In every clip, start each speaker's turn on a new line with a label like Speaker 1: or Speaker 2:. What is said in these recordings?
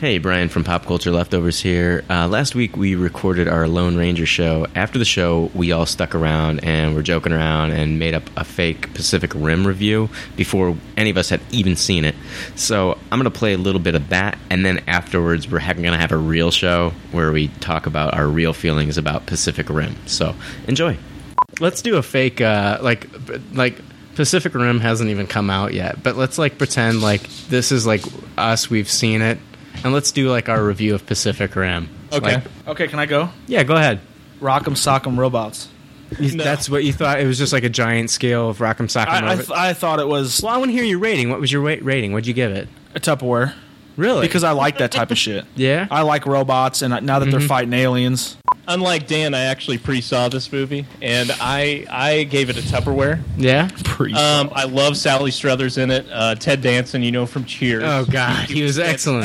Speaker 1: Hey, Brian from Pop Culture Leftovers here. Uh, last week we recorded our Lone Ranger show. After the show, we all stuck around and were joking around and made up a fake Pacific Rim review before any of us had even seen it. So I'm going to play a little bit of that, and then afterwards we're going to have a real show where we talk about our real feelings about Pacific Rim. So enjoy.
Speaker 2: Let's do a fake uh, like like Pacific Rim hasn't even come out yet, but let's like pretend like this is like us. We've seen it, and let's do like our review of Pacific Rim.
Speaker 3: Okay.
Speaker 2: Like-
Speaker 3: okay, can I go?
Speaker 2: yeah, go ahead.
Speaker 3: Rock'em Sock'em Robots.
Speaker 2: You- That's what you thought. It was just like a giant scale of Rock'em Sock'em.
Speaker 3: I, I,
Speaker 2: Robot-
Speaker 3: th- I thought it was
Speaker 2: well, I want to hear your rating. What was your wa- rating? What'd you give it?
Speaker 3: a Tupperware
Speaker 2: Really?
Speaker 3: because I like that type of shit.
Speaker 2: yeah,
Speaker 3: I like robots, and I- now that they're
Speaker 2: Mm-hmm.
Speaker 3: fighting aliens,
Speaker 4: Unlike Dan, I actually pre-saw this movie, and I I gave it a Tupperware.
Speaker 2: yeah.
Speaker 3: Uh,
Speaker 4: Um, I love Sally Struthers in it. Uh, Ted Danson, you know from Cheers.
Speaker 2: Oh God, he was excellent.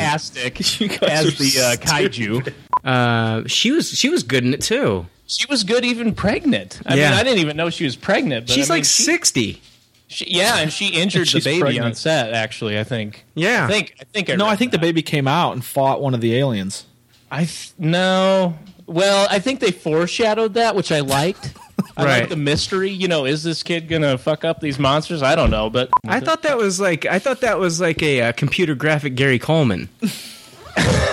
Speaker 4: Fantastic as the uh, kaiju.
Speaker 2: Uh, she was she was good in it too.
Speaker 4: She was good, even pregnant. I
Speaker 2: Yeah.
Speaker 4: mean, I didn't even know she was pregnant. But
Speaker 2: She's
Speaker 4: I mean,
Speaker 2: like
Speaker 4: she-
Speaker 2: sixty.
Speaker 4: she- yeah, and she injured the
Speaker 3: She's
Speaker 4: baby
Speaker 3: pregnant.
Speaker 4: on set. Actually, I think.
Speaker 2: Yeah.
Speaker 4: I think. I think. I
Speaker 3: no,
Speaker 4: read
Speaker 3: I think the
Speaker 4: that.
Speaker 3: baby came out and fought one of the aliens.
Speaker 4: I th- no. Well, I think they foreshadowed that, which I liked. I
Speaker 2: Right.
Speaker 4: like the mystery. You know, is this kid gonna fuck up these monsters? I don't know, but
Speaker 2: I thought that was like I thought that was like a, uh computer graphic Gary Coleman.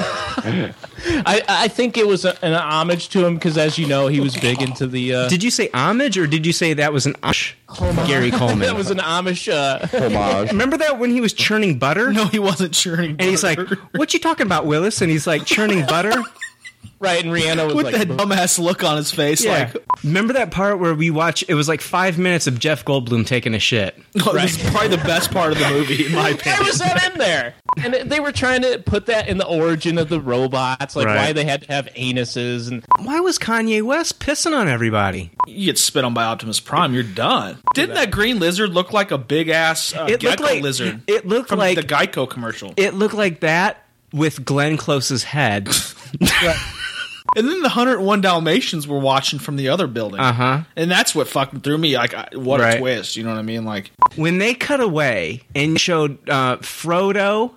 Speaker 4: I, I think it was a, an homage to him because, as you know, he was big into the. Uh,
Speaker 2: Did you say homage or did you say that was an osh Gary Coleman?
Speaker 4: that was an Amish. Uh,
Speaker 5: homage.
Speaker 2: Remember that when he was churning butter?
Speaker 3: No, he wasn't churning.
Speaker 2: And he's like,
Speaker 3: butter.
Speaker 2: "What you talking about, Willis?" And he's like, "Churning butter."
Speaker 4: right, and Rihanna was
Speaker 3: with
Speaker 4: like,
Speaker 3: that dumbass look on his face,
Speaker 2: Yeah.
Speaker 3: like
Speaker 2: Remember that part where we watch? It was like five minutes of Jeff Goldblum taking a shit.
Speaker 3: no, this is probably the best part of the movie, in my
Speaker 4: "Why
Speaker 3: opinion.
Speaker 4: was that in there?" And it- they were trying to put that in the origin of the robots, like
Speaker 2: Right.
Speaker 4: why they had to have anuses, and
Speaker 2: Why was Kanye West pissing on everybody?
Speaker 3: You get spit on by Optimus Prime, you're done. Didn't that green lizard look like a big ass uh,
Speaker 2: It looked
Speaker 3: gecko
Speaker 2: like-
Speaker 3: lizard?
Speaker 2: it looked
Speaker 3: from
Speaker 2: like-
Speaker 3: the Geico commercial.
Speaker 2: It looked like that with Glenn Close's head.
Speaker 3: And then the 101 Dalmatians were watching from the other building.
Speaker 2: Uh huh.
Speaker 3: And that's what fucking threw me. Like, I- what
Speaker 2: Right.
Speaker 3: a twist. You know what I mean? Like,
Speaker 2: When they cut away and showed uh, Frodo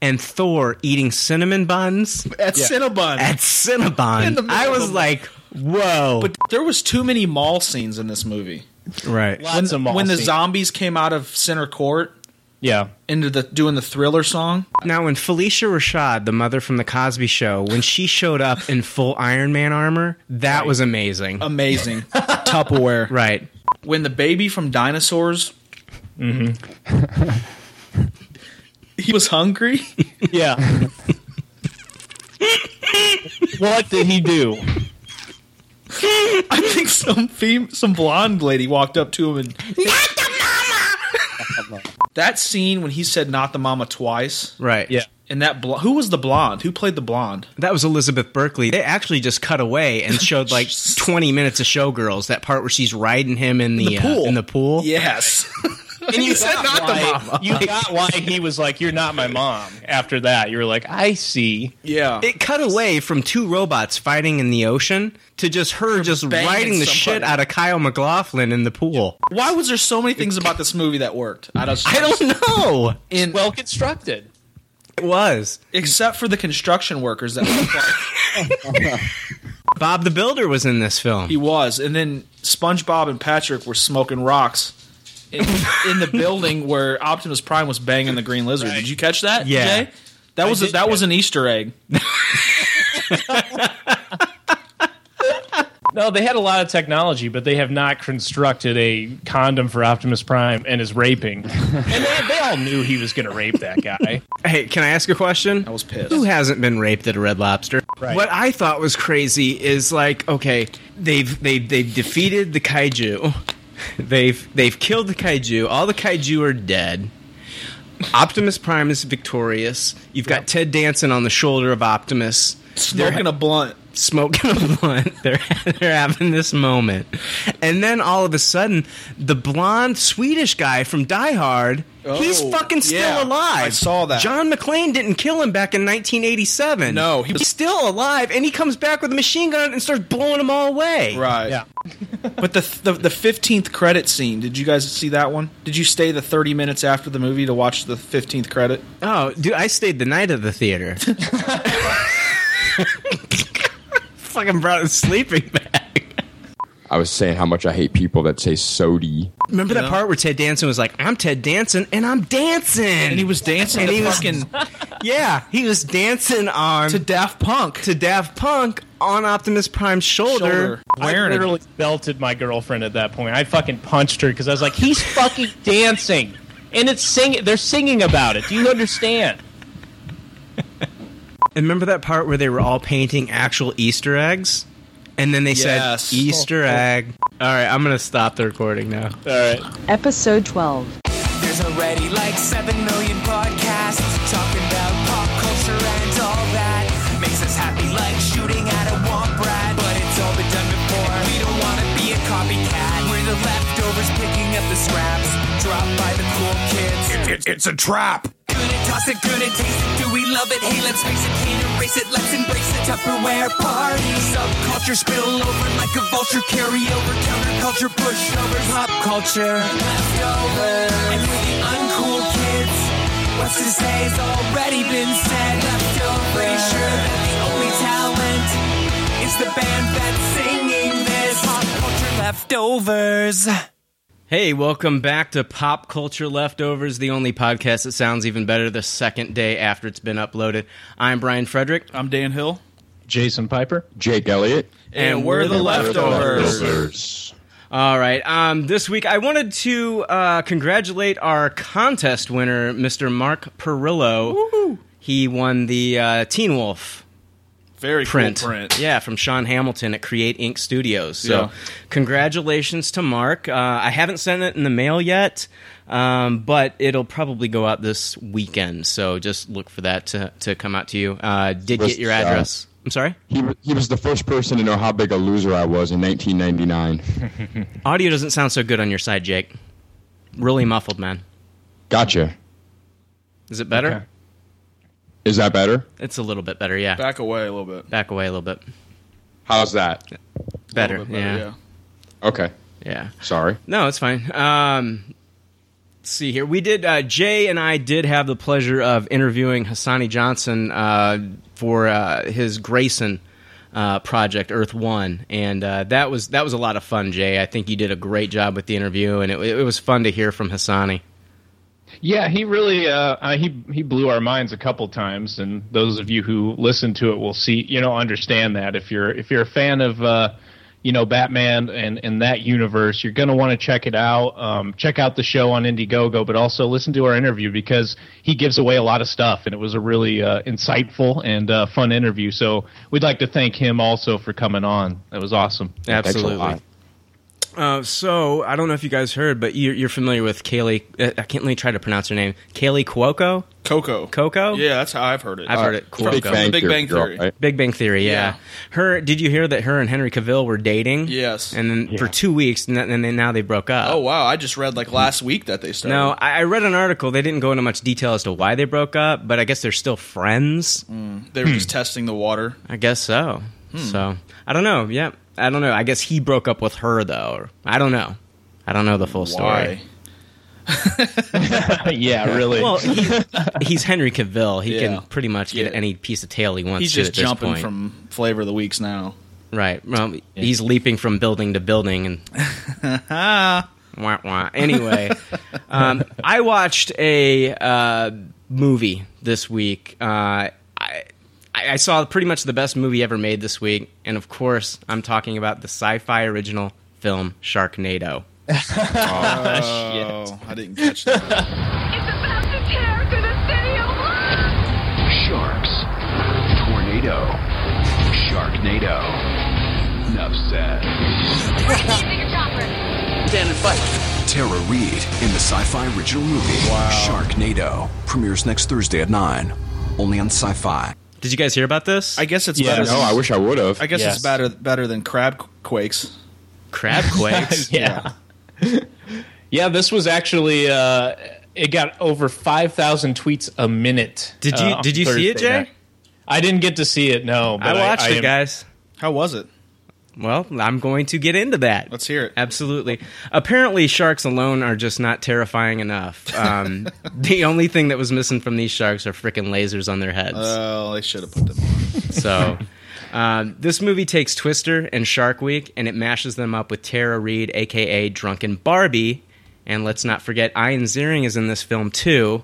Speaker 2: and Thor eating cinnamon buns
Speaker 3: at Cinnabon.
Speaker 2: at
Speaker 3: In the
Speaker 2: Cinnabon,
Speaker 3: middle
Speaker 2: I
Speaker 3: of
Speaker 2: was
Speaker 3: the-
Speaker 2: like, "Whoa!"
Speaker 3: but there was too many mall scenes in this movie.
Speaker 2: right.
Speaker 3: When,
Speaker 4: lots of mall
Speaker 3: when the
Speaker 4: scenes.
Speaker 3: zombies came out of center court
Speaker 4: yeah,
Speaker 3: into the doing the thriller song,
Speaker 2: Now, when Felicia Rashad, the mother from The Cosby Show, when she showed up in full Iron Man armor, that was amazing.
Speaker 3: amazing. Tupperware.
Speaker 2: right.
Speaker 3: When the baby from Dinosaurs, he was hungry.
Speaker 4: yeah. what did he do?
Speaker 3: I think some fem- some blonde lady walked up to him and not the mama. that scene when he said "not the mama" twice,
Speaker 2: Right.
Speaker 4: Yeah.
Speaker 3: and that bl- who was the blonde? Who played the blonde?
Speaker 2: That was Elizabeth Berkley. They actually just cut away and showed like 20 minutes of Showgirls, that part where she's riding him in the,
Speaker 3: The pool.
Speaker 2: Uh, in the pool.
Speaker 3: Yes,
Speaker 4: And you
Speaker 3: said
Speaker 4: got
Speaker 3: not the
Speaker 4: why-
Speaker 3: mama.
Speaker 4: You got why he was like, "You're not my mom." After that, you were like, "I see."
Speaker 3: yeah.
Speaker 2: It cut away from two robots fighting in the ocean to just her just
Speaker 3: banging
Speaker 2: riding the shit
Speaker 3: somebody.
Speaker 2: out of Kyle McLaughlin in the pool.
Speaker 3: Why was there so many things about this movie that worked? I don't.
Speaker 2: I don't know.
Speaker 3: In, well,
Speaker 4: Well constructed.
Speaker 2: It was.
Speaker 3: except for the construction workers that looked like
Speaker 2: Bob the Builder was in this film.
Speaker 3: he was, and then SpongeBob and Patrick were smoking rocks. In, in the building where Optimus Prime was banging the Green Lizard, did you catch that?
Speaker 2: Yeah.
Speaker 3: Jay? that was a,
Speaker 4: did
Speaker 3: that was
Speaker 4: catch-
Speaker 3: an Easter egg.
Speaker 4: No, they had a lot of technology, but they have not constructed a condom for Optimus Prime and his raping. and they, they all knew he was going to rape that guy.
Speaker 2: Hey, can I ask a question?
Speaker 3: I was pissed.
Speaker 2: Who hasn't been raped at a Red Lobster?
Speaker 4: Right.
Speaker 2: What I thought was crazy is like, okay, they've they they've defeated the kaiju, they've they've killed the kaiju. All the kaiju are dead. Optimus Prime is victorious. You've got Ted Danson on the shoulder of Optimus,
Speaker 3: smoking a blunt.
Speaker 2: smoking a blunt. They're they're having this moment, and then all of a sudden, the blonde Swedish guy from Die Hard He's
Speaker 3: Oh,
Speaker 2: fucking still
Speaker 3: yeah.
Speaker 2: alive.
Speaker 3: I saw that.
Speaker 2: John McClane didn't kill him back in 1987.
Speaker 3: No, he-
Speaker 2: he's still alive, and he comes back with a machine gun and starts blowing them all away.
Speaker 3: Right.
Speaker 4: Yeah.
Speaker 3: But the the the fifteenth credit scene. Did you guys see that one? Did you stay the thirty minutes after the movie to watch the fifteenth credit?
Speaker 2: Oh, dude, I stayed the night at the theater. Fucking brought a sleeping bag.
Speaker 5: I was saying how much I hate people that say sody.
Speaker 2: Remember that part where Ted Danson was like, "I'm Ted Danson, and I'm dancing,"
Speaker 3: And he was dancing
Speaker 2: And
Speaker 3: to
Speaker 2: he was-
Speaker 3: fucking
Speaker 2: yeah, he was dancing on
Speaker 3: to
Speaker 2: to,
Speaker 3: Daft Punk.
Speaker 2: Daft Punk on Optimus Prime's shoulder.
Speaker 3: Shoulder.
Speaker 4: I
Speaker 3: Wearing it.
Speaker 4: literally belted my girlfriend at that point. I fucking punched her because I was like, "He's fucking dancing, and it's singing. They're singing about it. Do you understand?"
Speaker 2: And remember that part where they were all painting actual Easter eggs, and then they
Speaker 3: Yes.
Speaker 2: said Easter egg. Oh, All right, I'm gonna stop the recording now.
Speaker 4: All right.
Speaker 6: Episode 12.
Speaker 7: There's already like 7 million podcasts talking about pop culture and all that. Makes us happy like shooting at a womp rat. But it's all been done before. We don't want to be a copycat. We're the leftovers picking up the scraps dropped by the cool kids.
Speaker 8: it's a trap.
Speaker 7: Gonna toss it, gonna taste it. Do we love it? Hey, let's face it, can't erase it. Let's embrace it. Tupperware party. Subculture spill over like a vulture. Carry over counterculture, pushovers, pop culture. Leftovers. And we the uncool kids. What's to say's already been said. Leftovers. Pretty sure that the only talent is the band that's singing this. Pop culture leftovers.
Speaker 2: Hey, welcome back to Pop Culture Leftovers, the only podcast that sounds even better the second day after it's been uploaded. I'm Brian Frederick,
Speaker 3: I'm Dan Hill,
Speaker 4: Jason Piper.
Speaker 5: Jake Elliott.
Speaker 3: and, we're, the, leftovers.
Speaker 2: All right. Um, this week, I wanted to uh, congratulate our contest winner, Mr. Mark Perillo. He won the uh, Teen Wolf
Speaker 3: Very
Speaker 2: print.
Speaker 3: cool print.
Speaker 2: Yeah, from Sean Hamilton at Create Inc. Studios. So,
Speaker 3: Yeah.
Speaker 2: congratulations to Mark. Uh, I haven't sent it in the mail yet, um, but it'll probably go out this weekend. So, just look for that to, to come out to you. Uh, did
Speaker 5: What's
Speaker 2: get your
Speaker 5: the, uh,
Speaker 2: address. I'm sorry?
Speaker 5: He, wa- he was the first person to know how big a loser I was in 1999.
Speaker 2: Audio doesn't sound so good on your side, Jake. Really muffled, man.
Speaker 5: Gotcha.
Speaker 2: Is it better?
Speaker 4: Okay.
Speaker 5: Is that better?
Speaker 2: It's a little bit better, yeah. Back,
Speaker 3: Back away a little bit. A
Speaker 2: away a little bit.
Speaker 5: How's that?
Speaker 2: Better,
Speaker 3: little bit
Speaker 2: yeah. yeah.
Speaker 5: Okay. Sorry.
Speaker 2: No, it's fine. Um, let's see here. We did, uh, Jay and I did have the pleasure of interviewing Hassani Johnson uh, for uh, his Grayson. Uh, project Earth One, and uh, that was that was a lot of fun, Jay. I think you did a great job with the interview, and it, it was fun to hear from Hassani.
Speaker 4: Yeah, he really uh, uh, he he blew our minds a couple times, and those of you who listen to it will see you know understand that if you're if you're a fan of uh, you know Batman and and that universe, you're gonna want to check it out. Um, check out the show on Indiegogo, but also listen to our interview because he gives away a lot of stuff, and it was a really uh, insightful and uh, fun interview. So we'd like to thank him also for coming on. That was awesome.
Speaker 5: Thanks a
Speaker 2: Absolutely.
Speaker 5: lot.
Speaker 2: Uh, so I don't know if you guys heard, but you're, you're familiar with Kaylee. Uh, I can't really try to pronounce her name. Kaylee Cuoco.
Speaker 3: Coco.
Speaker 2: Coco?
Speaker 3: Yeah, that's how I've heard it.
Speaker 2: Oh. I've heard it. Cuoco.
Speaker 5: Big Bang,
Speaker 3: Big Bang
Speaker 5: girl,
Speaker 3: Theory.
Speaker 5: right?
Speaker 2: Big Bang Theory, yeah.
Speaker 3: Yeah.
Speaker 2: Her, did you hear that her and Henry Cavill were dating?
Speaker 3: Yes.
Speaker 2: And then for two weeks, and, then, and then now they broke up.
Speaker 3: Oh wow! I just read like last week that they started.
Speaker 2: No, I, I read an article. They didn't go into much detail as to why they broke up, but I guess they're still friends.
Speaker 3: they were just
Speaker 2: Hmm.
Speaker 3: testing the water.
Speaker 2: I guess so.
Speaker 3: Hmm.
Speaker 2: So I don't know. Yeah, I don't know. I guess he broke up with her though. Or, I don't know. I don't know the full story.
Speaker 3: Why?
Speaker 4: yeah, really.
Speaker 2: Well, he, he's Henry Cavill. He
Speaker 3: Yeah.
Speaker 2: can pretty much get
Speaker 3: Yeah.
Speaker 2: any piece of tail he wants.
Speaker 3: He's
Speaker 2: to
Speaker 3: just
Speaker 2: at this
Speaker 3: jumping
Speaker 2: point.
Speaker 3: from flavor of the weeks now.
Speaker 2: Right. Well, he's leaping from building to building and. wah, wah. Anyway, um, I watched a uh, movie this week. Uh, I, I saw pretty much the best movie ever made this week, and of course, I'm talking about the sci-fi original film Sharknado.
Speaker 3: Oh, I didn't catch that.
Speaker 9: It's about to tear through the city of love.
Speaker 8: Sharks. Tornado. Sharknado. Enough said.
Speaker 9: your chopper.
Speaker 8: Tara Reid in the sci-fi original movie Sharknado premieres next Thursday at nine, only on Sci-Fi.
Speaker 2: Did you guys hear about this?
Speaker 3: I guess it's
Speaker 4: Yeah,
Speaker 3: better.
Speaker 5: No,
Speaker 3: than-
Speaker 5: I wish I would have.
Speaker 3: I guess
Speaker 4: Yes.
Speaker 3: it's better better than crab qu- quakes.
Speaker 2: Crab quakes.
Speaker 4: yeah. yeah, this was actually uh, it got over five thousand tweets a minute. uh,
Speaker 2: Did you-
Speaker 4: on
Speaker 2: did you see it,
Speaker 4: Thursday
Speaker 2: Jay?
Speaker 4: night. I didn't get to see it. No, but
Speaker 2: I watched it,
Speaker 4: am-
Speaker 2: guys.
Speaker 3: How was it?
Speaker 2: Well, I'm going to get into that.
Speaker 3: Let's hear it.
Speaker 2: Absolutely. Apparently, sharks alone are just not terrifying enough. Um, the only thing that was missing from these sharks are freaking lasers on their heads.
Speaker 4: Uh.
Speaker 3: Oh, they should have put them. on.
Speaker 2: So, um, this movie takes Twister and Shark Week and it mashes them up with Tara Reid, aka Drunken Barbie. And let's not forget, Ian Ziering is in this film too.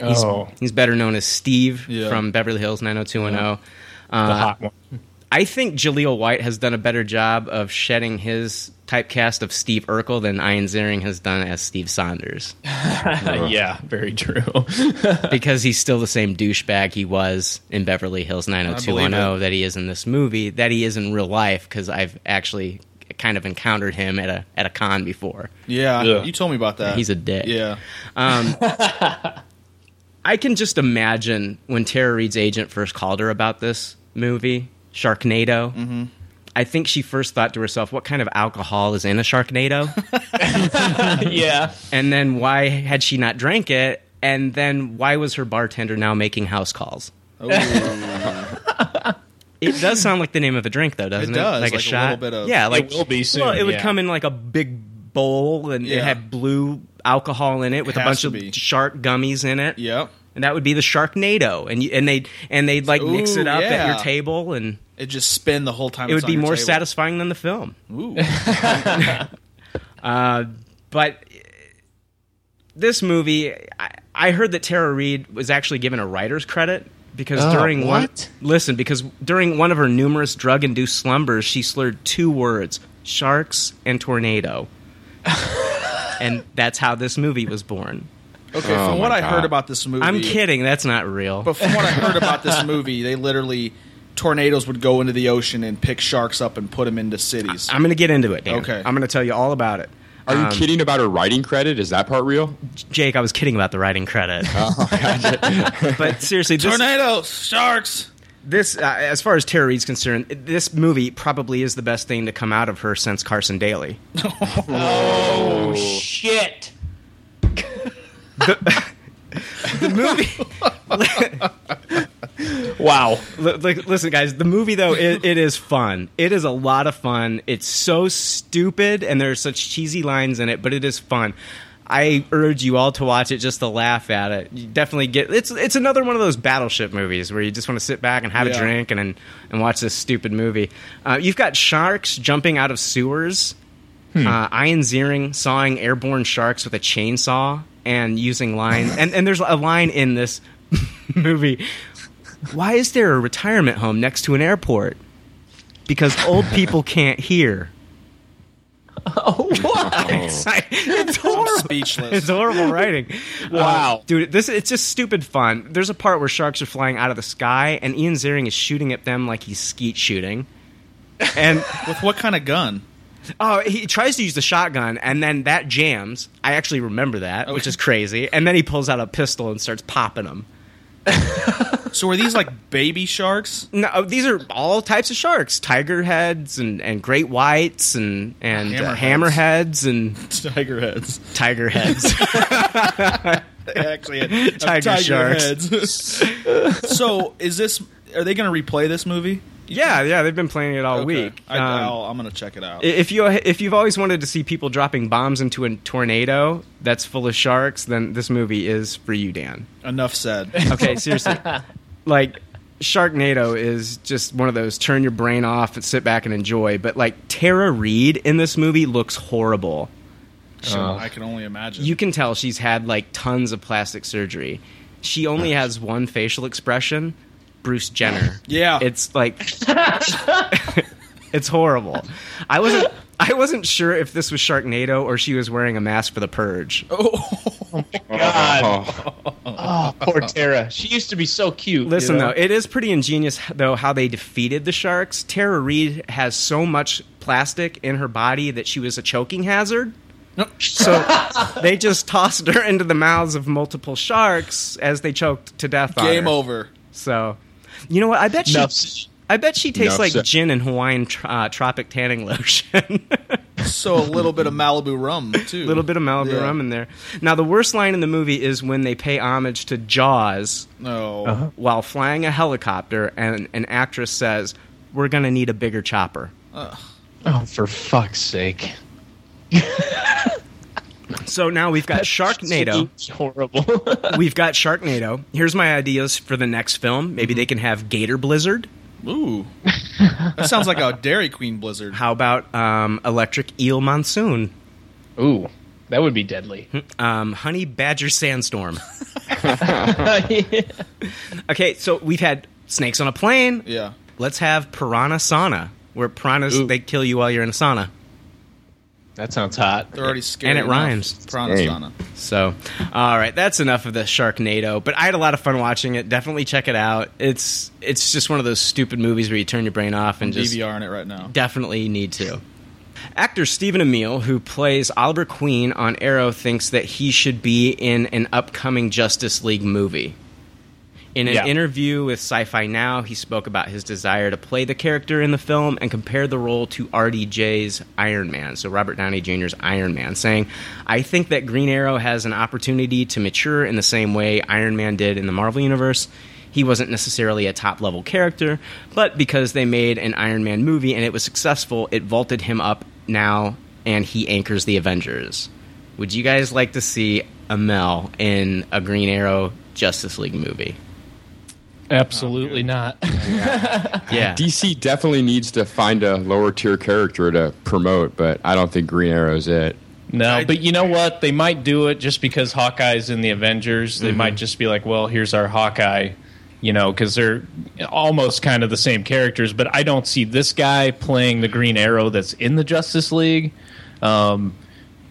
Speaker 4: Oh,
Speaker 2: He's better known as Steve
Speaker 3: Yeah.
Speaker 2: from Beverly Hills 90210.
Speaker 4: the
Speaker 2: Uh,
Speaker 4: hot one.
Speaker 2: I think Jaleel White has done a better job of shedding his typecast of Steve Urkel than Ian Ziering has done as Steve Saunders
Speaker 4: Uh, yeah, very true.
Speaker 2: because he's still the same douchebag he was in Beverly Hills 90210 that he is in this movie, that he is in real life because I've actually kind of encountered him at a at a con before.
Speaker 3: Yeah,
Speaker 4: Yeah.
Speaker 3: you told me about that.
Speaker 2: He's a dick.
Speaker 3: Yeah,
Speaker 2: I can just imagine when Tara Reid's agent first called her about this movie, Sharknado. Mm-hmm. I think she first thought to herself, "What kind of alcohol is in a Sharknado?"
Speaker 4: yeah,
Speaker 2: and then why had she not drank it? And then why was her bartender now making house calls? it does sound like the name of a drink, though, doesn't it?
Speaker 3: does,
Speaker 2: Like, a
Speaker 3: like a
Speaker 2: shot.
Speaker 3: little bit of-
Speaker 2: yeah, like
Speaker 4: it will be soon.
Speaker 2: Well, it would
Speaker 4: yeah.
Speaker 2: come in like a big bowl, and it
Speaker 3: Yeah.
Speaker 2: had blue alcohol in it with a
Speaker 3: Has
Speaker 2: bunch
Speaker 3: to
Speaker 2: of
Speaker 3: be.
Speaker 2: shark gummies in it.
Speaker 3: yep.
Speaker 2: and that would be the Sharknado, and you, and they and they'd like mix
Speaker 3: Ooh,
Speaker 2: it up at
Speaker 3: yeah.
Speaker 2: your table, and
Speaker 3: It just spin the whole time.
Speaker 2: it
Speaker 3: it's
Speaker 2: would
Speaker 3: on
Speaker 2: be
Speaker 3: your
Speaker 2: more
Speaker 3: table.
Speaker 2: satisfying than the film.
Speaker 3: Ooh.
Speaker 2: but uh, this movie, I, I heard that Tara Reid was actually given a writer's credit because during one
Speaker 4: what?
Speaker 2: listen because during one of her numerous drug-induced slumbers, she slurred two words: sharks and tornado, and that's how this movie was born.
Speaker 3: Okay, from what I heard about this movie,
Speaker 2: Oh I'm kidding. That's not real.
Speaker 3: But from what I heard about this movie, they literally tornadoes would go into the ocean and pick sharks up and put them into cities.
Speaker 2: I'm going to get into it. Dan.
Speaker 3: Okay.
Speaker 2: I'm going to tell you all about it.
Speaker 5: Are you kidding about her writing credit? Is that part real?
Speaker 2: Jake, I was kidding about the writing credit. but seriously, this,
Speaker 3: tornadoes, sharks.
Speaker 2: this uh, as far as Tara Reid's concerned, this movie probably is the best thing to come out of her since Carson Daly.
Speaker 4: Shit.
Speaker 2: The movie,
Speaker 4: Wow.
Speaker 2: Li- li- listen, guys, the movie though it, it is fun. It is a lot of fun. It's so stupid, and there are such cheesy lines in it, but it is fun. I urge you all to watch it just to laugh at it. You definitely get it's it's another one of those battleship movies where you just want to sit back and have a
Speaker 3: Yeah.
Speaker 2: drink and and, and watch this stupid movie. Uh, you've got sharks jumping out of sewers. uh, Ian Ziering sawing airborne sharks with a chainsaw and using line and, and there's a line in this movie. Why is there a retirement home next to an airport? Because old people can't hear. Oh, what? it's horrible.
Speaker 3: Speechless.
Speaker 2: It's horrible writing. wow, dude, this it's just stupid fun. There's a part where sharks are flying out of the sky, and Ian Ziering is shooting at them like he's skeet shooting. And
Speaker 3: With what kind of gun?
Speaker 2: Oh, he tries to use the shotgun, and then that jams. I actually remember that, which is crazy. And then he pulls out a pistol and starts popping them.
Speaker 3: So are these like baby sharks?
Speaker 2: No, oh, these are all types of sharks: tiger heads and, and great whites and and uh,
Speaker 3: Hammerheads.
Speaker 2: hammerheads and
Speaker 3: Tiger heads.
Speaker 2: tiger heads.
Speaker 3: They actually had uh, tiger,
Speaker 2: Tiger sharks.
Speaker 3: heads. so is this? Are they going to replay this movie?
Speaker 2: yeah, yeah, they've been playing it all
Speaker 3: Okay.
Speaker 2: week.
Speaker 3: I,
Speaker 2: Um,
Speaker 3: I'll, I'm going to check it out.
Speaker 2: if you if you've always wanted to see people dropping bombs into a tornado that's full of sharks, then this movie is for you, Dan.
Speaker 3: Enough said.
Speaker 2: Okay, seriously. like Sharknado is just one of those turn your brain off and sit back and enjoy. But like Tara Reid in this movie looks horrible.
Speaker 3: I can only imagine.
Speaker 2: You can tell she's had like tons of plastic surgery. She only has one facial expression, Bruce Jenner.
Speaker 3: Yeah.
Speaker 2: It's like it's horrible. I wasn't I wasn't sure if this was Sharknado or she was wearing a mask for the purge.
Speaker 3: Oh,
Speaker 4: God. Oh, poor Tara. She used to be so cute.
Speaker 2: Listen,
Speaker 4: you know?
Speaker 2: though, it is pretty ingenious, though, how they defeated the sharks. Tara Reid has so much plastic in her body that she was a choking hazard. So they just tossed her into the mouths of multiple sharks as they choked to death. on
Speaker 3: Game
Speaker 2: her.
Speaker 3: over.
Speaker 2: So, you know what? I bet she.
Speaker 4: Enough said.
Speaker 2: I bet she tastes
Speaker 5: Enough
Speaker 2: like
Speaker 5: said.
Speaker 2: gin and Hawaiian tr- uh, tropic tanning lotion.
Speaker 3: So a little bit of Malibu rum too.
Speaker 2: little bit of Malibu
Speaker 3: Yeah.
Speaker 2: rum in there. Now, the worst line in the movie is when they pay homage to Jaws
Speaker 3: No.
Speaker 2: while flying a helicopter, and an actress says, "We're gonna need a bigger chopper."
Speaker 4: Oh, for fuck's sake!
Speaker 2: So now we've got Sharknado.
Speaker 4: It's horrible.
Speaker 2: We've got Sharknado. Here's my ideas for the next film. Maybe they can have Gator Blizzard.
Speaker 3: Ooh. That sounds like a Dairy Queen blizzard.
Speaker 2: How about um, Electric Eel Monsoon?
Speaker 4: Ooh, that would be deadly.
Speaker 2: Um, honey Badger Sandstorm. Okay, so we've had Snakes on a Plane.
Speaker 3: Yeah.
Speaker 2: Let's have Piranha Sauna, where piranhas,
Speaker 4: Ooh.
Speaker 2: they kill you while you're in a sauna.
Speaker 4: That sounds hot.
Speaker 3: They're already scared.
Speaker 2: And it
Speaker 3: enough.
Speaker 2: rhymes.
Speaker 3: Piranha
Speaker 5: Same.
Speaker 3: sauna.
Speaker 2: So, all right, that's enough of the Sharknado. But I had a lot of fun watching it. Definitely check it out. It's it's just one of those stupid movies where you turn your brain off and just
Speaker 3: DVR in it right now.
Speaker 2: definitely need to. Actor Stephen Emile, who plays Oliver Queen on Arrow, thinks that he should be in an upcoming Justice League movie. In an
Speaker 4: Yeah.
Speaker 2: interview with Sci Fi Now, he spoke about his desire to play the character in the film and compared the role to RDJ's Iron Man, so Robert Downey Jr.'s Iron Man, saying, I think that Green Arrow has an opportunity to mature in the same way Iron Man did in the Marvel Universe. He wasn't necessarily a top level character, but because they made an Iron Man movie and it was successful, it vaulted him up now and he anchors the Avengers. Would you guys like to see Amel in a Green Arrow Justice League movie?
Speaker 4: Absolutely not.
Speaker 2: Yeah.
Speaker 5: DC definitely needs to find a lower tier character to promote, but I don't think Green Arrow's it.
Speaker 4: No, but you know what? They might do it just because Hawkeye's in the Avengers. They might just be like, "Well, here's our Hawkeye," you know, because they're almost kind of the same characters. But I don't see this guy playing the Green Arrow that's in the Justice League. Um,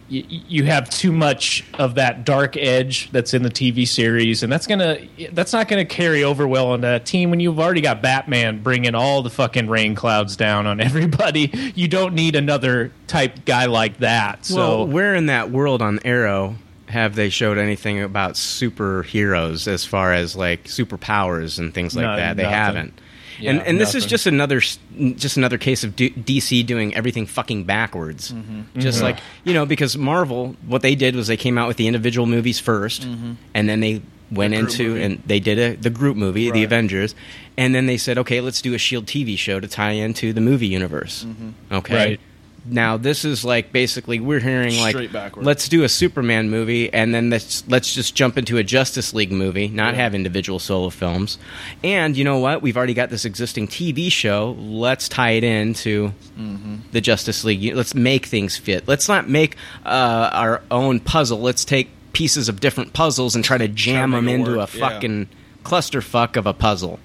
Speaker 4: y- you have too much of that dark edge that's in the TV series, and that's gonna that's not gonna carry over well on a team when you've already got Batman bringing all the fucking rain clouds down on everybody. You don't need another type guy like that. so
Speaker 2: well, where in that world on Arrow have they showed anything about superheroes as far as like superpowers and things like
Speaker 4: No,
Speaker 2: that? They
Speaker 4: nothing.
Speaker 2: haven't.
Speaker 4: Yeah,
Speaker 2: and and this is
Speaker 4: nothing.
Speaker 2: just another s- just another case of D- DC doing everything fucking backwards.
Speaker 4: Mm-hmm.
Speaker 2: Just like you know, because Marvel, what they did was they came out with the individual movies 1st
Speaker 4: Mm-hmm.
Speaker 2: and then they went into and they did a, the group movie, the Avengers, and then they said, okay, let's do a Shield TV show to tie into the movie universe. Okay,
Speaker 4: Right.
Speaker 2: now this is like basically we're hearing like
Speaker 3: Straight backwards.
Speaker 2: let's do a Superman movie and then let's let's just jump into a Justice League movie, not have individual solo films. And you know what? We've already got this existing TV show. Let's tie it into
Speaker 3: Mm-hmm.
Speaker 2: the Justice League. Let's make things fit. Let's not make uh, our own puzzle. Let's take pieces of different puzzles and try to jam
Speaker 3: make
Speaker 2: them
Speaker 3: it
Speaker 2: into
Speaker 3: work,
Speaker 2: a
Speaker 3: yeah.
Speaker 2: fucking clusterfuck of a puzzle.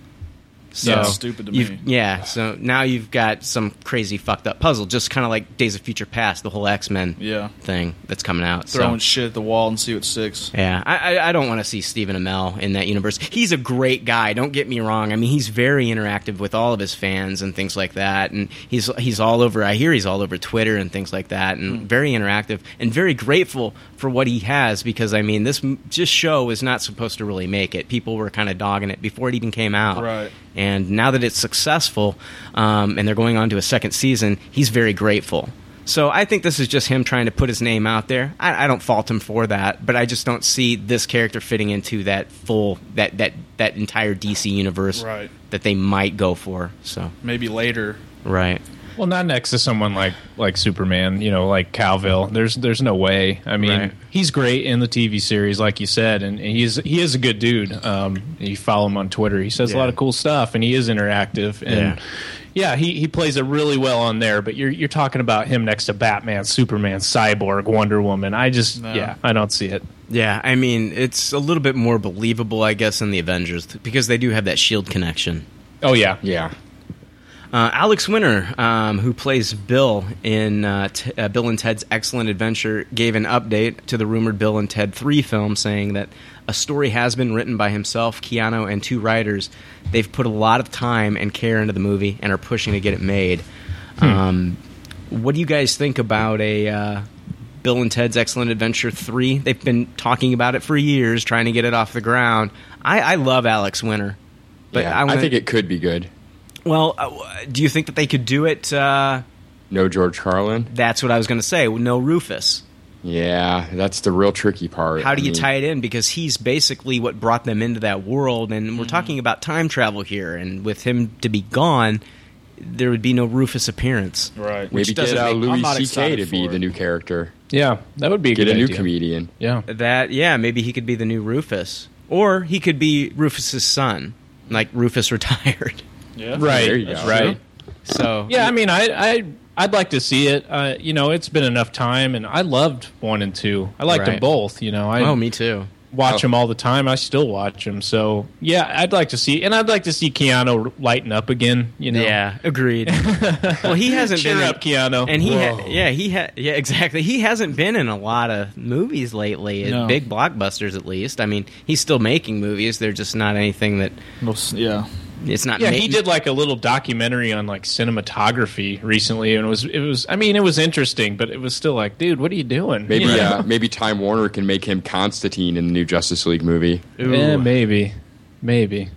Speaker 2: So
Speaker 3: Sounds stupid to
Speaker 2: you've-
Speaker 3: me.
Speaker 2: Yeah, so now you've got some crazy fucked up puzzle, just kind of like Days of Future Past, the whole X Men
Speaker 3: Yeah.
Speaker 2: thing that's coming out. so-
Speaker 3: Throwing shit at the wall and see what sticks.
Speaker 2: yeah, I, I, I don't want to see Stephen Amell in that universe. He's a great guy. Don't get me wrong. I mean, he's very interactive with all of his fans and things like that. And he's he's all over. I hear he's all over Twitter and things like that.
Speaker 3: Hmm.
Speaker 2: And very interactive and very grateful for what he has because I mean, this m- just show was not supposed to really make it. People were kind of dogging it before it even came out.
Speaker 3: Right.
Speaker 2: And now that it's successful, um, and they're going on to a second season, he's very grateful. So I think this is just him trying to put his name out there. I, I don't fault him for that, but I just don't see this character fitting into that full that that that entire DC universe
Speaker 3: Right.
Speaker 2: that they might go for. So
Speaker 3: Maybe later.
Speaker 2: right,
Speaker 4: Well, not next to someone like like Superman, you know, like Calville. There's there's no way. I mean,
Speaker 2: Right.
Speaker 4: he's great in the TV series, like you said, and he's he is a good dude. Um, you follow him on Twitter. He says a
Speaker 2: Yeah.
Speaker 4: lot of cool stuff, and he is interactive. And yeah, he, he plays it really well on there. But you're you're talking about him next to Batman, Superman, Cyborg, Wonder Woman. I just
Speaker 3: No.
Speaker 4: yeah, I don't see it.
Speaker 2: yeah. I mean, it's a little bit more believable, I guess, in the Avengers because they do have that Shield E connection.
Speaker 4: Oh yeah,
Speaker 5: Yeah.
Speaker 2: Uh, Alex Winter, um, who plays Bill in uh, t- uh, Bill and Ted's Excellent Adventure, gave an update to the rumored Bill and Ted 3 film, saying that a story has been written by himself, Keanu, and two writers. They've put a lot of time and care into the movie and are pushing to get it made. Um, what do you guys think about a uh, Bill and Ted's Excellent Adventure 3? They've been talking about it for years, trying to get it off the ground. I, I love Alex Winter. But
Speaker 5: yeah. I,
Speaker 2: wanna-
Speaker 5: think it could be good.
Speaker 2: well, uh, do you think that they could do it uh,
Speaker 5: No George Carlin.
Speaker 2: That's what I was going to say. No Rufus.
Speaker 5: Yeah, that's the real tricky part.
Speaker 2: How do
Speaker 5: I
Speaker 2: you
Speaker 5: mean,
Speaker 2: tie it in? Because he's basically what brought them into that world, and we're talking about time travel here. And with him to be gone, there would be no Rufus appearance.
Speaker 3: Right.
Speaker 5: Maybe get
Speaker 2: doesn't
Speaker 5: uh,
Speaker 2: make- I'm
Speaker 5: Louis
Speaker 3: not
Speaker 5: C.K.
Speaker 3: excited
Speaker 5: to be
Speaker 3: for
Speaker 5: the
Speaker 3: it.
Speaker 5: new character.
Speaker 4: Yeah, that would be a
Speaker 5: Get
Speaker 4: good
Speaker 5: a new
Speaker 4: idea.
Speaker 5: comedian.
Speaker 4: Yeah,
Speaker 2: That yeah, maybe he could be the new Rufus, or he could be Rufus's son, like Rufus retired.
Speaker 3: Yeah.
Speaker 4: right,
Speaker 5: There you go.
Speaker 4: right.
Speaker 2: So
Speaker 4: Yeah, I mean, I, I, I'd like to see it. Uh, you know, it's been enough time, and I loved one and two. I liked them
Speaker 2: Right.
Speaker 4: both. You know, I
Speaker 2: oh, me too.
Speaker 4: watch
Speaker 5: Oh.
Speaker 4: them all the time. I still watch them. So yeah, I'd like to see, and I'd like to see Keanu lighten up again. You know,
Speaker 2: Yeah, agreed. well, he hasn't
Speaker 4: cheer
Speaker 2: been
Speaker 4: up, Keanu.
Speaker 2: And he, ha- yeah, he ha- yeah, exactly. He hasn't been in a lot of movies lately,
Speaker 3: No.
Speaker 2: big blockbusters at least. I mean, he's still making movies. They're just not anything that
Speaker 3: Most- yeah.
Speaker 2: it's not.
Speaker 4: yeah,
Speaker 2: ma-
Speaker 4: he did like a little documentary on like cinematography recently, and it was it was. I mean, it was interesting, but it was still like, dude, what are you doing?
Speaker 5: Maybe
Speaker 4: You know?
Speaker 5: uh, maybe Time Warner can make him Constantine in the new Justice League movie.
Speaker 2: Ooh.
Speaker 4: yeah, Eh, maybe, maybe.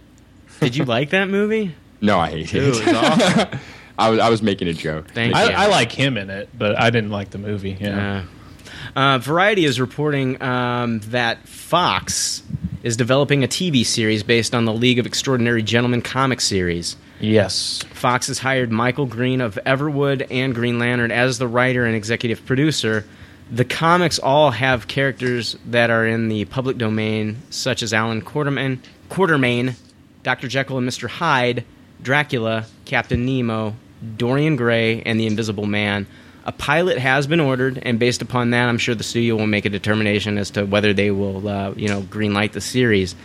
Speaker 2: Did you like that movie?
Speaker 5: No, I hate
Speaker 2: Ooh, it
Speaker 5: it.
Speaker 2: was awesome.
Speaker 5: I was I was making a joke.
Speaker 2: Thank
Speaker 4: I,
Speaker 2: you.
Speaker 4: I like him in it, but I didn't like the movie. Yeah,
Speaker 2: Uh, uh, Variety is reporting um, that Fox is developing a TV series based on the League of Extraordinary Gentlemen comic series.
Speaker 4: yes,
Speaker 2: Fox has hired Michael Green of Everwood and Green Lantern as the writer and executive producer. The comics all have characters that are in the public domain, such as Alan Quartermain, Quartermain Dr. Jekyll and Mr. Hyde, Dracula, Captain Nemo, Dorian Gray, and the Invisible Man. A pilot has been ordered, and based upon that, I'm sure the studio will make a determination as to whether they will, uh, you know, greenlight the series.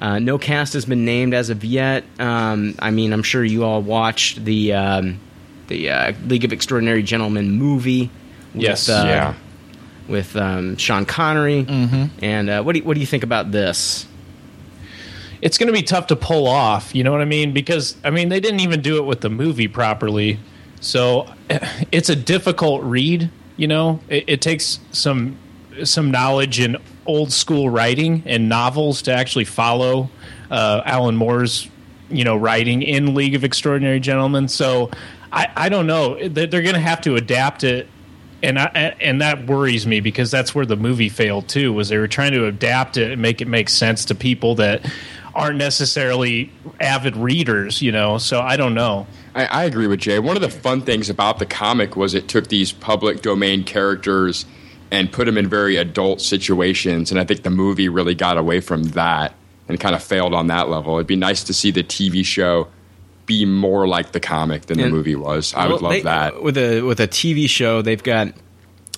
Speaker 2: Uh, no cast has been named as of yet. Um, I mean, I'm sure you all watched the um, the uh, League of Extraordinary Gentlemen movie. With,
Speaker 4: Yes,
Speaker 2: uh,
Speaker 5: Yeah.
Speaker 2: With um, Sean Connery, and uh, what do you, what do you think about this?
Speaker 4: it's going to be tough to pull off. You know what I mean? Because I mean, they didn't even do it with the movie properly, so it's a difficult read. You know, it, it takes some some knowledge in old school writing and novels to actually follow uh, Alan Moore's you know writing in League of Extraordinary Gentlemen. So I, I don't know. They're going to have to adapt it and I, and that worries me because that's where the movie failed too was they were trying to adapt it and make it make sense to people that aren't necessarily avid readers you know so i don't know
Speaker 5: I, I agree with Jay. One of the fun things about the comic was it took these public domain characters and put them in very adult situations, and I think the movie really got away from that and kind of failed on that level. It'd be nice to see the TV show be more like the comic than the
Speaker 2: And-
Speaker 5: movie was. I would
Speaker 2: Well,
Speaker 5: love
Speaker 2: they- uh,
Speaker 5: that.
Speaker 2: with a with a TV show. They've got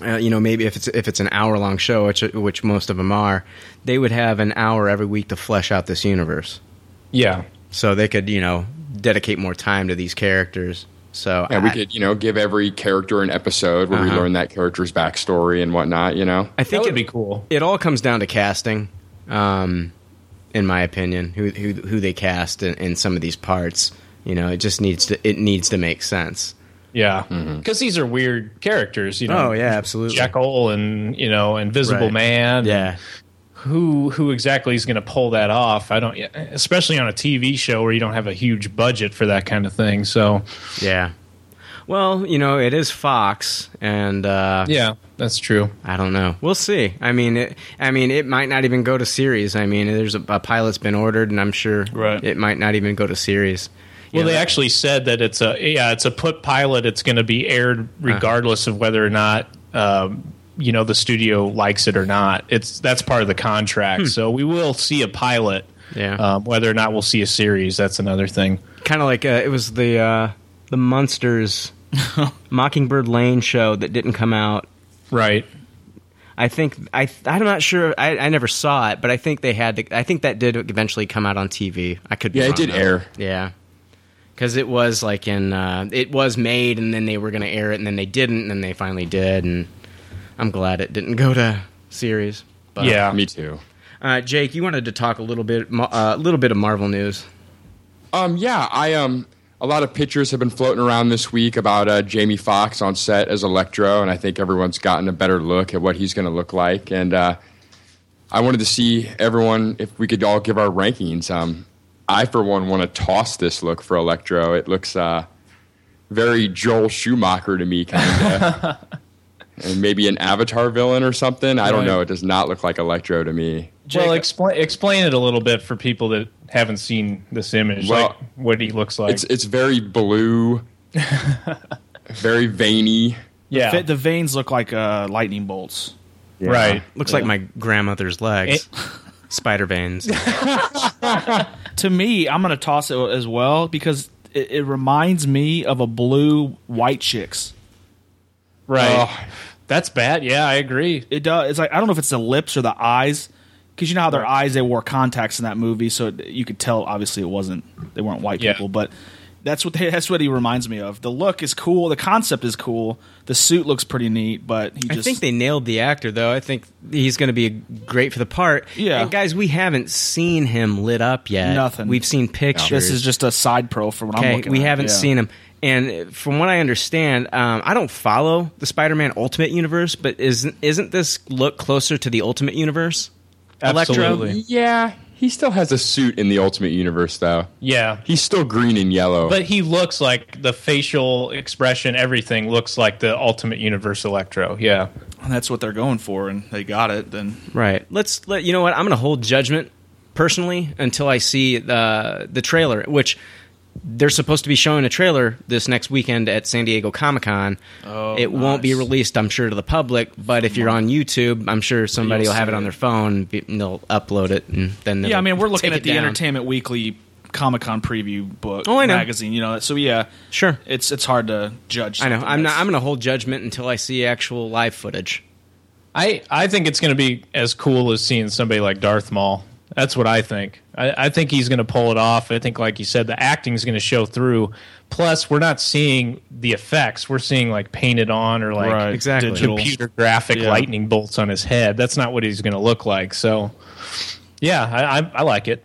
Speaker 2: uh, you know maybe if it's if it's an hour long show, which which most of them are, they would have an hour every week to flesh out this universe,
Speaker 4: yeah
Speaker 2: so they could you know dedicate more time to these characters. So
Speaker 5: Yeah, we
Speaker 2: I,
Speaker 5: could, you know, give every character an episode where we
Speaker 2: Uh-huh.
Speaker 5: learn that character's backstory and whatnot, you know?
Speaker 2: I
Speaker 4: that
Speaker 2: think
Speaker 4: would
Speaker 2: it,
Speaker 4: be cool
Speaker 2: it all comes down to casting, um, in my opinion, who who who they cast in, in some of these parts. You know, it just needs to it needs to make sense.
Speaker 4: yeah because these are weird characters you know
Speaker 2: absolutely.
Speaker 4: jekyll and you know invisible
Speaker 2: Oh, Right.
Speaker 4: man
Speaker 2: Yeah,
Speaker 4: who who exactly is going to pull that off i don't especially on a tv show where you don't have a huge budget for that kind of thing so
Speaker 2: yeah. Well, you know, it is Fox, and uh,
Speaker 4: yeah that's true
Speaker 2: I don't know. We'll see. I mean, it, I mean, it might not even go to series. I mean, there's a, a pilot's been ordered, and I'm sure
Speaker 4: Right.
Speaker 2: it might not even go to series.
Speaker 4: Well,
Speaker 2: Yeah.
Speaker 4: they actually said that it's a yeah, it's a put pilot. It's going to be aired regardless of whether or not um, you know the studio likes it or not. It's that's part of the contract. So we will see a pilot.
Speaker 2: Yeah.
Speaker 4: Um, whether or not we'll see a series, that's another thing.
Speaker 2: Kind of like uh, it was the uh, the Munsters Mockingbird Lane show that didn't come out.
Speaker 4: Right.
Speaker 2: I think I I'm not sure. I, I never saw it, but I think they had. To, I think that did eventually come out on TV. I could. be
Speaker 5: Yeah, it
Speaker 2: wrong,
Speaker 5: did
Speaker 2: though.
Speaker 5: air.
Speaker 2: Yeah. Because it was like in, uh, it was made, and then they were going to air it, and then they didn't, and then they finally did, and I'm glad it didn't go to series. But,
Speaker 4: yeah.
Speaker 5: Me too.
Speaker 2: uh, Jake, you wanted to talk a little bit, mo- uh, a little bit of Marvel news.
Speaker 5: Um, yeah, I um, a lot of pictures have been floating around this week about uh, Jamie Foxx on set as Electro, and I think everyone's gotten a better look at what he's going to look like. And uh, I wanted to see everyone if we could all give our rankings. Um, I for one want to toss this look for Electro. It looks uh, very Joel Schumacher to me, kind of. and maybe an Avatar villain or something. I don't
Speaker 3: Right.
Speaker 5: know. It does not look like Electro to me.
Speaker 4: well, explain explain it a little bit for people that haven't seen this image.
Speaker 5: Well,
Speaker 4: like what he looks like.
Speaker 5: It's it's very blue, very veiny.
Speaker 4: yeah,
Speaker 3: Fit- The veins look like uh, lightning bolts.
Speaker 4: right.
Speaker 2: Looks like my grandmother's legs. Spider veins.
Speaker 3: To me, I'm gonna toss it as well because it, it reminds me of a blue white chicks.
Speaker 4: Right.
Speaker 5: Oh.
Speaker 4: That's bad. Yeah, I agree.
Speaker 3: It does. It's like I don't know if it's the lips or the eyes, because you know how their eyes they wore contacts in that movie, so it, you could tell obviously it wasn't they weren't white
Speaker 4: Yeah.
Speaker 3: people, but that's what they, that's what he reminds me of. The look is cool, the concept is cool, the suit looks pretty neat, but he just
Speaker 2: I think they nailed the actor, though. I think he's going to be great for the part.
Speaker 3: Yeah.
Speaker 2: And guys, we haven't seen him lit up yet.
Speaker 3: Nothing.
Speaker 2: We've seen pictures.
Speaker 3: this is just a side pro for what I'm
Speaker 2: Okay,
Speaker 3: looking.
Speaker 2: we
Speaker 3: at.
Speaker 2: haven't
Speaker 3: Yeah.
Speaker 2: seen him. And from what I understand, um, I don't follow the Spider-Man Ultimate Universe, but isn't isn't this look closer to the Ultimate Universe?
Speaker 4: Absolutely.
Speaker 5: Yeah, he still has a suit in the Ultimate Universe though.
Speaker 4: Yeah.
Speaker 5: He's still green and yellow.
Speaker 4: But he looks like the facial expression, everything looks like the Ultimate Universe Electro. Yeah.
Speaker 3: And that's what they're going for, and they got it. Then
Speaker 2: Right. Let's let you know what I'm going to hold judgment personally until I see uh, the the trailer, which they're supposed to be showing a trailer this next weekend at San Diego Comic Con. Oh, it won't be
Speaker 3: nice.
Speaker 2: released, I'm sure, to the public. But if you're on YouTube, I'm sure somebody
Speaker 3: You'll
Speaker 2: will have it
Speaker 3: see
Speaker 2: on
Speaker 3: it.
Speaker 2: their phone. be- And they'll upload it, and then
Speaker 3: yeah, I
Speaker 2: they'll
Speaker 3: mean we're
Speaker 2: take
Speaker 3: looking
Speaker 2: it
Speaker 3: at the
Speaker 2: down.
Speaker 3: Entertainment Weekly Comic Con preview book
Speaker 2: Oh, I know.
Speaker 3: magazine, you know. So yeah,
Speaker 2: Sure.
Speaker 3: it's it's hard to judge.
Speaker 2: I know.
Speaker 3: something
Speaker 2: I'm not.
Speaker 3: that's-
Speaker 2: I'm going to hold judgment until I see actual live footage.
Speaker 4: I, I think it's going to be as cool as seeing somebody like Darth Maul. That's what I think. I, I think he's going to pull it off. I think, like you said, the acting's going to show through. Plus, we're not seeing the effects. We're seeing like painted on or like
Speaker 3: Right. Exactly. Digital.
Speaker 4: computer graphic lightning bolts on his head. That's not what he's going to look like. So, yeah, I, I, I like it.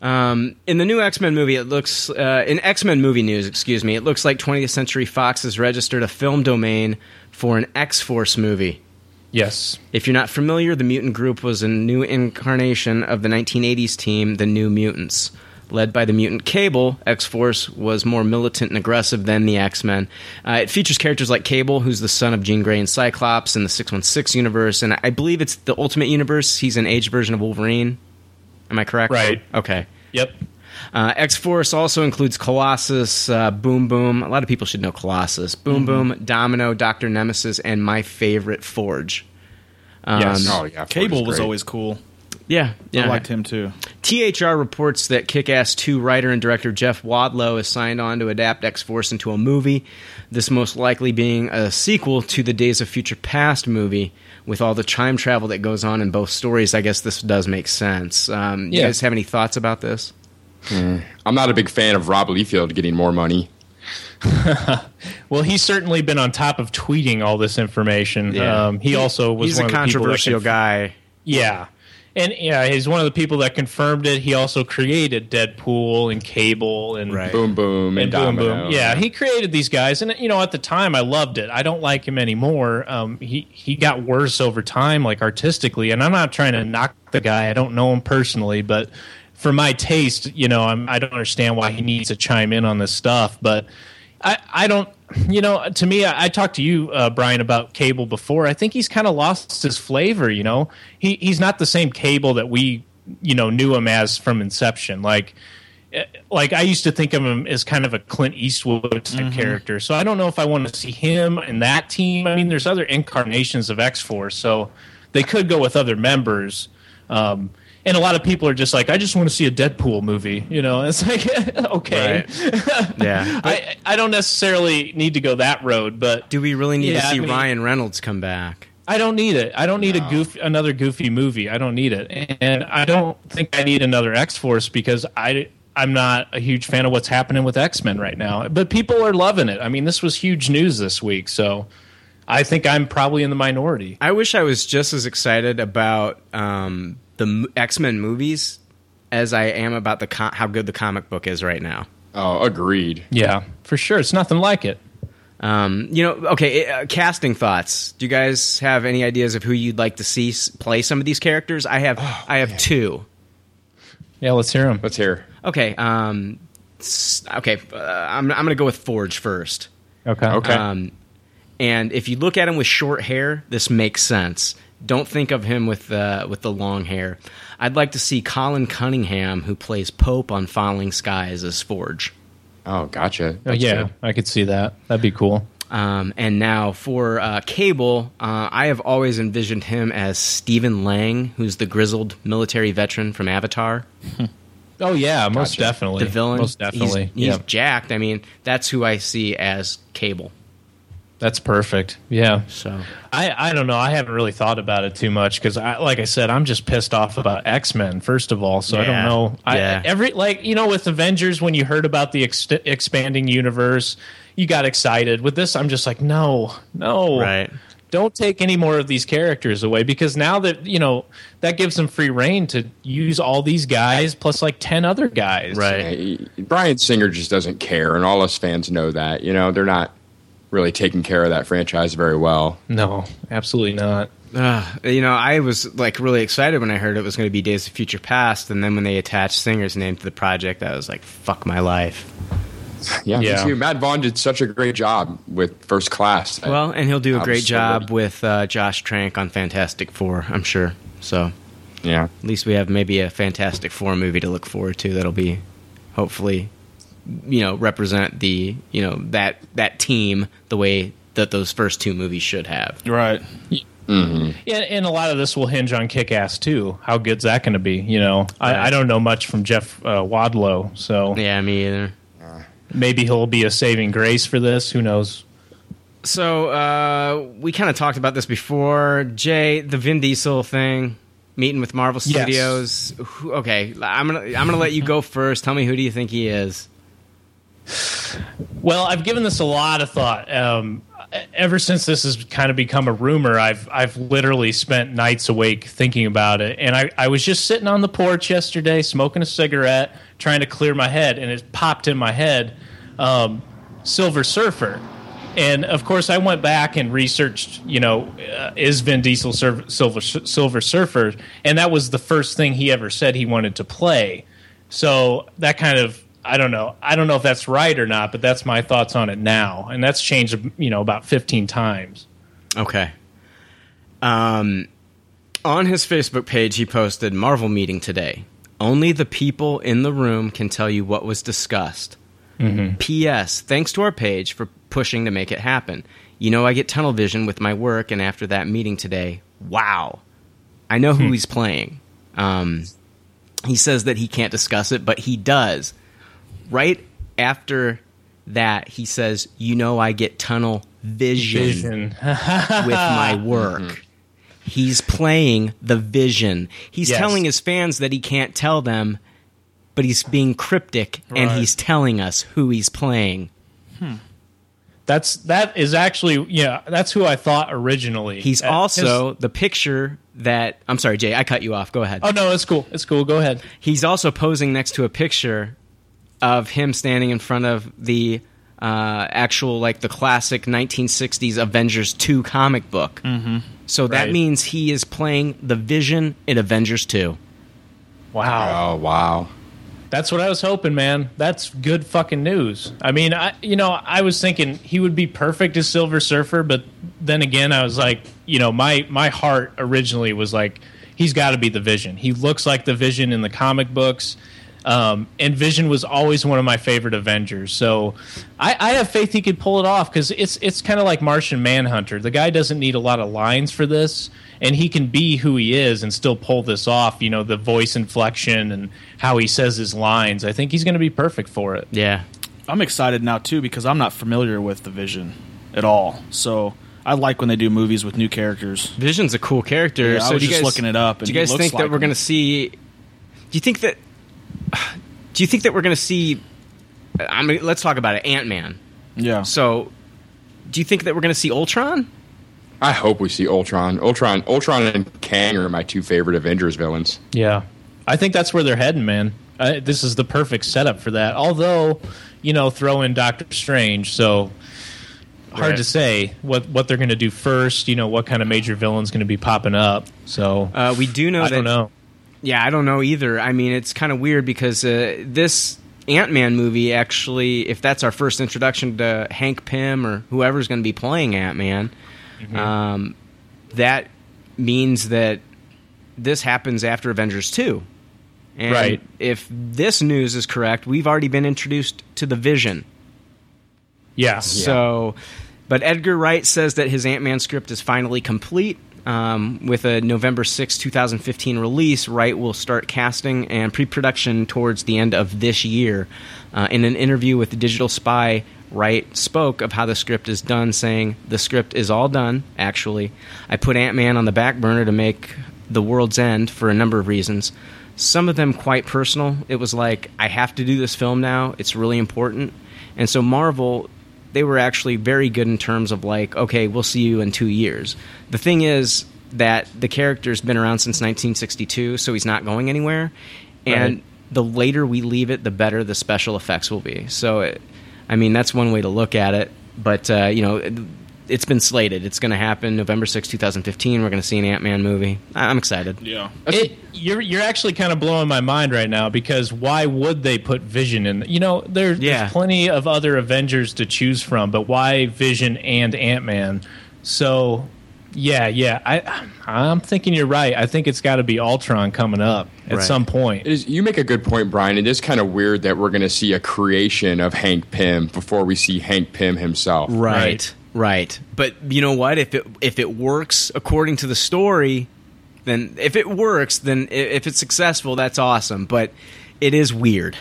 Speaker 2: Um, in the new X Men movie, it looks uh, in X Men movie news. Excuse me. It looks like 20th Century Fox has registered a film domain for an X Force movie.
Speaker 4: Yes.
Speaker 2: If you're not familiar, the mutant group was a new incarnation of the 1980s team, the New Mutants. Led by the mutant Cable, X Force was more militant and aggressive than the X Men. Uh, it features characters like Cable, who's the son of Jean Grey and Cyclops in the 616 universe, and I believe it's the Ultimate Universe. He's an aged version of Wolverine. Am I correct?
Speaker 4: Right.
Speaker 2: Okay.
Speaker 4: Yep.
Speaker 2: Uh, X Force also includes Colossus, uh, Boom Boom. A lot of people should know Colossus,
Speaker 4: Mm-hmm.
Speaker 2: Boom Boom, Domino, Doctor Nemesis, and my favorite Forge.
Speaker 4: yes.
Speaker 5: oh yeah,
Speaker 3: Cable
Speaker 5: Ford is
Speaker 3: was
Speaker 5: great.
Speaker 3: always cool.
Speaker 2: Yeah, yeah.
Speaker 3: I liked him too.
Speaker 2: THR reports that Kick Ass 2 writer and director Jeff Wadlow has signed on to adapt X Force into a movie, this most likely being a sequel to the Days of Future Past movie with all the time travel that goes on in both stories. I guess this does make sense. Um, You
Speaker 4: Yeah.
Speaker 2: guys have any thoughts about this?
Speaker 5: I'm not a big fan of Rob Liefeld getting more money.
Speaker 4: Well, he's certainly been on top of tweeting all this information.
Speaker 2: Yeah.
Speaker 4: Um, he also was
Speaker 2: He's
Speaker 4: one
Speaker 2: a
Speaker 4: of the people that
Speaker 2: controversial
Speaker 4: conf-
Speaker 2: guy.
Speaker 4: Yeah. And yeah, he's one of the people that confirmed it. He also created Deadpool and Cable and
Speaker 2: Right.
Speaker 5: Boom boom
Speaker 4: and
Speaker 5: and,
Speaker 4: Boom
Speaker 5: Domino.
Speaker 4: Boom. Yeah, he created these guys, and you know, at the time, I loved it. I don't like him anymore. Um, he he got worse over time, like artistically. And I'm not trying to knock the guy. I don't know him personally, but for my taste, you know, I'm I don't understand why he needs to chime in on this stuff. But I I don't. You know, to me, I, I talked to you, uh, Brian, about Cable before. I think he's kind of lost his flavor. You know, he he's not the same Cable that we you know knew him as from Inception. Like like I used to think of him as kind of a Clint Eastwood type character. So I don't know if I want to see him and that team. I mean, there's other incarnations of X Force, so they could go with other members. Um, and a lot of people are just like, I just want to see a Deadpool movie. You know, it's like, okay,
Speaker 2: Yeah.
Speaker 4: I I don't necessarily need to go that road, but
Speaker 2: Do we really need to
Speaker 4: Yeah, I
Speaker 2: see
Speaker 4: mean-
Speaker 2: Ryan Reynolds come back?
Speaker 4: I don't need it. I don't need a goof another goofy movie. I don't need it, and I don't think I need another X Force because I I'm not a huge fan of what's happening with X Men right now. But people are loving it. I mean, this was huge news this week, so I think I'm probably in the minority.
Speaker 2: I wish I was just as excited about um, the X Men movies as I am about the co how good the comic book is right now.
Speaker 5: Oh, agreed.
Speaker 4: Yeah, for sure. It's nothing like it.
Speaker 2: Um, you know, okay, uh, casting thoughts. Do you guys have any ideas of who you'd like to see s- play some of these characters?
Speaker 4: Oh,
Speaker 2: I have, I have two.
Speaker 4: Yeah, let's hear him.
Speaker 5: Let's hear.
Speaker 2: Okay, um, s- okay, uh, I'm I'm gonna go with Forge first.
Speaker 4: Okay. Oh,
Speaker 5: Okay.
Speaker 2: Um, and if you look at him with short hair, this makes sense. Don't think of him with uh, with the long hair. I'd like to see Colin Cunningham, who plays Pope on Falling Skies, as Forge.
Speaker 5: oh, gotcha.
Speaker 4: Oh, yeah,
Speaker 5: That's it.
Speaker 4: I could see that. That'd be cool.
Speaker 2: Um, and now for uh, Cable, uh, I have always envisioned him as Stephen Lang, who's the grizzled military veteran from Avatar,
Speaker 4: Oh yeah, most definitely.
Speaker 2: the villain.
Speaker 4: Most
Speaker 2: He's-
Speaker 4: definitely.
Speaker 2: he's,
Speaker 4: yeah.
Speaker 2: jacked. I mean, that's who I see as Cable.
Speaker 4: That's perfect. Yeah.
Speaker 2: So
Speaker 4: I, I don't know. I haven't really thought about it too much because, I, like I said, I'm just pissed off about X Men first of all. So I
Speaker 2: Yeah.
Speaker 4: don't know. I,
Speaker 2: Yeah.
Speaker 4: Every like you know with Avengers when you heard about the ex- expanding universe, you got excited. With this, I'm just like, no, no,
Speaker 2: Right.
Speaker 4: Don't take any more of these characters away because now that you know that gives them free reign to use all these guys plus like ten other guys.
Speaker 2: right,
Speaker 5: Hey, Brian Singer just doesn't care, and all us fans know that. You know, they're not really taking care of that franchise very well.
Speaker 4: No, absolutely not.
Speaker 2: Ugh, you know, I was like really excited when I heard it was going to be Days of Future Past, and then when they attached Singer's name to the project, I was like, "Fuck my life."
Speaker 5: Yeah, me
Speaker 4: Yeah.
Speaker 5: too. Matt Vaughn did such a great job with First Class.
Speaker 2: Well, and he'll do a great
Speaker 5: Absolutely.
Speaker 2: job with uh, Josh Trank on Fantastic Four, I'm sure. So
Speaker 5: yeah,
Speaker 2: at least we have maybe a Fantastic Four movie to look forward to. That'll be hopefully, you know, represent the you know that that team the way that those first two movies should have.
Speaker 3: Right.
Speaker 4: Yeah, and a lot of this will hinge on Kick Ass too. How good's that going to be? You know, I, I don't know much from Jeff uh, Wadlow, so
Speaker 2: Yeah, me either.
Speaker 4: maybe he'll be a saving grace for this. Who knows?
Speaker 2: So uh, we kind of talked about this before, Jay. The Vin Diesel thing, meeting with Marvel
Speaker 4: Yes.
Speaker 2: Studios. Who, okay, I'm gonna I'm gonna let you go first. Tell me who do you think he is?
Speaker 4: Well, I've given this a lot of thought. Um, ever since this has kind of become a rumor, I've I've literally spent nights awake thinking about it. And I, I was just sitting on the porch yesterday, smoking a cigarette, trying to clear my head, and it popped in my head, um, Silver Surfer. And of course, I went back and researched. You know, uh, is Vin Diesel Sur- Silver Silver Surfer? And that was the first thing he ever said he wanted to play. So that kind of I don't know. I don't know if that's right or not, but that's my thoughts on it now. And that's changed, you know, about 15 times.
Speaker 2: Okay. Um, on his Facebook page, he posted Marvel meeting today. Only the people in the room can tell you what was discussed. P.S. Thanks to our page for pushing to make it happen. You know, I get tunnel vision with my work, and after that meeting today, wow. I know who he's playing. Um, he says that he can't discuss it, but he does. Right after that, he says, You know, I get tunnel vision
Speaker 4: Vision.
Speaker 2: with my
Speaker 4: Mm-hmm.
Speaker 2: work. He's playing the vision. He's
Speaker 4: Yes.
Speaker 2: telling his fans that he can't tell them, but he's being cryptic and he's telling us who he's playing.
Speaker 4: That's that is actually yeah. That's who I thought originally.
Speaker 2: He's
Speaker 4: Uh,
Speaker 2: also
Speaker 4: his-
Speaker 2: the picture that I'm sorry, Jay, I cut you off. Go ahead.
Speaker 4: oh no, it's cool. It's cool. Go ahead.
Speaker 2: He's also posing next to a picture of him standing in front of the uh, actual, like the classic 1960s Avengers 2 comic book. Mm-hmm. So that
Speaker 4: Right.
Speaker 2: means he is playing the Vision in Avengers 2.
Speaker 4: Wow.
Speaker 5: Oh wow.
Speaker 4: That's what I was hoping, man. That's good fucking news. I mean, I you know, I was thinking he would be perfect as Silver Surfer, but then again, I was like, you know, my my heart originally was like he's got to be the Vision. He looks like the Vision in the comic books. Um, and Vision was always one of my favorite Avengers, so I, I have faith he could pull it off because it's it's kind of like Martian Manhunter. The guy doesn't need a lot of lines for this, and he can be who he is and still pull this off. You know, the voice inflection and how he says his lines. I think he's going to be perfect for it.
Speaker 2: Yeah.
Speaker 3: I'm excited now too because I'm not familiar with the Vision at all. So I like when they do movies with new characters.
Speaker 2: Vision's a cool character.
Speaker 3: Yeah, I
Speaker 2: so
Speaker 3: was
Speaker 2: do you
Speaker 3: just
Speaker 2: guys-
Speaker 3: looking it up, and
Speaker 2: do you
Speaker 3: he
Speaker 2: guys
Speaker 3: looks
Speaker 2: think that
Speaker 3: like
Speaker 2: we're
Speaker 3: him.
Speaker 2: going to see? Do you think that? Do you think that we're going to see? I mean, let's talk about it. Ant Man.
Speaker 3: Yeah.
Speaker 2: So, do you think that we're going to see Ultron?
Speaker 5: I hope we see Ultron. Ultron, Ultron, and Kang are my two favorite Avengers villains.
Speaker 4: Yeah, I think that's where they're heading, man. I, this is the perfect setup for that. Although, you know, throw in Doctor Strange, so hard to say what what they're going to do first. You know, what kind of major villain's going to be popping up. So
Speaker 2: Uh, we do know
Speaker 4: I
Speaker 2: that.
Speaker 4: don't know.
Speaker 2: Yeah, I don't know either. I mean, it's kind of weird because uh, this Ant Man movie actually, if that's our first introduction to Hank Pym or whoever's going to be playing Ant Man, um, that means that this happens after Avengers 2. And
Speaker 4: Right.
Speaker 2: if this news is correct, we've already been introduced to the vision.
Speaker 4: Yeah.
Speaker 2: So, but Edgar Wright says that his Ant Man script is finally complete. Um, with a November sixth, two 2015 release, Wright will start casting and pre production towards the end of this year. Uh, in an interview with Digital Spy, Wright spoke of how the script is done, saying, The script is all done, actually. I put Ant Man on the back burner to make The World's End for a number of reasons. Some of them quite personal. It was like, I have to do this film now, it's really important. And so Marvel they were actually very good in terms of like, okay, we'll see you in two years. The thing is that the character's been around since 1962, so he's not going anywhere. And the later we leave it, the better the special effects will be. So, it, I mean, that's one way to look at it. But uh, you know, it, it's been slated. It's going to happen November sixth, two 2015. We're going to see an Ant Man movie. I- I'm excited.
Speaker 3: Yeah.
Speaker 4: It, you're you're actually kind of blowing my mind right now because why would they put Vision in? You know, there,
Speaker 2: Yeah.
Speaker 4: there's plenty of other Avengers to choose from, but why Vision and Ant Man? So, yeah, yeah, I I'm thinking you're right. I think it's got to be Ultron coming up at
Speaker 2: Right.
Speaker 4: some point.
Speaker 5: It is, you make a good point, Brian. It is kind of weird that we're going to see a creation of Hank Pym before we see Hank Pym himself.
Speaker 2: Right. Right. But you know what? If it if it works according to the story, then if it works, then i- if it's successful, that's awesome. But it is weird.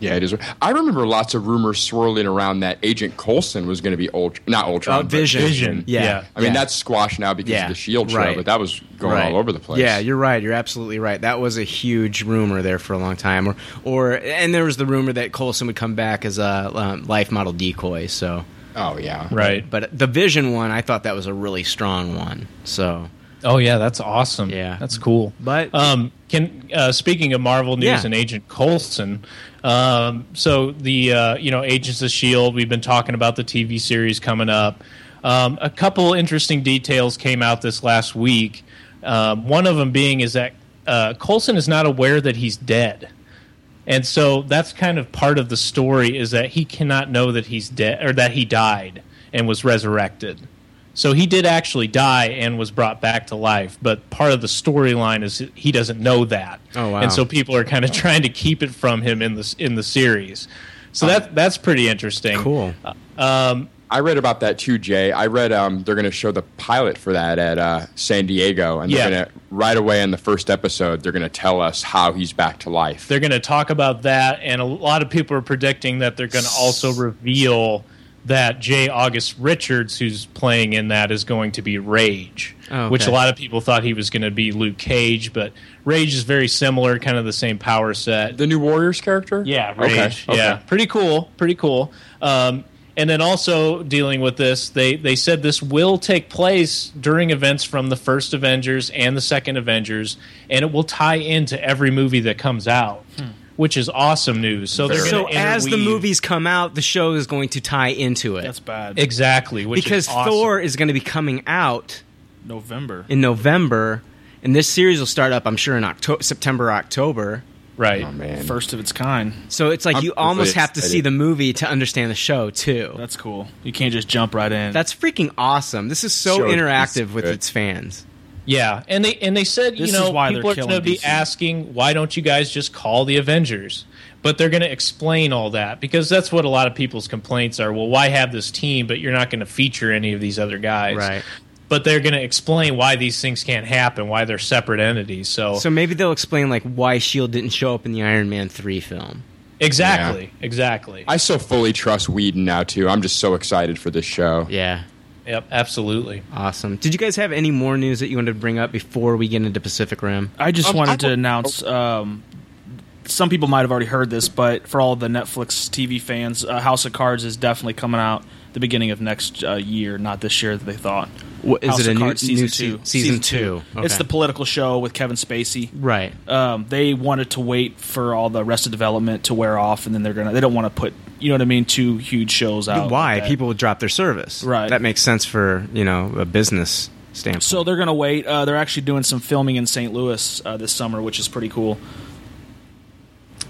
Speaker 5: Yeah, it is. I remember lots of rumors swirling around that Agent Coulson was going to be Ultra, not Ultron,
Speaker 2: Uh,
Speaker 5: Oh, but-
Speaker 2: Vision.
Speaker 4: Vision,
Speaker 2: Yeah.
Speaker 4: yeah.
Speaker 5: I mean,
Speaker 2: Yeah.
Speaker 5: that's squashed now because
Speaker 2: Yeah,
Speaker 5: of the Shield show,
Speaker 2: right.
Speaker 5: E but that was going
Speaker 2: Right.
Speaker 5: all over the place.
Speaker 2: Yeah, you're right. You're absolutely right. That was a huge rumor there for a long time. Or, or and there was the rumor that Colson would come back as a um, life model decoy. So,
Speaker 5: oh yeah,
Speaker 4: Right.
Speaker 2: but the Vision one, I thought that was a really strong one. So,
Speaker 4: Oh yeah, that's awesome.
Speaker 2: Yeah.
Speaker 4: that's cool.
Speaker 2: But-
Speaker 4: um, can uh, speaking of Marvel news
Speaker 2: Yeah.
Speaker 4: and Agent Coulson, um, so the uh, you know Agents of Shield, we've been talking about the TV series coming up. Um, a couple interesting details came out this last week. Um, one of them being is that uh, Coulson is not aware that he's dead. And so that's kind of part of the story is that he cannot know that he's dead or that he died and was resurrected. So he did actually die and was brought back to life, but part of the storyline is he doesn't know that.
Speaker 2: Oh, wow.
Speaker 4: And so people are kind of trying to keep it from him in the in the series. So that that's pretty interesting.
Speaker 2: cool.
Speaker 5: I read about that too, Jay. I read um, they're going to show the pilot for that at uh, San Diego, and they're
Speaker 4: Yeah.
Speaker 5: going to right away in the first episode, they're going to tell us how he's back to life.
Speaker 4: they're going to talk about that and a lot of people are predicting that they're going to also reveal that J. August Richards, who's playing in that, is going to be Rage,
Speaker 2: Oh, okay.
Speaker 4: which a lot of people thought he was going to be Luke Cage, but Rage is very similar, kind of the same power set.
Speaker 5: the new Warriors character.
Speaker 4: Yeah,
Speaker 5: Okay,
Speaker 4: Rage.
Speaker 5: okay.
Speaker 4: Yeah, pretty cool. Pretty cool. Um, and then also dealing with this, they they said this will take place during events from the first Avengers and the second Avengers, and it will tie into every movie that comes out, which is awesome news. So they're
Speaker 5: Very
Speaker 4: gonna
Speaker 2: Hmm. so as the
Speaker 4: interweave-
Speaker 2: movies come out, the show is going to tie into it.
Speaker 3: That's bad.
Speaker 4: exactly which
Speaker 2: because
Speaker 4: is awesome.
Speaker 2: Thor is going to be coming out
Speaker 3: November.
Speaker 2: in November, and this series will start up, I'm sure, in Octo- September, October.
Speaker 4: right.
Speaker 5: Oh, man.
Speaker 3: First of its kind.
Speaker 2: So it's like
Speaker 5: I'm
Speaker 2: you almost
Speaker 5: really
Speaker 2: have to see
Speaker 5: excited.
Speaker 2: the movie to understand the show too.
Speaker 3: That's cool. You can't just jump right in.
Speaker 2: That's freaking awesome. This is so
Speaker 5: Show is
Speaker 2: interactive with
Speaker 5: good.
Speaker 2: its fans.
Speaker 4: Yeah, and they and they said
Speaker 3: This
Speaker 4: you know
Speaker 3: is why they're
Speaker 4: people are
Speaker 3: killing
Speaker 4: going to be
Speaker 3: DC.
Speaker 4: asking why don't you guys just call the Avengers? But they're going to explain all that because that's what a lot of people's complaints are. Well, why have this team, but you're not going to feature any of these other guys?
Speaker 2: Right.
Speaker 4: But they're going to explain why these things can't happen, why they're separate entities. So,
Speaker 2: So maybe they'll explain like why Shield E didn't show up in the Iron Man three film.
Speaker 4: exactly, exactly.
Speaker 5: I so fully trust Whedon now too. I'm just so excited for this show.
Speaker 2: Yeah,
Speaker 4: yep, absolutely.
Speaker 2: awesome. Did you guys have any more news that you wanted to bring up before we get into Pacific Rim?
Speaker 3: I just
Speaker 5: Um,
Speaker 3: wanted
Speaker 5: I
Speaker 3: to
Speaker 5: don't-
Speaker 3: announce. Um, some people might have already heard this, but for all the Netflix TV fans, uh, House of Cards is definitely coming out the beginning of next uh, year, not this year that they thought.
Speaker 2: What, is
Speaker 3: House
Speaker 2: it a
Speaker 3: of
Speaker 2: new
Speaker 3: Cards
Speaker 2: new se- Season, two.
Speaker 3: It's
Speaker 2: Okay.
Speaker 3: the political show with Kevin Spacey.
Speaker 2: right.
Speaker 3: Um, they wanted to wait for all the rest of development to wear off, and then they're gonna. They don't want to put you know what I mean two huge shows out.
Speaker 2: why
Speaker 3: like that.
Speaker 2: people would drop their service.
Speaker 3: Oh, Right.
Speaker 2: That makes sense for you know a business standpoint.
Speaker 3: So they're gonna wait. Uh, they're actually doing some filming in St. Louis uh, this summer, which is pretty cool.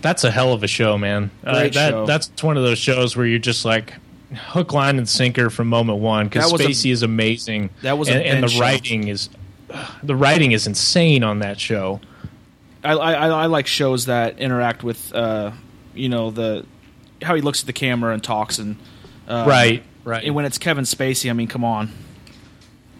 Speaker 4: that's a hell of a show, man. Uh,
Speaker 3: Great
Speaker 4: that,
Speaker 3: show.
Speaker 4: That's one of those shows where you're just like hook, line, and sinker from moment one because
Speaker 3: That was a-
Speaker 4: Spacey is amazing.
Speaker 3: That was a
Speaker 4: and, and
Speaker 3: Ben
Speaker 4: the
Speaker 3: show.
Speaker 4: writing is the writing is insane on that show.
Speaker 3: I, I, I I like shows that interact with, uh, you know, the how he looks at the camera and talks, and uh,
Speaker 4: right, right.
Speaker 3: And when it's Kevin Spacey, I mean, come on,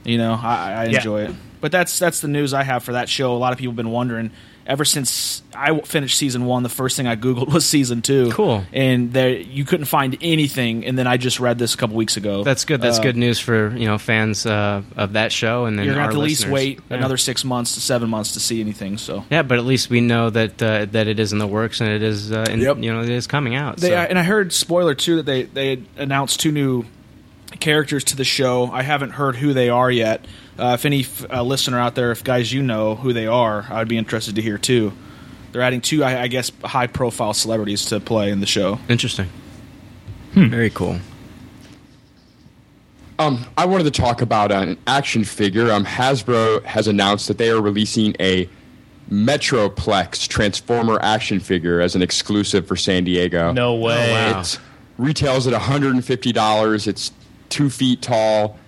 Speaker 3: you know, I, I I
Speaker 4: Yeah.
Speaker 3: enjoy it. But that's that's the news I have for that show. A lot of people have been wondering ever since I w- finished season one. The first thing I googled was season two.
Speaker 2: Cool.
Speaker 3: and there you couldn't find anything. And then I just read this a couple weeks ago.
Speaker 2: That's good. That's
Speaker 3: Uh,
Speaker 2: good news for you know fans uh, of that show, and then
Speaker 3: You're gonna
Speaker 2: our
Speaker 3: have to at least
Speaker 2: listeners.
Speaker 3: wait
Speaker 2: Yeah.
Speaker 3: another six months to seven months to see anything. So
Speaker 2: Yeah, but at least we know that uh, that it is in the works and it is uh, in,
Speaker 3: Yep.
Speaker 2: you know it is coming out.
Speaker 3: They,
Speaker 2: so.
Speaker 3: I- and I heard spoiler too that they they had announced two new characters to the show. I haven't heard who they are yet. Uh, if any f- uh, listener out there, if guys you know who they are, I would be interested to hear too. They're adding two, I, I guess, high profile celebrities to play in the show.
Speaker 2: Interesting.
Speaker 3: Hmm.
Speaker 2: Very cool.
Speaker 5: Um, I wanted to talk about an action figure. Um, Hasbro has announced that they are releasing a Metroplex Transformer action figure as an exclusive for San Diego.
Speaker 4: no way.
Speaker 5: It retails at $150. It's two feet tall.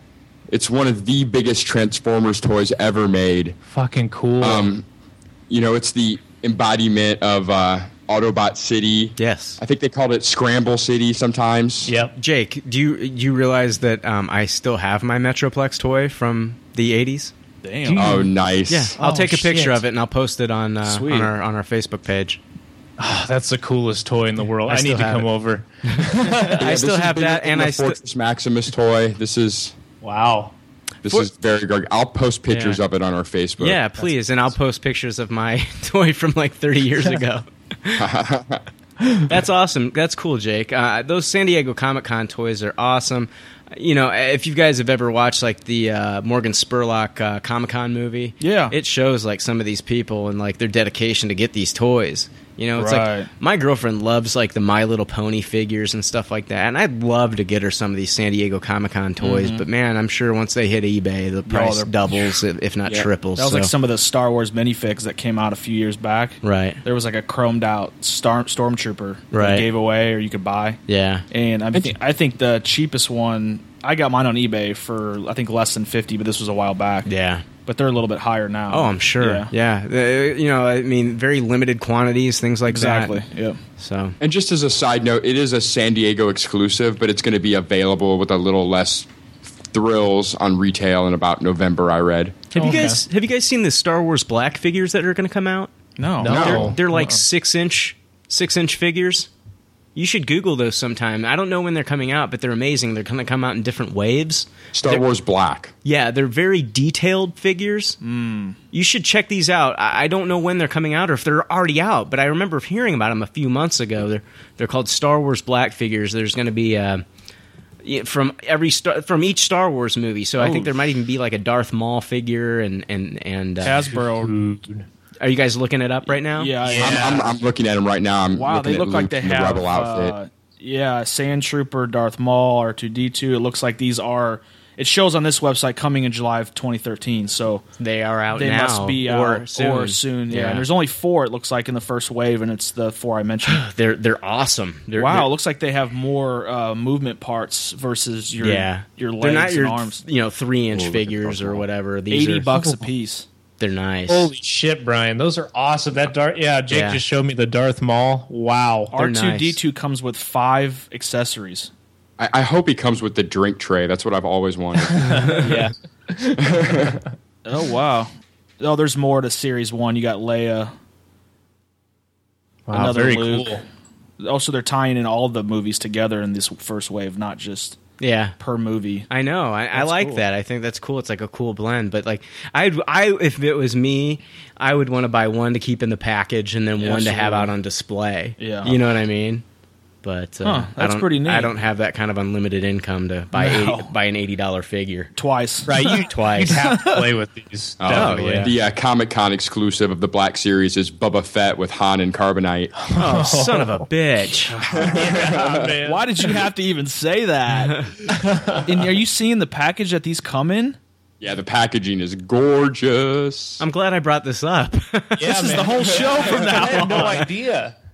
Speaker 5: It's one of the biggest Transformers toys ever made.
Speaker 4: Fucking cool.
Speaker 5: Um, you know, it's the embodiment of uh, Autobot City.
Speaker 2: Yes.
Speaker 5: I think they called it Scramble City sometimes.
Speaker 4: yep.
Speaker 2: Jake, do you you realize that um, I still have my Metroplex toy from the '80s?
Speaker 3: Damn.
Speaker 5: Oh, nice.
Speaker 2: Yeah, I'll
Speaker 4: Oh,
Speaker 2: take a picture
Speaker 4: shit.
Speaker 2: of it and I'll post it on uh,
Speaker 3: Sweet.
Speaker 2: on our on our Facebook page.
Speaker 4: That's the coolest toy in the world.
Speaker 2: I
Speaker 4: I,
Speaker 2: still
Speaker 4: need to
Speaker 2: have
Speaker 4: come
Speaker 2: it.
Speaker 4: over.
Speaker 2: I
Speaker 5: Yeah,
Speaker 2: still
Speaker 5: this is
Speaker 2: have
Speaker 5: bigger
Speaker 2: that,
Speaker 5: than
Speaker 2: and
Speaker 5: the
Speaker 2: I still
Speaker 5: Fortress Maximus toy. This is
Speaker 4: Wow.
Speaker 5: this is very. gar- I'll post pictures
Speaker 2: Yeah.
Speaker 5: of it on our Facebook.
Speaker 2: yeah, please, and I'll post pictures of my toy from like 30 years ago. That's awesome. That's cool, Jake. Uh, those San Diego Comic Con toys are awesome. You know, if you guys have ever watched like the uh, Morgan Spurlock uh, Comic Con movie,
Speaker 3: Yeah.
Speaker 2: it shows like some of these people and like their dedication to get these toys. You know, it's
Speaker 3: Right.
Speaker 2: like my girlfriend loves like the My Little Pony figures and stuff like that, and I'd love to get her some of these San Diego Comic Con toys.
Speaker 3: Mm-hmm.
Speaker 2: But man, I'm sure once they hit eBay, the price
Speaker 3: they're-
Speaker 2: doubles if if not
Speaker 3: Yeah.
Speaker 2: triples.
Speaker 3: That was like
Speaker 2: so-
Speaker 3: some of the Star Wars minifigs that came out a few years back.
Speaker 2: Right.
Speaker 3: There was like a chromed out star- stormtrooper that
Speaker 2: Right.
Speaker 3: you gave away or you could buy.
Speaker 2: Yeah.
Speaker 3: and I, th- I think the cheapest one I got mine on eBay for I think less than fifty, but this was a while back.
Speaker 2: Yeah.
Speaker 3: but they're a little bit higher now.
Speaker 2: Oh, I'm sure. Yeah. The- you know, I mean, very limited quantities, things like
Speaker 3: exactly.
Speaker 2: that.
Speaker 3: Yeah,
Speaker 2: So,
Speaker 5: And just as a side note, it is a San Diego exclusive, but it's going to be available with a little less thrills on retail in about November. I read.
Speaker 2: have you
Speaker 4: Okay.
Speaker 2: guys have you guys seen the Star Wars Black figures that are going to come out?
Speaker 3: no,
Speaker 4: No.
Speaker 2: They're like six inch six inch figures. You should Google those sometime. I don't know when they're coming out, but they're amazing. They're going to come out in different waves.
Speaker 5: Star Wars Black.
Speaker 2: Yeah, they're very detailed figures.
Speaker 3: Hmm.
Speaker 2: You should check these out. I, I don't know when they're coming out or if they're already out, but I remember hearing about them a few months ago. They're they're called Star Wars Black figures. There's going to be uh, y- from every star, from each Star Wars movie. So
Speaker 3: Oh.
Speaker 2: I think there might even be like a Darth Maul figure and and and. Uh,
Speaker 3: Hasbro.
Speaker 2: are you guys looking it up right now?
Speaker 3: Yeah, yeah.
Speaker 5: I'm, I'm, I'm looking at them right now. I'm
Speaker 3: wow,
Speaker 5: looking
Speaker 3: they
Speaker 5: at
Speaker 3: look like
Speaker 5: Luke
Speaker 3: they
Speaker 5: in the
Speaker 3: have.
Speaker 5: rebel outfit.
Speaker 3: uh, yeah, Sand Trooper, Darth Maul, R two D two. It looks like these are. It shows on this website coming in July of 2013. So
Speaker 2: they are out
Speaker 3: they
Speaker 2: now.
Speaker 3: must be out
Speaker 2: or
Speaker 3: or
Speaker 2: soon.
Speaker 3: Yeah. And there's only four. It looks like in the first wave, and it's the four I mentioned.
Speaker 2: they're they're awesome. They're,
Speaker 3: Wow,
Speaker 2: they're-
Speaker 3: looks like they have more uh, movement parts versus your
Speaker 2: yeah,
Speaker 3: your legs
Speaker 2: they're not your
Speaker 3: and arms.
Speaker 2: you know three inch figures or whatever. These
Speaker 3: Eighty
Speaker 2: are, Oh,
Speaker 3: bucks a piece.
Speaker 2: They're nice.
Speaker 4: Holy shit, Brian! Those are awesome. That Darth, yeah, Jake
Speaker 2: Yeah.
Speaker 4: just showed me the Darth Maul. Wow,
Speaker 3: R
Speaker 2: nice.
Speaker 3: two D two comes with five accessories.
Speaker 5: I, I hope he comes with the drink tray. That's what I've always wanted.
Speaker 4: yeah,
Speaker 3: Oh wow! Oh, there's more to series one. You got Leia.
Speaker 4: wow,
Speaker 3: Another
Speaker 4: very
Speaker 3: Luke.
Speaker 4: cool.
Speaker 3: Also, they're tying in all the movies together in this first wave, not just
Speaker 2: yeah,
Speaker 3: per movie.
Speaker 2: I know. I, I like that. I think that's cool. It's like a cool blend. But like, I, I, if it was me, I would want to buy one to keep in the package and then one to have
Speaker 3: absolutely.
Speaker 2: out on display.
Speaker 3: Yeah.
Speaker 2: you know what I mean. But uh,
Speaker 3: Huh,
Speaker 2: I
Speaker 3: that's
Speaker 2: don't-
Speaker 3: pretty neat.
Speaker 2: I don't have that kind of unlimited income to buy
Speaker 3: No.
Speaker 2: 80, buy an eighty dollar figure
Speaker 3: Twice,
Speaker 4: Right, you
Speaker 2: twice.
Speaker 4: You'd have to play with these. definitely.
Speaker 2: yeah.
Speaker 5: the uh, Comic Con exclusive of the Black Series is Bubba Fett with Han and Carbonite.
Speaker 2: oh, son of a bitch!
Speaker 4: Oh, Man.
Speaker 3: Why did you have to even say that? and are you seeing the package that these come in?
Speaker 5: Yeah, the packaging is gorgeous.
Speaker 2: I'm glad I brought this up.
Speaker 4: Yeah,
Speaker 3: This is
Speaker 4: man.
Speaker 3: the whole show from
Speaker 4: I
Speaker 3: now
Speaker 4: had
Speaker 3: on.
Speaker 4: no idea.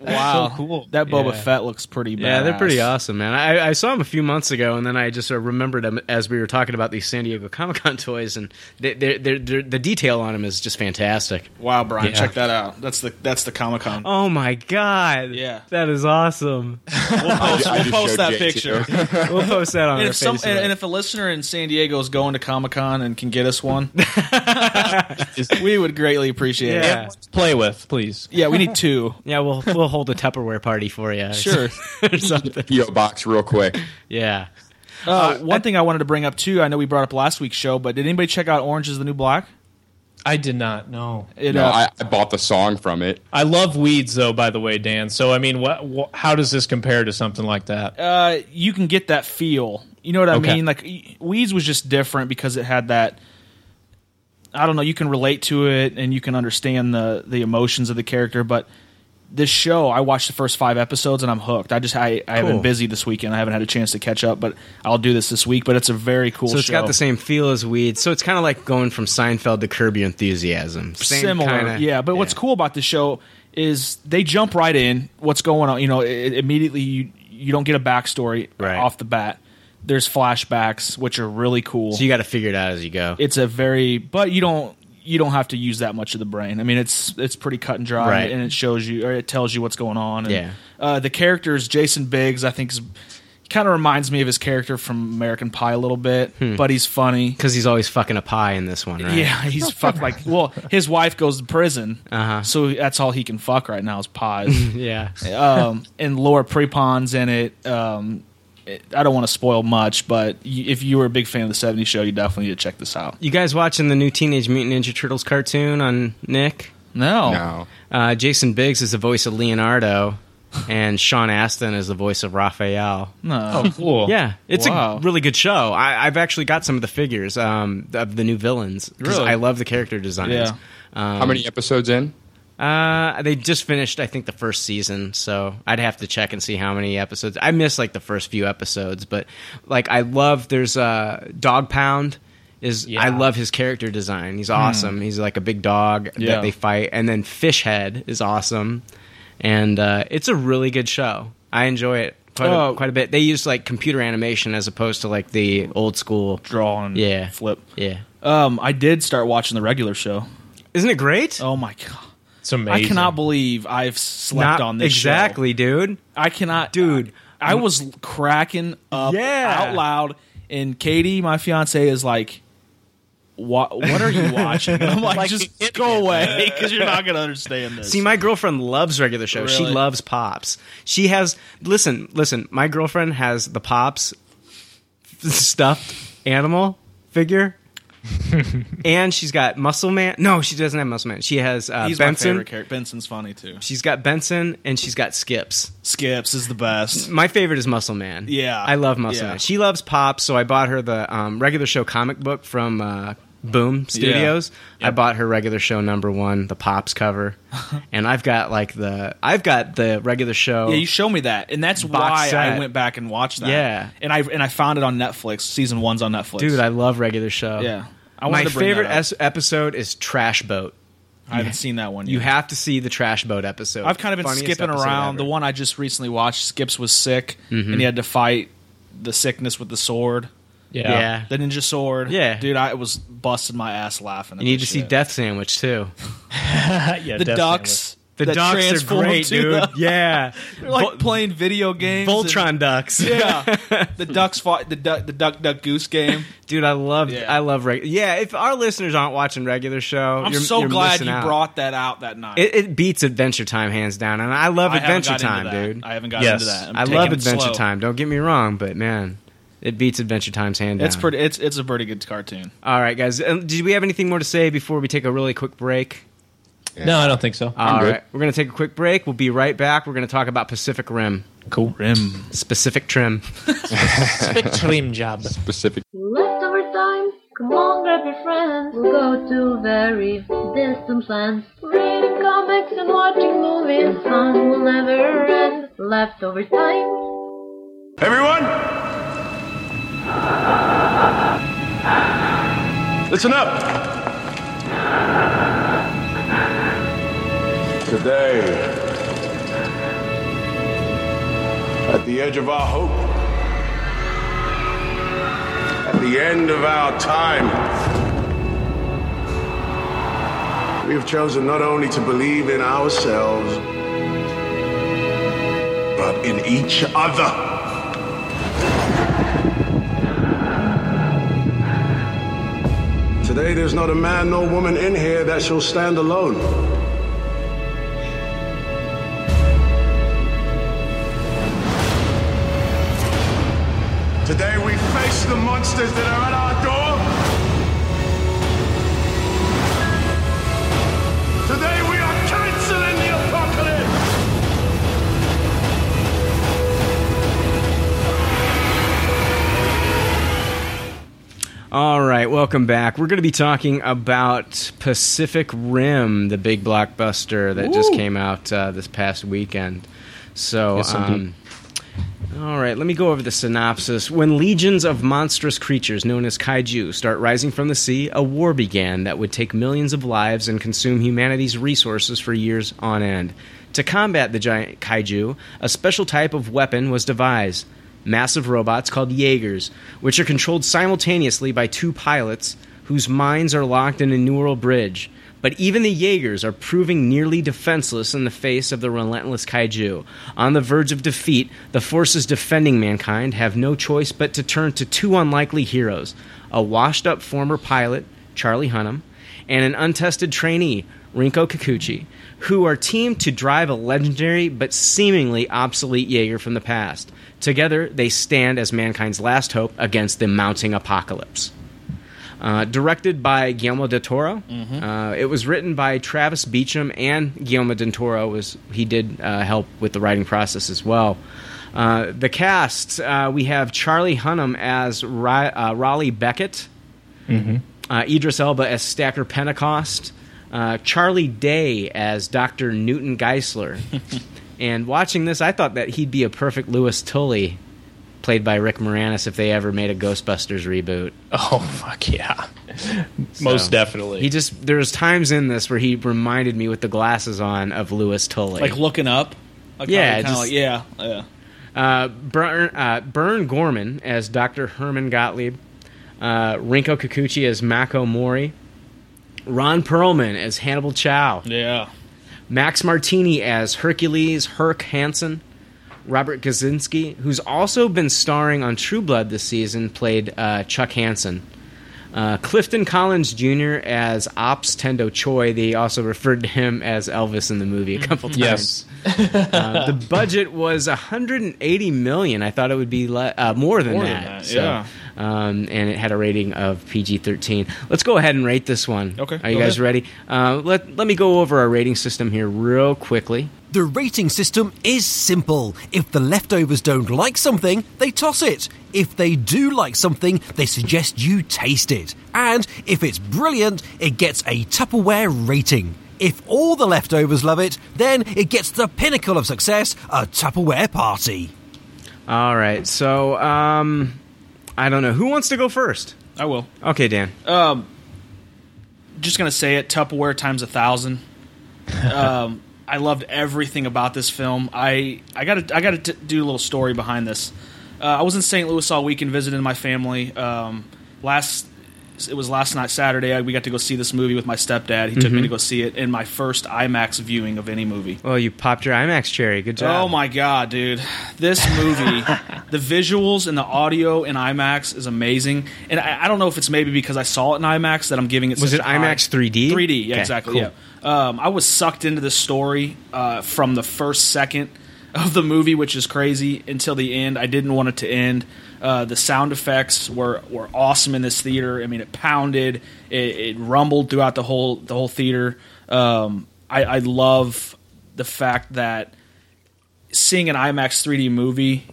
Speaker 3: Wow,
Speaker 4: so cool.
Speaker 3: That Boba
Speaker 2: Yeah.
Speaker 3: Fett looks pretty. Badass.
Speaker 2: Yeah, they're pretty awesome, man. I, I saw them a few months ago, and then I just sort of remembered them as we were talking about these San Diego Comic Con toys, and they, they're, they're, they're, the detail on them is just fantastic.
Speaker 3: Wow, Brian,
Speaker 2: Yeah.
Speaker 3: check that out. That's the that's the Comic Con.
Speaker 2: Oh my god!
Speaker 3: Yeah.
Speaker 2: that is awesome.
Speaker 5: I, I just
Speaker 3: We'll post
Speaker 5: showed
Speaker 3: that
Speaker 5: Jake
Speaker 3: picture.
Speaker 5: too.
Speaker 2: We'll post that on
Speaker 3: And
Speaker 2: our
Speaker 3: if some
Speaker 2: Facebook.
Speaker 3: and, and if a listener in San Diego is going to Comic Con and can get us one, we would greatly appreciate it.
Speaker 2: yeah.
Speaker 4: Play with, please.
Speaker 3: Yeah, we need two.
Speaker 2: yeah, we'll we'll hold a Tupperware party for you.
Speaker 3: Sure.
Speaker 2: or something.
Speaker 5: PO box real quick.
Speaker 2: Yeah.
Speaker 3: Uh, one thing I wanted to bring up too. I know we brought up last week's show, but did anybody check out Orange Is the New Black?
Speaker 4: I did not know.
Speaker 3: It,
Speaker 5: No,
Speaker 3: uh,
Speaker 5: I, I bought the song from it.
Speaker 4: I love weeds, though. By the way, Dan. So I mean, what? Wh- how does this compare to something like that?
Speaker 3: uh, you can get that feel. You know what I
Speaker 4: Okay.
Speaker 3: mean? Like y- Weeds was just different because it had that. I don't know. You can relate to it and you can understand the the emotions of the character. But this show, I watched the first five episodes and I'm hooked. I just I, I have been
Speaker 2: Cool.
Speaker 3: busy this weekend. I haven't had a chance to catch up, but I'll do this this week. But it's a very cool.
Speaker 2: So it's
Speaker 3: show.
Speaker 2: got the same feel as Weeds. So it's kind of like going from Seinfeld to Curb Your Enthusiasm. Same
Speaker 3: similar.
Speaker 2: kinda-
Speaker 3: yeah, but what's cool about this show is they jump right in. What's going on? You know, i immediately you you don't get a backstory
Speaker 2: Right.
Speaker 3: off the bat. There's flashbacks, which are really cool.
Speaker 2: So you got to figure it out as you go.
Speaker 3: it's a very, but you don't you don't have to use that much of the brain. I mean, it's it's pretty cut and dry,
Speaker 2: Right.
Speaker 3: and it shows you or it tells you what's going on. And,
Speaker 2: Yeah.
Speaker 3: uh, the characters Jason Biggs, I think, is kind of reminds me of his character from American Pie a little bit, but he's funny.
Speaker 2: because he's always fucking a pie in this one, Hmm. right?
Speaker 3: Yeah, he's fucked like. Well, his wife goes to prison,
Speaker 2: Uh-huh.
Speaker 3: so that's all he can fuck right now is pies.
Speaker 2: yeah.
Speaker 3: um, and Laura Prepon's in it. Um, it- I don't want to spoil much, but y- if you were a big fan of the '70s show, you definitely need to check this out.
Speaker 2: You guys watching the new Teenage Mutant Ninja Turtles cartoon on Nick?
Speaker 3: No,
Speaker 5: No.
Speaker 2: Uh, Jason Biggs is the voice of Leonardo, and Sean Astin is the voice of Raphael.
Speaker 3: no.
Speaker 4: Oh, cool.
Speaker 2: Yeah, it's
Speaker 3: Wow.
Speaker 2: a really good show. I, I've actually got some of the figures um, of the new villains 'cause
Speaker 3: Really?
Speaker 2: I love the character designs.
Speaker 3: Yeah.
Speaker 5: How many episodes in?
Speaker 2: Uh, they just finished, I think, the first season, so I'd have to check and see how many episodes. I missed like the first few episodes, but like I love. There's uh, Dog Pound. Is I love his character design. He's awesome. He's like a big dog
Speaker 3: Yeah.
Speaker 2: that they fight, and then Fish Head is awesome, and uh, it's a really good show. I enjoy it quite
Speaker 3: Oh.
Speaker 2: a, quite a bit. They use like computer animation as opposed to like the old school.
Speaker 3: draw and
Speaker 2: Yeah.
Speaker 3: flip.
Speaker 2: Yeah,
Speaker 3: Um, I did start watching the regular show.
Speaker 2: isn't it great?
Speaker 3: Oh my god,
Speaker 4: It's amazing.
Speaker 3: I cannot believe I've
Speaker 2: Not-
Speaker 3: slept on this. show.
Speaker 2: exactly, dude.
Speaker 3: I cannot,
Speaker 2: Dude.
Speaker 3: I, I was cracking up
Speaker 2: Yeah.
Speaker 3: out loud, and Katie, my fiance, is like, "What? What are you watching?" And I'm like, "Just go away, because you're not gonna understand this."
Speaker 2: See, my girlfriend loves regular shows. She
Speaker 3: Really?
Speaker 2: loves pops. She has listen, listen. My girlfriend has the pops stuffed animal figure, and she's got Muscle Man. No, she doesn't have Muscle Man. She has uh,
Speaker 3: He's my
Speaker 2: Benson.
Speaker 3: favorite character. Benson's funny too.
Speaker 2: She's got Benson, and she's got Skips.
Speaker 3: Skips is the best.
Speaker 2: My favorite is Muscle Man.
Speaker 3: Yeah.
Speaker 2: I love Muscle
Speaker 3: Yeah.
Speaker 2: Man. She loves Pops, so I bought her the um, regular show comic book from uh, Boom Studios. I bought her regular show number one, the Pops cover, and I've got like the I've got the regular show.
Speaker 3: Yeah, you show me that, and that's
Speaker 2: Box
Speaker 3: why I
Speaker 2: set.
Speaker 3: went back and watched that.
Speaker 2: Yeah.
Speaker 3: and I and I found it on Netflix. Season one's on Netflix,
Speaker 2: Dude, I love regular show.
Speaker 3: yeah, I
Speaker 2: my
Speaker 3: wanted to bring
Speaker 2: favorite
Speaker 3: That up.
Speaker 2: es- episode is Trash Boat.
Speaker 3: I haven't seen that one. Yet.
Speaker 2: You have to see the Trash Boat episode.
Speaker 3: I've kind of been
Speaker 2: Funniest
Speaker 3: skipping
Speaker 2: episode
Speaker 3: around.
Speaker 2: ever. Mm-hmm.
Speaker 3: The one I just recently watched, Skips was sick, and he had to fight the sickness with the sword,
Speaker 4: Yeah.
Speaker 2: Yeah.
Speaker 3: the ninja sword.
Speaker 2: Yeah.
Speaker 3: dude, I was busting my ass laughing. At
Speaker 2: You need to
Speaker 3: this
Speaker 2: see
Speaker 3: shit.
Speaker 2: Death Sandwich too.
Speaker 4: Yeah,
Speaker 3: the
Speaker 4: definitely.
Speaker 3: ducks.
Speaker 2: The
Speaker 3: that
Speaker 2: ducks are
Speaker 3: transform
Speaker 2: great,
Speaker 3: to
Speaker 2: dude.
Speaker 3: the-
Speaker 2: Yeah,
Speaker 3: They're like playing video games. and-
Speaker 2: Voltron ducks.
Speaker 3: yeah, the ducks fought the duck, the duck, duck, goose game.
Speaker 2: Dude, I love
Speaker 3: Yeah.
Speaker 2: I love reg- yeah. If our listeners aren't watching regular show,
Speaker 3: I'm
Speaker 2: you're-
Speaker 3: so
Speaker 2: you're
Speaker 3: glad
Speaker 2: missing
Speaker 3: you
Speaker 2: out.
Speaker 3: brought that out that night.
Speaker 2: it, it beats Adventure Time hands down, and I love
Speaker 3: I haven't
Speaker 2: Adventure
Speaker 3: got into
Speaker 2: Time,
Speaker 3: that.
Speaker 2: dude.
Speaker 3: I haven't gotten
Speaker 4: Yes.
Speaker 3: into that. I'm
Speaker 2: I
Speaker 3: taking
Speaker 2: love
Speaker 3: it
Speaker 2: Adventure
Speaker 3: slow.
Speaker 2: Time. Don't get me wrong, but man, it beats Adventure Time's hand
Speaker 3: It's
Speaker 2: down.
Speaker 3: pretty. It's it's a pretty good cartoon.
Speaker 2: All right, guys. Um, Did we have anything more to say before we take a really quick break?
Speaker 4: No, I don't think so.
Speaker 2: All
Speaker 5: good.
Speaker 2: right. we're gonna take a quick break. We'll be right back. We're gonna talk about Pacific Rim,
Speaker 4: cool. Rim.
Speaker 2: specific trim.
Speaker 4: Spectrum job.
Speaker 5: Specific.
Speaker 9: Leftover time. Come on, grab your friends. We'll go to very distant lands. Reading comics and watching movies. The fun will never end. Leftover time.
Speaker 6: Everyone, listen up. Today, the edge of our hope, at the end of our time. We have chosen not only to believe in ourselves, but in each other. Today, there's not a man nor woman in here that shall stand alone. Today, we face the monsters that are at our door. Today, we are canceling the apocalypse.
Speaker 2: All right, welcome back. We're going to be talking about Pacific Rim, the big blockbuster that just came out uh, this past weekend. So, um, all right, let me go over the synopsis. When legions of monstrous creatures known as kaiju start rising from the sea, a war began that would take millions of lives and consume humanity's resources for years on end. To combat the giant kaiju, a special type of weapon was devised massive robots called Jaegers, which are controlled simultaneously by two pilots whose minds are locked in a neural bridge. But even the Jaegers are proving nearly defenseless in the face of the relentless kaiju. On the verge of defeat, the forces defending mankind have no choice but to turn to two unlikely heroes a washed up former pilot, Charlie Hunnam, and an untested trainee, Rinko Kikuchi, who are teamed to drive a legendary but seemingly obsolete Jaeger from the past. Together, they stand as mankind's last hope against the mounting apocalypse. Uh, directed by Guillermo del Toro. Uh, it was written by Travis Beecham and Guillermo del Toro. Was he did uh, help with the writing process as well. Uh, the cast uh, we have Charlie Hunnam as Ri- uh, Raleigh Beckett, uh, Idris Elba as Stacker Pentecost, uh, Charlie Day as Dr. Newton Geisler. and watching this, I thought that he'd be a perfect Lewis Tully, played by Rick Moranis, if they ever made a Ghostbusters reboot.
Speaker 4: Oh fuck yeah, most
Speaker 2: So,
Speaker 4: definitely.
Speaker 2: He just there's times in this where he reminded me with the glasses on of Lewis Tully.
Speaker 3: Like looking up. Like,
Speaker 2: Yeah,
Speaker 3: kinda
Speaker 2: just-
Speaker 3: like, yeah, yeah.
Speaker 2: uh, Bern, uh, Bern Gorman as Dr. Herman Gottlieb, uh, Rinko Kikuchi as Mako Mori, Ron Perlman as Hannibal Chow,
Speaker 3: Yeah.
Speaker 2: Max Martini as Hercules Herc Hansen, Robert Kaczynski, who's also been starring on True Blood this season, played uh, Chuck Hansen. Uh, Clifton Collins Jr. as Ops Tendo Choi. They also referred to him as Elvis in the movie a couple times.
Speaker 4: Mm-hmm. yes,
Speaker 2: Uh, the budget was 180 million. I thought it would be le- uh, more than
Speaker 4: More than
Speaker 2: that.
Speaker 4: that, yeah.
Speaker 2: um, and it had a rating of PG-13. Let's go ahead and rate this one.
Speaker 3: Okay,
Speaker 2: Are you
Speaker 3: go
Speaker 2: guys
Speaker 3: ahead.
Speaker 2: ready? Uh, let Let me go over our rating system here real quickly.
Speaker 10: The rating system is simple. If the leftovers don't like something, they toss it. If they do like something, they suggest you taste it. And if it's brilliant, it gets a Tupperware rating. If all the leftovers love it, then it gets the pinnacle of success a Tupperware party.
Speaker 2: All right. So um, I don't know who wants to go first.
Speaker 3: I will.
Speaker 2: Okay, Dan.
Speaker 3: Oh. just gonna say it tupperware times a thousand um, i loved everything about this film i i gotta i gotta t- do a little story behind this uh, i was in st louis all weekend visiting my family um, last it was last night saturday I, we got to go see this movie with my stepdad he
Speaker 2: Mm-hmm.
Speaker 3: took me to go see it in my first imax viewing of any movie
Speaker 2: well, Oh, you popped your IMAX cherry. Good job.
Speaker 3: Oh my god, dude! This movie, the visuals and the audio in IMAX is amazing. And I, I don't know if it's maybe because I saw it in IMAX that I'm giving it.
Speaker 2: Was
Speaker 3: such
Speaker 2: it
Speaker 3: a high-
Speaker 2: IMAX 3D?
Speaker 3: 3D, yeah,
Speaker 2: Okay,
Speaker 3: exactly.
Speaker 2: cool.
Speaker 3: Yeah. Um, I was sucked into the story uh, from the first second of the movie, which is crazy, until the end. I didn't want it to end. Uh, the sound effects were, were awesome in this theater. I mean, it pounded, it, it rumbled throughout the whole the whole theater. Um, I, I love the fact that seeing an IMAX 3D movie,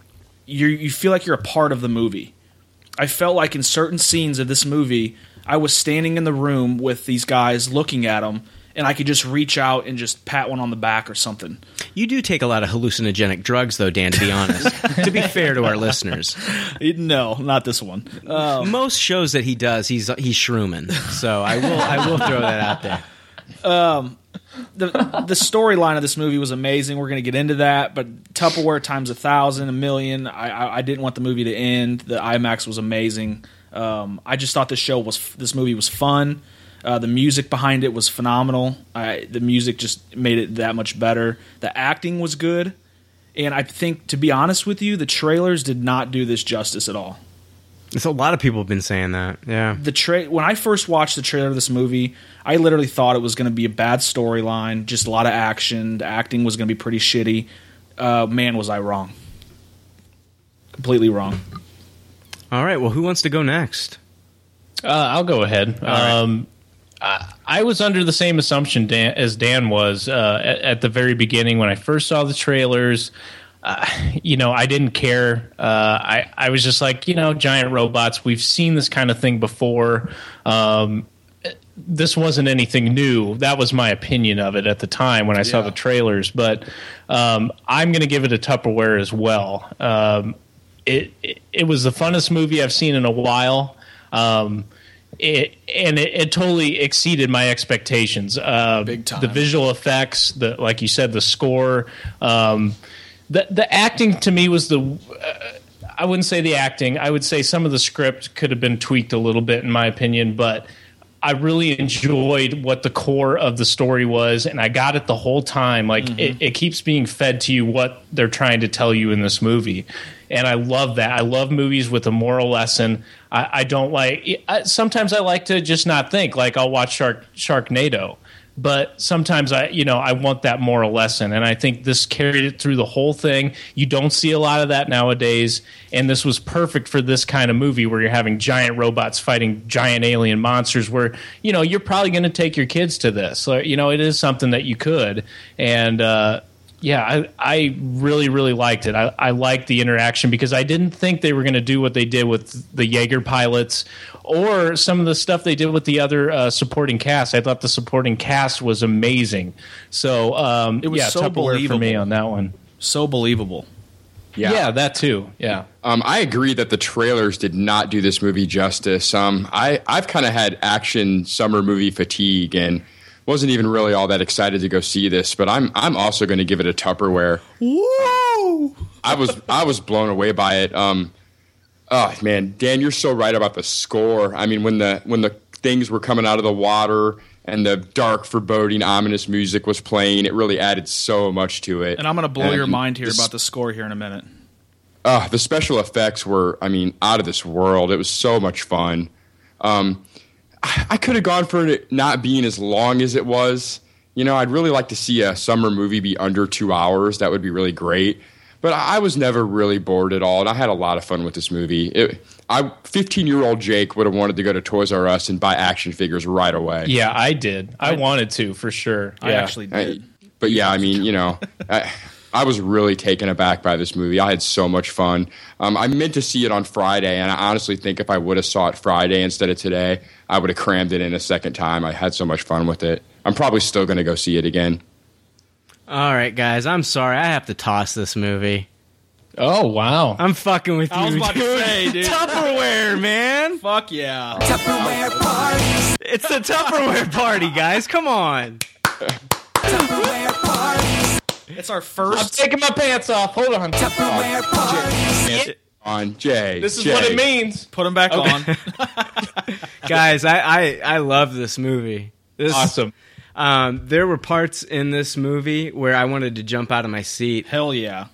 Speaker 3: you you feel like you're a part of the movie. I felt like in certain scenes of this movie, I was standing in the room with these guys looking at them, and I could just reach out and just pat one on the back or something.
Speaker 2: You do take a lot of hallucinogenic drugs, though, Dan. To be honest, to be fair to our listeners.
Speaker 3: No, not this one. Uh,
Speaker 2: most shows that he does, he's he's shrooming. So I will I will throw that out there.
Speaker 3: the the storyline of this movie was amazing. We're going to get into that, but Tupperware times a thousand, a million. I, I, I didn't want the movie to end. The IMAX was amazing. Um, I just thought this show was this movie was fun. Uh, the music behind it was phenomenal. I, the music just made it that much better. The acting was good, and I think to be honest with you, the trailers did not do this justice at all.
Speaker 2: It's a lot of people have been saying that. Yeah.
Speaker 3: The tra- when I first watched the trailer of this movie, I literally thought it was going to be a bad storyline, just a lot of action. The acting was going to be pretty shitty. Uh, man, was I wrong? Completely wrong.
Speaker 2: All right. Well, who wants to go next?
Speaker 4: Uh, I'll go ahead. Um, I, I was under the same assumption Dan, as Dan was uh, at, at the very beginning when I first saw the trailers. Uh, you know, I didn't care. Uh, I I was just like, you know, giant robots. We've seen this kind of thing before. Um, this wasn't anything new. That was my opinion of it at the time when I saw the trailers. But um, I'm going to give it a Tupperware as well. Um, it, it it was the funnest movie I've seen in a while. Um, it and it, it totally exceeded my expectations. Uh,
Speaker 3: Big time.
Speaker 4: The visual effects, the like you said, the score. Um, the the acting to me was the. Uh, I wouldn't say the acting. I would say some of the script could have been tweaked a little bit, in my opinion, but. I really enjoyed what the core of the story was, and I got it the whole time. Like it, it keeps being fed to you what they're trying to tell you in this movie, and I love that. I love movies with a moral lesson. I, I don't like. I, sometimes I like to just not think. Like I'll watch Shark Sharknado, but sometimes I, you know, I want that moral lesson, and I think this carried it through the whole thing. You don't see a lot of that nowadays, and this was perfect for this kind of movie where you're having giant robots fighting giant alien monsters. Where you know you're probably going to take your kids to this. So, you know, it is something that you could, and uh, yeah, I, I really really liked it. I, I liked the interaction because I didn't think they were going to do what they did with the Jaeger pilots or some of the stuff they did with the other uh, supporting cast. I thought the supporting cast was amazing. So um,
Speaker 3: It was
Speaker 4: yeah,
Speaker 3: so
Speaker 4: Tupperware for me
Speaker 3: believable.
Speaker 4: on that one.
Speaker 3: So believable.
Speaker 5: Yeah.
Speaker 4: that too. Yeah.
Speaker 5: Um, I agree that the trailers did not do this movie justice. Um, I, I've kind of had action summer movie fatigue and wasn't even really all that excited to go see this, but I'm I'm also going to give it a Tupperware.
Speaker 3: Whoa!
Speaker 5: I was I was blown away by it. Um, oh man, Dan, you're so right about the score. I mean, when the when the things were coming out of the water and the dark, foreboding, ominous music was playing, it really added so much to it.
Speaker 3: And I'm going to blow your
Speaker 5: And
Speaker 3: mind here
Speaker 5: the
Speaker 3: about the score here in a minute.
Speaker 5: uh, the special effects were, I mean, out of this world. It was so much fun. Um, I, I could have gone for it not being as long as it was. You know, I'd really like to see a summer movie be under two hours. That would be really great. But I, I was never really bored at all, and I had a lot of fun with this movie. It, I, 15 year old Jake would have wanted to go to Toys R Us and buy action figures right away.
Speaker 4: Yeah, I did. I, wanted to for sure.
Speaker 3: I
Speaker 4: Yeah.
Speaker 3: actually
Speaker 5: I-
Speaker 3: did.
Speaker 5: but yeah, I mean, you know, I, I was really taken aback by this movie. I had so much fun. Um, I meant to see it on Friday, and I honestly think if I would have saw it Friday instead of today, I would have crammed it in a second time. I had so much fun with it. I'm probably still going to go see it again.
Speaker 2: All right, guys. I'm sorry. I have to toss this movie.
Speaker 4: Oh wow.
Speaker 2: I'm fucking with you.
Speaker 3: I was about to
Speaker 2: dude.
Speaker 3: say, dude.
Speaker 2: Tupperware, man.
Speaker 3: Fuck yeah.
Speaker 7: Tupperware parties.
Speaker 2: It's the Tupperware party, guys. Come on.
Speaker 7: Tupperware parties.
Speaker 3: It's our first.
Speaker 4: taking my pants off. Hold on.
Speaker 7: Tupperware parties.
Speaker 5: On Jay,
Speaker 4: This is
Speaker 5: Jay.
Speaker 4: what it means.
Speaker 3: Put them back on.
Speaker 2: guys, I, I I love this movie. This
Speaker 4: Awesome.
Speaker 2: Um, there were parts in this movie where I wanted to jump out of my seat.
Speaker 3: Hell yeah.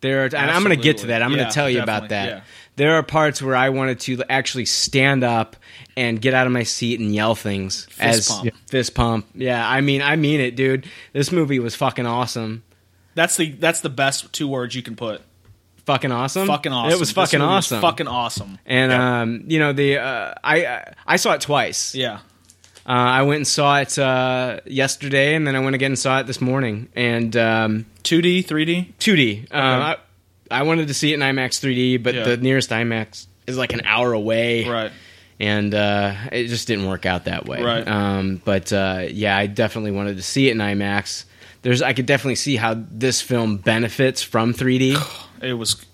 Speaker 2: There are, and I'm going to get to that. I'm going
Speaker 3: Yeah,
Speaker 2: to tell you about that.
Speaker 3: definitely, yeah.
Speaker 2: There are parts where I wanted to actually stand up and get out of my seat and yell things as
Speaker 3: pump. Yeah.
Speaker 2: fist pump. Yeah, I mean, I mean it, dude. This movie was fucking awesome.
Speaker 3: That's the that's the best two words you can put.
Speaker 2: Fucking awesome.
Speaker 3: Fucking awesome.
Speaker 2: It was
Speaker 3: This
Speaker 2: fucking
Speaker 3: movie was
Speaker 2: awesome.
Speaker 3: Fucking awesome.
Speaker 2: and um, you know the uh, I I- I saw it twice.
Speaker 3: Yeah.
Speaker 2: Uh, I went and saw it uh, yesterday, and then I went again and saw it this morning. And um,
Speaker 3: 2D, 3D.
Speaker 2: 2D. Uh, I, I wanted to see it in IMAX 3D, but
Speaker 3: Yeah.
Speaker 2: the nearest IMAX is like an hour away,
Speaker 3: Right.
Speaker 2: And uh, it just didn't work out that way,
Speaker 3: Right.
Speaker 2: Um, but uh, yeah, I definitely wanted to see it in IMAX. There's, I could definitely see how this film benefits from 3D.
Speaker 3: It was.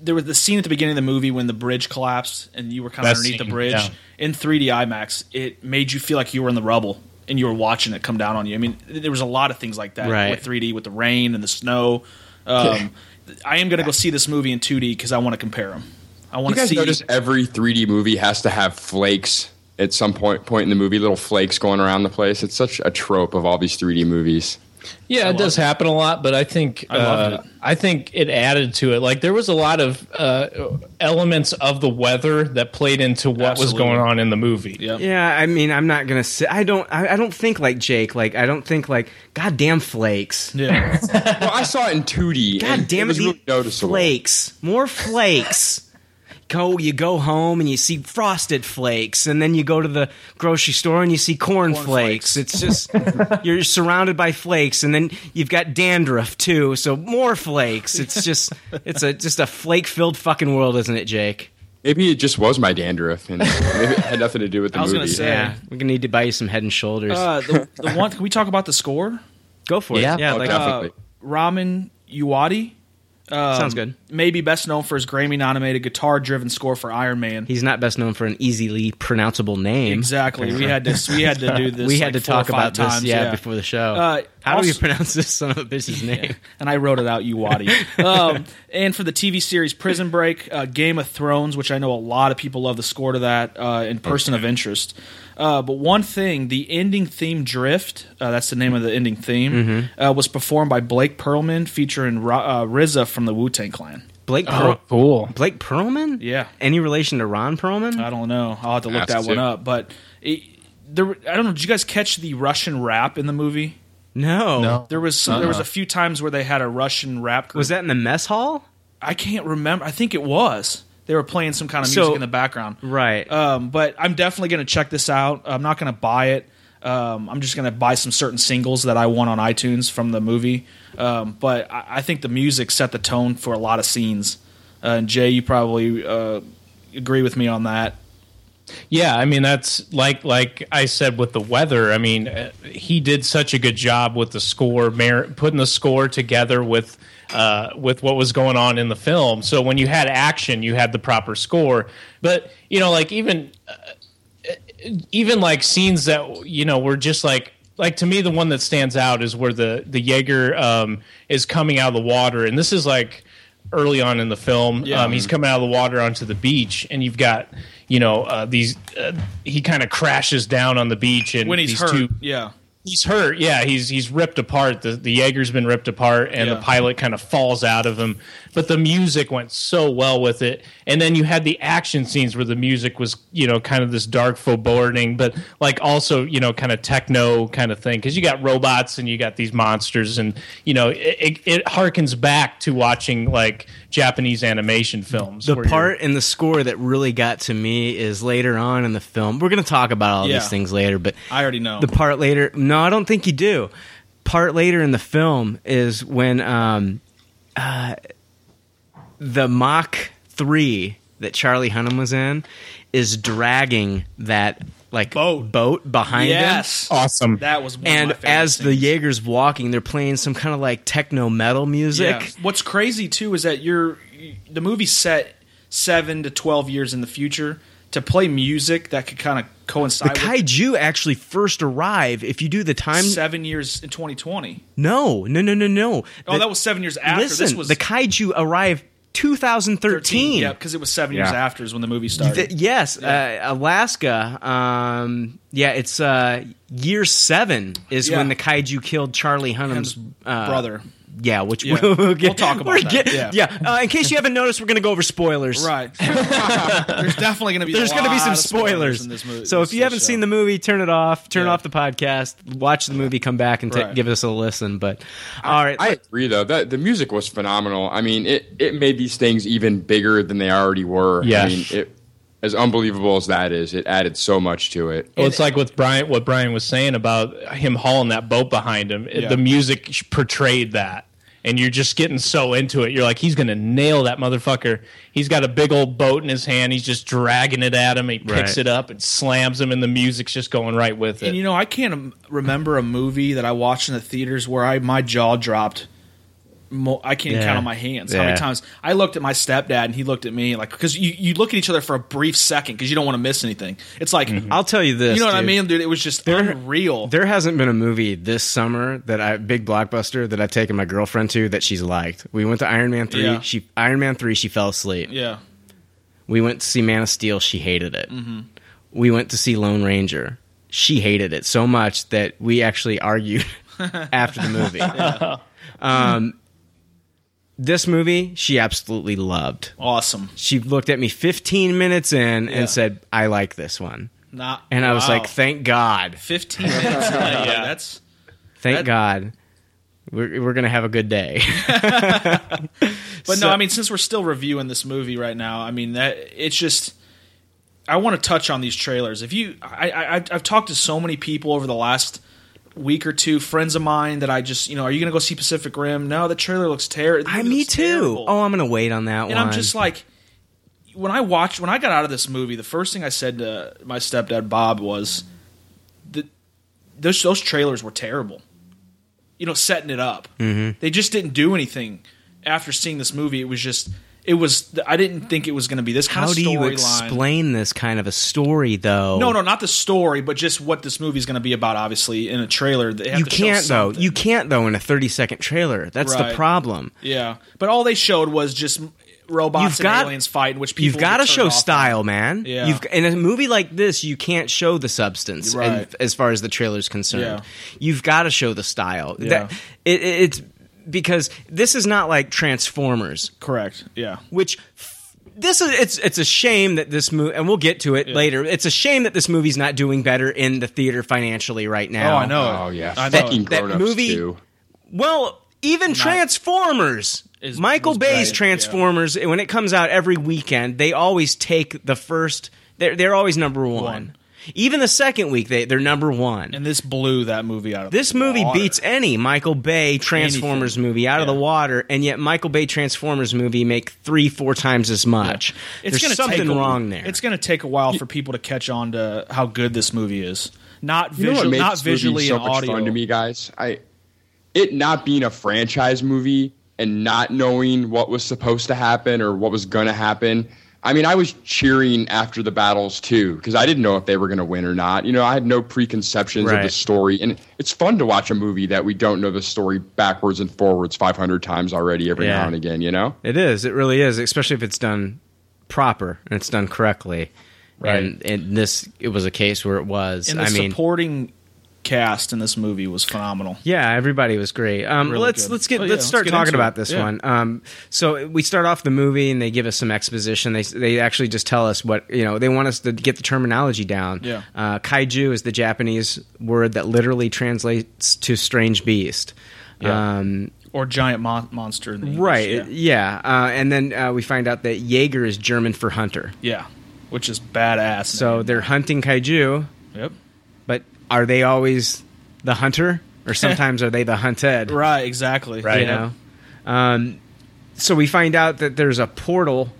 Speaker 3: There was the scene at the beginning of the movie when the bridge collapsed and you were kind of
Speaker 4: That
Speaker 3: underneath the
Speaker 4: scene,
Speaker 3: bridge
Speaker 4: yeah.
Speaker 3: in 3D IMAX. It made you feel like you were in the rubble. and you were watching it come down on you. I mean, th- there was a lot of things like that
Speaker 2: Right.
Speaker 3: with 3D, with the rain and the snow. Um, I am going to go see this movie in 2D because I want to compare them. I
Speaker 5: You
Speaker 3: want to
Speaker 5: guys
Speaker 3: see.
Speaker 5: notice every 3D movie has to have flakes at some point point in the movie, little flakes going around the place. It's such a trope of all these 3D movies.
Speaker 4: Yeah, it does happen a lot, but I think I, uh, I think it added to it. Like there was a lot of uh, elements of the weather that played into what
Speaker 3: Absolutely.
Speaker 4: was going on in the movie.
Speaker 2: Yeah, I mean, I'm not gonna sit. I don't. I, I don't think like Jake. Like, I don't think like goddamn flakes.
Speaker 3: yeah.
Speaker 5: well, I saw it in 2D.
Speaker 2: God
Speaker 5: and
Speaker 2: damn it!
Speaker 5: was
Speaker 2: these
Speaker 5: really noticeable.
Speaker 2: Flakes, more flakes. go, you go home and you see frosted flakes, and then you go to the grocery store and you see corn, flakes. It's just you're surrounded by flakes, and then you've got dandruff too. So more flakes. It's just it's a just a flake filled fucking world, isn't it, Jake?
Speaker 5: Maybe it just was my dandruff, and maybe it had nothing to do with the
Speaker 3: I was
Speaker 5: movie.
Speaker 3: gonna say- Yeah.
Speaker 2: we're gonna need to buy you some Head and Shoulders.
Speaker 3: Uh, the, the one. Can we talk about the score? Uh,
Speaker 2: go for it.
Speaker 1: yeah.
Speaker 2: yeah
Speaker 5: Oh,
Speaker 2: like,
Speaker 5: definitely.
Speaker 3: Ramen Uwadi. Um,
Speaker 2: Sounds good.
Speaker 3: Maybe best known for his Grammy-nominated guitar-driven score for Iron Man.
Speaker 2: He's not best known for an easily pronounceable name.
Speaker 3: Exactly. We had to. We had to do this.
Speaker 2: We had
Speaker 3: like,
Speaker 2: to
Speaker 3: four or
Speaker 2: talk about
Speaker 3: five
Speaker 2: this,
Speaker 3: times,
Speaker 2: yeah, before the show.
Speaker 3: Uh,
Speaker 2: How do
Speaker 3: also-
Speaker 2: you pronounce this son of a bitch's name?
Speaker 3: and I wrote it out, you waddy. um, and for the TV series Prison Break, uh, Game of Thrones, which I know a lot of people love the score to that, uh, and Person of Interest. Uh, but one thing, the ending theme Drift, uh, that's the name of the ending theme,
Speaker 2: Mm-hmm.
Speaker 3: uh, was performed by Blake Perlman featuring Ra- uh, RZA from the Wu Tang Clan.
Speaker 2: Blake
Speaker 4: Oh,
Speaker 2: Pearl-
Speaker 4: cool.
Speaker 2: Blake Perlman?
Speaker 3: Yeah. Uh,
Speaker 2: Any relation to Ron Perlman?
Speaker 3: I don't know. I'll have to look
Speaker 5: Asked
Speaker 3: that one
Speaker 5: to.
Speaker 3: up. But it, there, I don't know. Did you guys catch the Russian rap in the movie?
Speaker 2: no. Uh-huh.
Speaker 3: There was some, there was a few times where they had a Russian rap group.
Speaker 2: Was that in the mess hall?
Speaker 3: I can't remember. I think it was. They were playing some kind of music
Speaker 2: So-
Speaker 3: in the background.
Speaker 2: Right.
Speaker 3: Um, but I'm definitely going to check this out. I'm not going to buy it. Um, I'm just going to buy some certain singles that I want on iTunes from the movie. Um, but I, I think the music set the tone for a lot of scenes. Uh, and Jay, you probably uh, agree with me on that.
Speaker 4: Yeah, I mean that's like like I said with the weather. I mean, uh, he did such a good job with the score, mar- putting the score together with uh, with what was going on in the film. So when you had action, you had the proper score. But you know, like even even like scenes that you know were just like like to me the one that stands out is where the the Jaeger um, is coming out of the water, and this is like early on in the film. Um, he's coming out of the water onto the beach, and you've got you know uh, these uh, he kind of crashes down on the beach, and
Speaker 3: When he's
Speaker 4: these
Speaker 3: hurt,
Speaker 4: two
Speaker 3: yeah.
Speaker 4: he's hurt. Yeah, he's he's ripped apart. The the Jaeger's been ripped apart, and
Speaker 3: Yeah.
Speaker 4: the pilot kind of falls out of him. But the music went so well with it, and then you had the action scenes where the music was you know kind of this dark foreboding, but like also you know kind of techno kind of thing because you got robots and you got these monsters, and you know it, it, it harkens back to watching like Japanese animation films.
Speaker 2: the
Speaker 4: where you're-
Speaker 2: part in the score that really got to me is later on in the film. We're going to talk about all
Speaker 3: Yeah.
Speaker 2: these things later, but
Speaker 3: I already know.
Speaker 2: the part later. No, I don't think you do. Part later in the film is when um, uh, the Mach three that Charlie Hunnam was in is dragging that like
Speaker 3: Boat.
Speaker 2: boat behind him.
Speaker 3: yes.
Speaker 4: awesome.
Speaker 3: That was one
Speaker 2: And
Speaker 3: of my favorite
Speaker 2: as the
Speaker 3: scenes.
Speaker 2: Jaeger's walking, they're playing some kind of like techno metal music.
Speaker 3: Yeah. What's crazy too is that you're the movie's set seven to twelve years in the future to play music that could kind of
Speaker 2: The
Speaker 3: coincide with
Speaker 2: kaiju actually first arrive. If you do the time,
Speaker 3: seven years in 2020.
Speaker 2: no, no, no, no, no.
Speaker 3: Oh, that was seven years after.
Speaker 2: listen.
Speaker 3: this was
Speaker 2: the kaiju arrived 2013.
Speaker 3: Yeah, because it was seven years after is when the movie started.
Speaker 2: Th- yes, uh, Alaska. Um, yeah, it's uh, year seven is
Speaker 3: Yeah.
Speaker 2: when the kaiju killed Charlie Hunnam's uh,
Speaker 3: brother.
Speaker 2: Yeah, which
Speaker 3: Yeah.
Speaker 2: We'll,
Speaker 3: We'll
Speaker 2: get-
Speaker 3: talk about
Speaker 2: we're
Speaker 3: that,
Speaker 2: get-
Speaker 3: yeah.
Speaker 2: yeah. Uh, in case you haven't noticed, we're going to go over spoilers.
Speaker 3: Right. There's definitely going to be
Speaker 2: There's
Speaker 3: going to
Speaker 2: be some spoilers.
Speaker 3: in this movie.
Speaker 2: so if
Speaker 3: this-
Speaker 2: you
Speaker 3: this
Speaker 2: haven't
Speaker 3: show.
Speaker 2: seen the movie, turn it off. Turn
Speaker 3: Yeah.
Speaker 2: off the podcast. Watch the movie. Come back and ta-
Speaker 3: Right.
Speaker 2: give us a listen. But all right,
Speaker 5: I agree, though. That, the music was phenomenal. I mean, it, it made these things even bigger than they already were.
Speaker 4: Yeah.
Speaker 5: I mean, it, as unbelievable as that is, it added so much to it.
Speaker 4: Well, it's like with Brian, what Brian was saying about him hauling that boat behind him. It-
Speaker 3: Yeah.
Speaker 4: The music sh- portrayed that, and you're just getting so into it. You're like, he's gonna nail that motherfucker. He's got a big old boat in his hand. He's just dragging it at him. He picks
Speaker 1: Right.
Speaker 4: it up and slams him, and the music's just going right with it.
Speaker 3: And you know, I can't um, remember a movie that I watched in the theaters where I my jaw dropped Mo- I can't even
Speaker 2: Yeah.
Speaker 3: count on my hands how many
Speaker 2: Yeah.
Speaker 3: times I looked at my stepdad and he looked at me like because you, you look at each other for a brief second because you don't want to miss anything. It's like
Speaker 2: I'll tell you this.
Speaker 3: you know what I
Speaker 2: dude.
Speaker 3: mean, dude. It was just unreal.
Speaker 2: There hasn't been a movie this summer that I big blockbuster that I've taken my girlfriend to that she's liked. We went to Iron Man three.
Speaker 3: Yeah.
Speaker 2: She Iron Man three. She fell asleep.
Speaker 3: yeah,
Speaker 2: We went to see Man of Steel. She hated it.
Speaker 3: Mm-hmm.
Speaker 2: We went to see Lone Ranger. She hated it so much that we actually argued after the movie. Um, this movie she absolutely loved.
Speaker 3: awesome.
Speaker 2: She looked at me 15 minutes in
Speaker 3: Yeah.
Speaker 2: and said, "I like this one."
Speaker 3: Not
Speaker 2: And I was
Speaker 3: wow.
Speaker 2: like, "Thank God."
Speaker 3: fifteen minutes. yeah, yeah, that's
Speaker 2: Thank
Speaker 3: That-
Speaker 2: God. We're, we're gonna have a good day.
Speaker 3: But
Speaker 2: So-
Speaker 3: no, I mean, since we're still reviewing this movie right now, I mean that it's just. I want to touch on these trailers. If you, I, I, I've- I've talked to so many people over the last week or two, friends of mine that I just, you know, are you going to go see Pacific Rim? No, the trailer looks terrible.
Speaker 2: I, me too. Oh, I'm gonna wait on that one.
Speaker 3: and I'm just like, when I watched, when I got out of this movie, the first thing I said to my stepdad Bob was, that those those trailers were terrible. You know, setting it up. Mm-hmm. They just didn't do anything after seeing this movie. It was just, it was. I didn't think it was going to be this kind
Speaker 2: how
Speaker 3: of
Speaker 2: do you
Speaker 3: storyline.
Speaker 2: explain this kind of a story though?
Speaker 3: No, no, not the story, but just what this movie is going to be about. Obviously, in a trailer, they have
Speaker 2: You
Speaker 3: to show
Speaker 2: can't though.
Speaker 3: something.
Speaker 2: You can't though in a 30 second trailer. That's
Speaker 3: Right.
Speaker 2: the problem.
Speaker 3: yeah. But all they showed was just robots
Speaker 2: You've
Speaker 3: and
Speaker 2: got-
Speaker 3: aliens fighting, which people
Speaker 2: You've got to
Speaker 3: get turned
Speaker 2: show
Speaker 3: off on.
Speaker 2: style, man.
Speaker 3: Yeah.
Speaker 2: You've, in a movie like this, you can't show the substance
Speaker 3: Right.
Speaker 2: and- as far as the trailer's concerned.
Speaker 3: Yeah.
Speaker 2: You've got to show the style.
Speaker 3: Yeah.
Speaker 2: That, it, it- it's because this is not like Transformers
Speaker 3: Correct. Yeah.
Speaker 2: which f- this is it's it's a shame that this movie and we'll get to it later. It's a shame that this movie's not doing better in the theater financially right now.
Speaker 3: Oh, I know. it.
Speaker 5: Oh yeah,
Speaker 3: I know.
Speaker 5: fucking
Speaker 2: that
Speaker 5: grown ups
Speaker 2: movie-
Speaker 5: too.
Speaker 2: Well, even Transformers.
Speaker 3: Is-
Speaker 2: Michael
Speaker 3: was
Speaker 2: Bay's
Speaker 3: great,
Speaker 2: Transformers when it comes out every weekend, they always take the first they're they're always number 1.
Speaker 3: One.
Speaker 2: Even the second week they they're number 1.
Speaker 3: And this blew that movie out of
Speaker 2: This
Speaker 3: the
Speaker 2: movie
Speaker 3: water.
Speaker 2: beats any Michael Bay Transformers movie out of the water, and yet Michael Bay Transformers movie make three, four times as much.
Speaker 3: It's
Speaker 2: There's
Speaker 3: gonna
Speaker 2: something
Speaker 3: take a-
Speaker 2: wrong there.
Speaker 3: It's going to take a while for people to catch on to how good this movie is. Not
Speaker 5: You know what
Speaker 3: visual,
Speaker 5: made
Speaker 3: not
Speaker 5: this movie
Speaker 3: visually
Speaker 5: so
Speaker 3: and
Speaker 5: much
Speaker 3: audio.
Speaker 5: fun to me, guys. I it not being a franchise movie and not knowing what was supposed to happen or what was going to happen. I mean, I was cheering after the battles too because I didn't know if they were going to win or not. You know, I had no preconceptions of the
Speaker 2: Right.
Speaker 5: story, and it's fun to watch a movie that we don't know the story backwards and forwards 500 times already every
Speaker 2: Yeah.
Speaker 5: now and again. You know,
Speaker 2: It is. It really is, especially if it's done proper and it's done correctly.
Speaker 4: Right.
Speaker 2: And, and this, it was a case where it was.
Speaker 3: And the
Speaker 2: I mean,
Speaker 3: supporting cast in this movie was phenomenal.
Speaker 2: yeah, everybody was great. Um,
Speaker 3: Really
Speaker 2: let's
Speaker 3: good.
Speaker 2: let's get
Speaker 3: Oh, yeah,
Speaker 2: let's
Speaker 3: let's
Speaker 2: start
Speaker 3: get
Speaker 2: talking
Speaker 3: into
Speaker 2: about
Speaker 3: it.
Speaker 2: this
Speaker 3: Yeah.
Speaker 2: one. Um, so we start off the movie and they give us some exposition. They they actually just tell us what you know. They want us to get the terminology down.
Speaker 3: Yeah.
Speaker 2: Uh, kaiju is the Japanese word that literally translates to strange beast.
Speaker 3: Yeah.
Speaker 2: Um,
Speaker 3: Or giant mon- monster. In the English,
Speaker 2: right.
Speaker 3: Yeah.
Speaker 2: Yeah. Uh, and then uh, we find out that Jaeger is German for hunter.
Speaker 3: Yeah. Which is badass.
Speaker 2: So they're hunting kaiju,
Speaker 3: Yep.
Speaker 2: but are they always the hunter, or sometimes are they the hunted?
Speaker 3: Right. Exactly.
Speaker 2: You
Speaker 3: Yep.
Speaker 2: know. Um, so we find out that there's a portal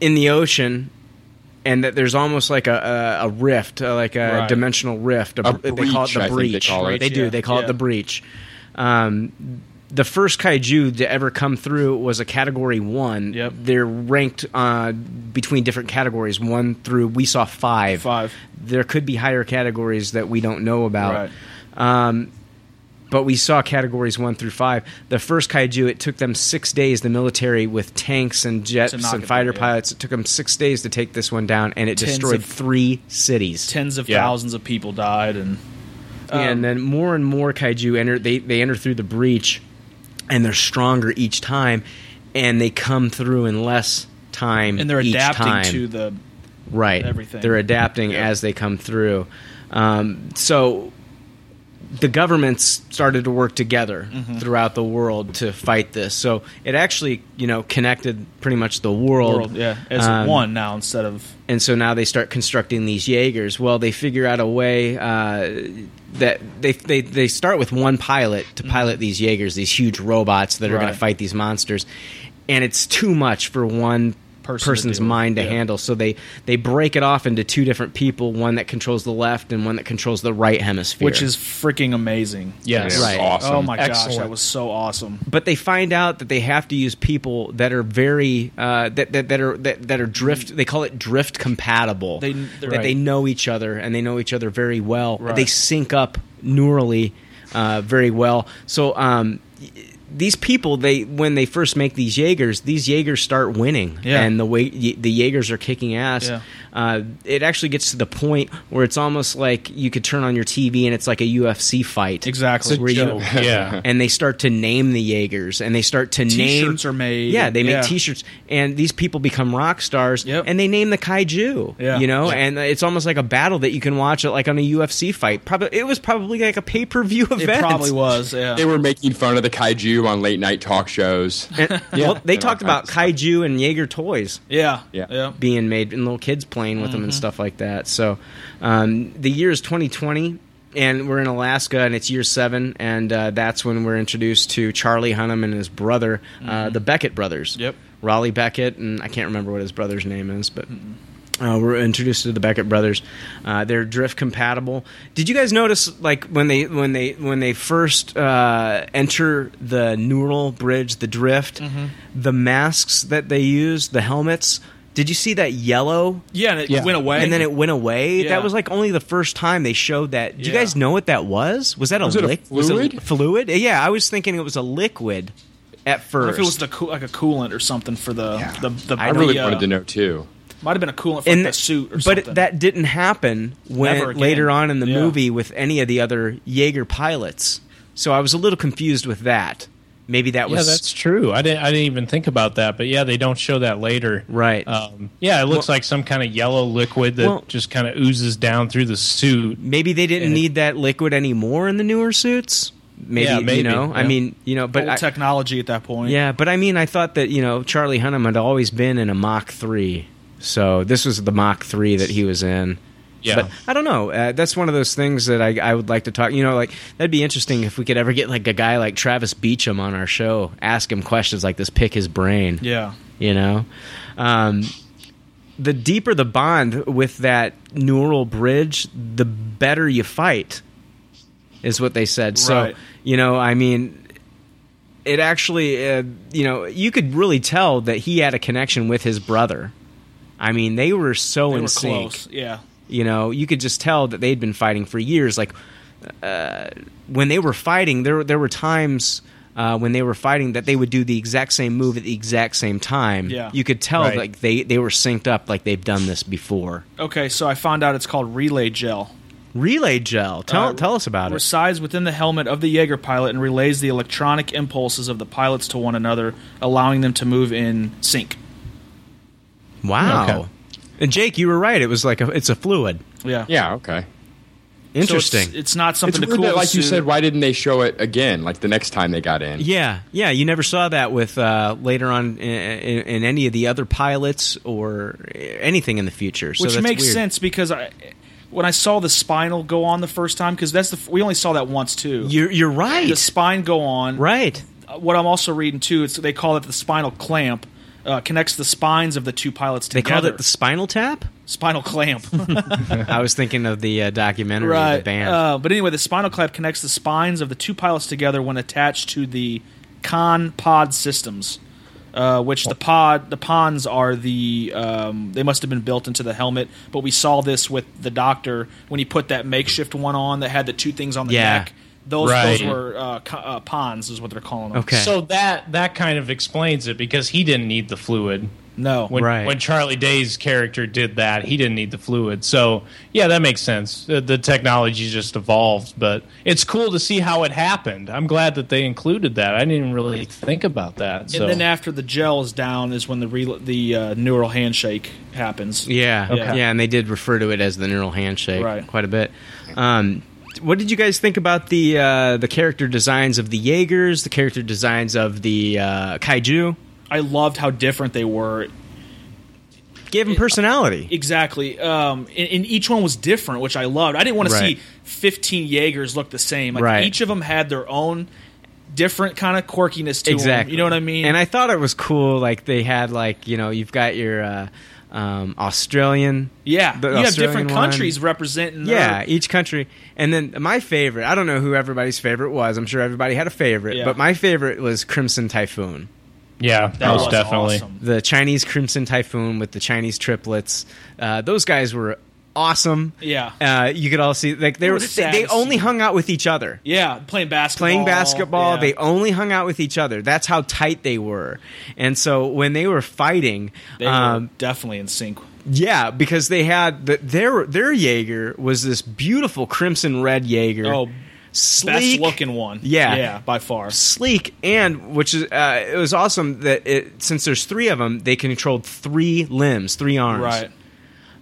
Speaker 2: in the ocean, and that there's almost like a, a, a rift, uh, like a
Speaker 3: Right.
Speaker 2: dimensional rift. A,
Speaker 5: A
Speaker 2: they call it
Speaker 5: breach, I
Speaker 2: the
Speaker 5: think they
Speaker 2: breach.
Speaker 5: call it.
Speaker 2: do.
Speaker 3: Yeah.
Speaker 2: They call
Speaker 3: Yeah.
Speaker 2: it the breach. Um, the first kaiju to ever come through was a category one.
Speaker 3: Yep.
Speaker 2: They're ranked uh, between different categories, one through we saw five.
Speaker 3: Five.
Speaker 2: There could be higher categories that we don't know about
Speaker 3: Right.
Speaker 2: but we saw categories one through five. The first kaiju, it took them six days. The military with tanks and jets
Speaker 3: To knock
Speaker 2: and
Speaker 3: it
Speaker 2: fighter
Speaker 3: down, yeah.
Speaker 2: pilots, it took them six days to take this one down, and it
Speaker 3: Tens
Speaker 2: destroyed
Speaker 3: of-
Speaker 2: three cities.
Speaker 3: Tens of
Speaker 4: Yeah.
Speaker 3: thousands of people died, and um,
Speaker 2: and then more and more kaiju enter. They they enter through the breach, and they're stronger each time, and they come through in less time.
Speaker 3: and they're
Speaker 2: each
Speaker 3: adapting
Speaker 2: time.
Speaker 3: to the
Speaker 2: right
Speaker 3: everything.
Speaker 2: they're adapting
Speaker 3: Yeah.
Speaker 2: as they come through um, so the governments started to work together
Speaker 3: Mm-hmm.
Speaker 2: throughout the world to fight this so it actually you know connected pretty much the world,
Speaker 3: world. Yeah. As
Speaker 2: Um,
Speaker 3: one now instead of
Speaker 2: and so now they start constructing these jaegers well they figure out a way uh, that they, they they start with one pilot to pilot these jaegers these huge robots that are going
Speaker 3: Mm-hmm. Right.
Speaker 2: to fight these monsters and it's too much for one
Speaker 3: person to
Speaker 2: person's
Speaker 3: do it.
Speaker 2: mind to
Speaker 3: Yeah.
Speaker 2: handle. So they they break it off into two different people: one that controls the left and one that controls the right hemisphere.
Speaker 3: which is freaking amazing.
Speaker 4: Yes.
Speaker 3: Yeah,
Speaker 2: Right.
Speaker 5: Awesome.
Speaker 3: Oh my gosh,
Speaker 4: Excellent.
Speaker 3: that was so awesome.
Speaker 2: but they find out that they have to use people that are very uh, that, that that are that, that are drift. They call it drift compatible.
Speaker 3: They-
Speaker 2: that
Speaker 3: they're
Speaker 2: they
Speaker 3: right.
Speaker 2: know each other and they know each other very well.
Speaker 3: Right.
Speaker 2: They sync up neurally uh, very well. So um, y- these people, they when they first make these Jaegers, these Jaegers start winning,
Speaker 3: Yeah.
Speaker 2: and the way y- the Jaegers are kicking ass.
Speaker 3: Yeah.
Speaker 2: Uh, it actually gets to the point where it's almost like you could turn on your TV and it's like a UFC fight.
Speaker 3: Exactly.
Speaker 2: Where you,
Speaker 4: yeah.
Speaker 2: and they start to name the Jaegers and they start to name
Speaker 3: T-shirts are made.
Speaker 2: Yeah, they make
Speaker 3: Yeah.
Speaker 2: T-shirts, and these people become rock stars,
Speaker 3: Yep.
Speaker 2: and they name the kaiju.
Speaker 3: Yeah.
Speaker 2: you know,
Speaker 3: Yeah.
Speaker 2: and it's almost like a battle that you can watch it like on a UFC fight. Probably it was probably like a pay per view event.
Speaker 3: It probably was.
Speaker 5: They
Speaker 3: Yeah.
Speaker 5: were making fun of the kaiju on late night talk shows.
Speaker 2: And- well, they
Speaker 5: And all
Speaker 2: talked about
Speaker 5: kinds of
Speaker 2: kaiju and Jaeger toys.
Speaker 3: Yeah.
Speaker 5: Yeah.
Speaker 3: Yeah.
Speaker 2: being made and little kids playing with them and stuff like that. So um, the year is 2020. And we're in Alaska, and it's year seven, and uh, that's when we're introduced to Charlie Hunnam and his brother, uh, the Beckett brothers.
Speaker 3: Yep.
Speaker 2: Raleigh Beckett, and I can't remember what his brother's name is, but uh, we're introduced to the Beckett brothers. Uh, they're drift compatible. Did you guys notice, like when they when they when they first uh, enter the neural bridge, the drift,
Speaker 3: Mm-hmm.
Speaker 2: the masks that they use, the helmets? Did you see that yellow?
Speaker 3: Yeah, and it
Speaker 4: Yeah.
Speaker 3: went away.
Speaker 2: And then it went away.
Speaker 3: Yeah.
Speaker 2: That was like only the first time they showed that. Do you
Speaker 3: Yeah.
Speaker 2: guys know what that was? Was that a,
Speaker 5: Was it a
Speaker 2: liquid? Was it
Speaker 5: fluid?
Speaker 2: fluid? Yeah, I was thinking it was a liquid at
Speaker 3: I
Speaker 2: first.
Speaker 3: don't know if it was the cool, like a coolant or something for the the, the
Speaker 5: I really
Speaker 3: the, uh,
Speaker 5: wanted to know too.
Speaker 3: Might have been a coolant for
Speaker 2: And-
Speaker 3: the suit or
Speaker 2: but
Speaker 3: something.
Speaker 2: that didn't happen
Speaker 3: Never
Speaker 2: when
Speaker 3: again.
Speaker 2: later on in the
Speaker 3: Yeah.
Speaker 2: movie with any of the other Jaeger pilots. So I was a little confused with that. Maybe that
Speaker 4: Yeah,
Speaker 2: was
Speaker 4: that's true. I didn't. I didn't even think about that. But yeah, they don't show that later.
Speaker 2: Right.
Speaker 4: Um, yeah, it looks like some kind of yellow liquid that
Speaker 2: Well-
Speaker 4: just kind of oozes down through the suit.
Speaker 2: maybe they didn't
Speaker 4: And it-
Speaker 2: need that liquid anymore in the newer suits. Maybe,
Speaker 4: Yeah,
Speaker 2: you
Speaker 4: maybe,
Speaker 2: know. I
Speaker 4: yeah.
Speaker 2: mean, you know, but
Speaker 3: Old
Speaker 2: I-
Speaker 3: technology at that point.
Speaker 2: yeah, but I mean, I thought that you know Charlie Hunnam had always been in a Mach three, so this was the Mach three that he was in.
Speaker 4: Yeah.
Speaker 2: But I don't know. Uh, that's one of those things that I, I would like to talk. You know, like that'd be interesting if we could ever get like a guy like Travis Beecham on our show, ask him questions like this, pick his brain.
Speaker 3: Yeah.
Speaker 2: You know, um, the deeper the bond with that neural bridge, the better you fight, is what they said. So
Speaker 3: Right.
Speaker 2: you know, I mean, it actually, uh, you know, you could really tell that he had a connection with his brother. I mean, they were so
Speaker 3: They
Speaker 2: in
Speaker 3: were
Speaker 2: sync.
Speaker 3: close. Yeah.
Speaker 2: You know, you could just tell that they'd been fighting for years. Like uh, when they were fighting, there there were times uh, when they were fighting that they would do the exact same move at the exact same time.
Speaker 3: Yeah.
Speaker 2: you could tell
Speaker 4: Right.
Speaker 2: like they they were synced up, like they've done this before.
Speaker 3: Okay, so I found out it's called relay gel.
Speaker 2: Relay gel, tell
Speaker 3: Uh,
Speaker 2: tell us about it.
Speaker 3: Resides within the helmet of the Jaeger pilot and relays the electronic impulses of the pilots to one another, allowing them to move in sync.
Speaker 2: Wow.
Speaker 4: Okay.
Speaker 2: And Jake, you were right. It was like a, it's a fluid.
Speaker 3: Yeah.
Speaker 5: Yeah, okay.
Speaker 3: So
Speaker 2: Interesting.
Speaker 3: it's, it's not
Speaker 5: It's
Speaker 3: something to
Speaker 5: weird
Speaker 3: cool.
Speaker 5: that,
Speaker 3: the
Speaker 5: like you
Speaker 3: suit.
Speaker 5: said, why didn't they show it again? Like the next time they got in.
Speaker 2: Yeah, yeah. You never saw that with uh, later on in, in, in any of the other pilots or anything in the future. So
Speaker 3: which
Speaker 2: that's
Speaker 3: makes
Speaker 2: weird.
Speaker 3: sense because I, when I saw the spinal go on the first time, because that's the f- we only saw that once too.
Speaker 2: You're you're right.
Speaker 3: the spine go on.
Speaker 2: right.
Speaker 3: Uh, What I'm also reading too, it's they call it the spinal clamp. Uh, connects the spines of the two pilots
Speaker 2: They
Speaker 3: together.
Speaker 2: called it the spinal tap.
Speaker 3: spinal clamp.
Speaker 2: I was thinking of the uh, documentary, the band.
Speaker 3: Uh, but anyway, the spinal clamp connects the spines of the two pilots together when attached to the con pod systems, uh, which the pod the pons are the um, they must have been built into the helmet. But we saw this with the doctor when he put that makeshift one on that had the two things on the
Speaker 2: Yeah.
Speaker 3: neck. Those those
Speaker 4: Right.
Speaker 3: were uh, co- uh, pons is what they're calling them.
Speaker 2: okay.
Speaker 4: So that that kind of explains it because he didn't need the fluid.
Speaker 3: No.
Speaker 4: When,
Speaker 2: Right.
Speaker 4: when Charlie Day's character did that, he didn't need the fluid. So yeah, that makes sense. The, the technology just evolved, but it's cool to see how it happened. I'm glad that they included that. I didn't really think about that. So.
Speaker 3: And then after the gel is down is when the re- the uh, neural handshake happens.
Speaker 2: yeah,
Speaker 3: Okay.
Speaker 2: yeah, and they did refer to it as the neural handshake
Speaker 3: Right.
Speaker 2: quite a bit. Um, what did you guys think about the uh, the character designs of the Jaegers, the character designs of the uh, kaiju?
Speaker 3: I loved how different they were.
Speaker 2: Gave them personality.
Speaker 3: Exactly. Um, and, and each one was different, which I loved. I didn't want
Speaker 2: Right.
Speaker 3: to see 15 Jaegers look the same. Like
Speaker 2: Right.
Speaker 3: each of them had their own different kind of quirkiness to 'em.
Speaker 2: exactly.
Speaker 3: You know what I mean?
Speaker 2: And I thought it was cool. Like they had like you know you've got your uh, um, Australian.
Speaker 3: yeah,
Speaker 2: the
Speaker 3: you have
Speaker 2: Australian
Speaker 3: different
Speaker 2: one.
Speaker 3: countries representing.
Speaker 2: Yeah,
Speaker 3: their-
Speaker 2: each country. And then my favorite, I don't know who everybody's favorite was. I'm sure everybody had a favorite,
Speaker 3: Yeah.
Speaker 2: but my favorite was Crimson Typhoon.
Speaker 4: Yeah,
Speaker 3: that
Speaker 4: most
Speaker 3: was
Speaker 4: definitely.
Speaker 3: awesome.
Speaker 2: The Chinese Crimson Typhoon with the Chinese triplets. Uh, those guys were awesome.
Speaker 3: Yeah.
Speaker 2: Uh, you could all see like they
Speaker 3: It
Speaker 2: were
Speaker 3: was
Speaker 2: they,
Speaker 3: sad
Speaker 2: they
Speaker 3: to
Speaker 2: only
Speaker 3: see.
Speaker 2: hung out with each other.
Speaker 3: Yeah, playing basketball.
Speaker 2: Playing basketball,
Speaker 3: yeah.
Speaker 2: they only hung out with each other. That's how tight they were. And so when they were fighting,
Speaker 3: They
Speaker 2: um,
Speaker 3: were definitely in sync.
Speaker 2: yeah, because they had the, their their Jaeger was this beautiful crimson red Jaeger.
Speaker 3: Oh,
Speaker 2: sleek
Speaker 3: Best looking one.
Speaker 2: Yeah.
Speaker 3: yeah, by far.
Speaker 2: sleek and which is uh, it was awesome that it since there's three of them they controlled three limbs three arms
Speaker 3: Right.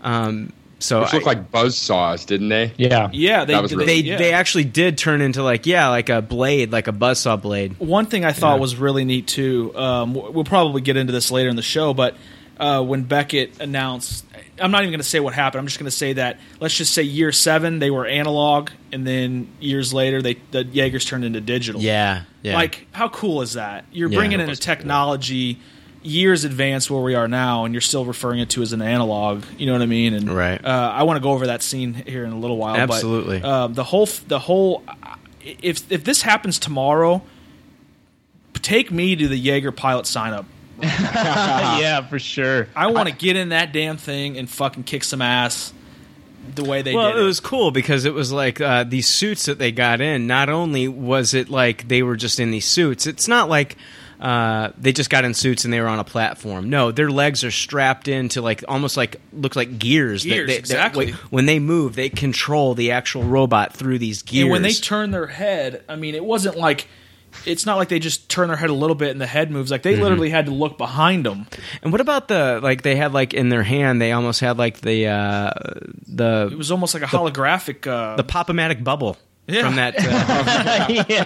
Speaker 2: so
Speaker 5: Which looked
Speaker 2: I-
Speaker 5: like buzz saws, didn't they?
Speaker 4: Yeah.
Speaker 3: Yeah, they
Speaker 5: That was really-
Speaker 2: they
Speaker 3: yeah.
Speaker 2: they actually did turn into like yeah like a blade like a buzzsaw blade
Speaker 3: One thing I thought was really neat too. Um, w- we'll probably get into this later in the show, but uh, when Beckett announced, I'm not even going to say what happened. I'm just going to say that let's just say year seven they were analog, and then years later they the Jaegers turned into digital.
Speaker 2: yeah yeah
Speaker 3: Like, how cool is that? You're
Speaker 2: Yeah.
Speaker 3: bringing in a technology years advanced where we are now, and you're still referring it to as an analog. You know what I mean? And
Speaker 2: Right.
Speaker 3: uh, I want to go over that scene here in a little while. but,
Speaker 2: Absolutely.
Speaker 3: um, the whole, f- the whole. If if this happens tomorrow, take me to the Jaeger pilot sign up.
Speaker 4: yeah, for sure.
Speaker 3: I want to get in that damn thing and fucking kick some ass. The way they
Speaker 2: well,
Speaker 3: did
Speaker 2: it was cool because it was like uh, these suits that they got in. Not only was it like they were just in these suits, it's not like uh, they just got in suits and they were on a platform. No, their legs are strapped into like almost like look like gears. that
Speaker 3: Gears,
Speaker 2: they- that-
Speaker 3: exactly.
Speaker 2: when they move, they control the actual robot through these gears.
Speaker 3: And when they turn their head, I mean, it wasn't like it's not like they just turn their head a little bit and the head moves. Like they literally had to look behind them.
Speaker 2: and what about the like they had like in their hand? They almost had like the uh, the
Speaker 3: It was almost like a holographic. Uh,
Speaker 2: the pop-o-matic bubble
Speaker 3: Yeah.
Speaker 2: from that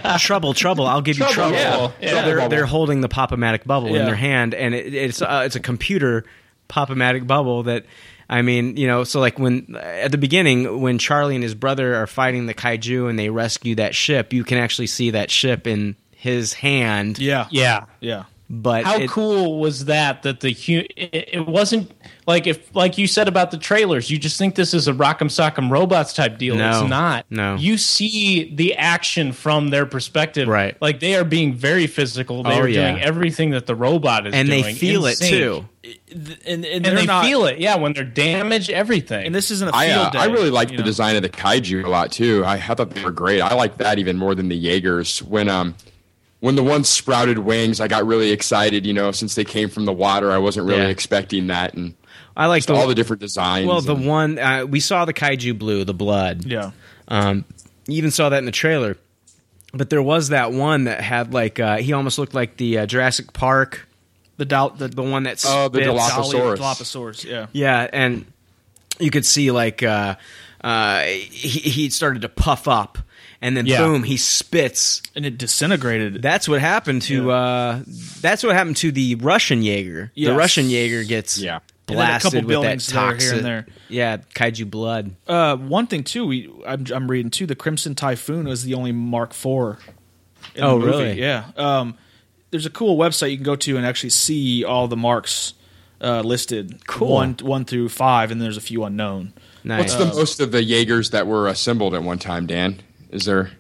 Speaker 2: uh, trouble trouble i'll give you trouble
Speaker 4: yeah.
Speaker 2: So
Speaker 4: Yeah.
Speaker 2: they're, they're holding the pop-o-matic bubble in
Speaker 3: Yeah.
Speaker 2: their hand and it, it's uh, it's a computer pop-o-matic bubble that I mean, you know, so like when at the beginning, when Charlie and his brother are fighting the kaiju and they rescue that ship, you can actually see that ship in his hand.
Speaker 3: yeah,
Speaker 4: Yeah.
Speaker 3: yeah.
Speaker 2: But
Speaker 4: How
Speaker 2: it-
Speaker 4: cool was that? That the hu- it, it wasn't like if like you said about the trailers, you just think this is a Rock'em Sock'em Robots type deal.
Speaker 2: No.
Speaker 4: it's not.
Speaker 2: No.
Speaker 4: you see the action from their perspective.
Speaker 2: Right.
Speaker 4: like they are being very physical. They
Speaker 2: Oh,
Speaker 4: are
Speaker 2: yeah.
Speaker 4: doing everything that the robot is
Speaker 2: and
Speaker 4: doing,
Speaker 2: they feel
Speaker 4: in
Speaker 2: it
Speaker 4: sync.
Speaker 2: too.
Speaker 3: And, and,
Speaker 4: and
Speaker 3: they're
Speaker 4: they
Speaker 3: not,
Speaker 4: feel it. Yeah, when they're damaged, everything.
Speaker 3: And this isn't a field
Speaker 5: I, uh,
Speaker 3: day.
Speaker 5: I really liked
Speaker 3: you
Speaker 5: the
Speaker 3: know?
Speaker 5: design of the kaiju a lot too. I, I thought they were great. I liked that even more than the Jaegers. When um when the ones sprouted wings, I got really excited. You know, since they came from the water, I wasn't really
Speaker 2: Yeah.
Speaker 5: expecting that, and
Speaker 2: I like the,
Speaker 5: all the different designs.
Speaker 2: Well, the
Speaker 5: and-
Speaker 2: one uh, we saw the kaiju blue, the blood.
Speaker 3: Yeah,
Speaker 2: Um, you even saw that in the trailer. But there was that one that had like uh, he almost looked like the uh, Jurassic Park,
Speaker 3: the doubt the,
Speaker 2: the one that
Speaker 5: Oh, the
Speaker 2: spits.
Speaker 5: Dilophosaurus.
Speaker 3: Dolly
Speaker 5: Dilophosaurus.
Speaker 3: Dilophosaurus. Yeah,
Speaker 2: Yeah, and you could see like uh, uh, he, he started to puff up, and then
Speaker 4: Yeah.
Speaker 2: boom, he spits.
Speaker 3: and it disintegrated.
Speaker 2: That's what happened to
Speaker 3: Yeah.
Speaker 2: uh, that's what happened to the Russian Jaeger.
Speaker 3: Yes.
Speaker 2: The Russian Jaeger gets
Speaker 5: Yeah.
Speaker 3: And then a
Speaker 2: blasted
Speaker 3: couple
Speaker 2: with that
Speaker 3: buildings there, here and
Speaker 2: toxic.
Speaker 3: there.
Speaker 2: Yeah, kaiju blood.
Speaker 3: uh, one thing too, we I'm, I'm reading too. The Crimson Typhoon was the only Mark IV. in the
Speaker 2: Oh,
Speaker 3: movie.
Speaker 2: really?
Speaker 3: Yeah. Um, there's a cool website you can go to and actually see all the marks uh, listed.
Speaker 2: Cool.
Speaker 3: One one through five, and there's a few unknown.
Speaker 2: Nice.
Speaker 5: what's the most of the Jaegers that were assembled at one time? Dan, is there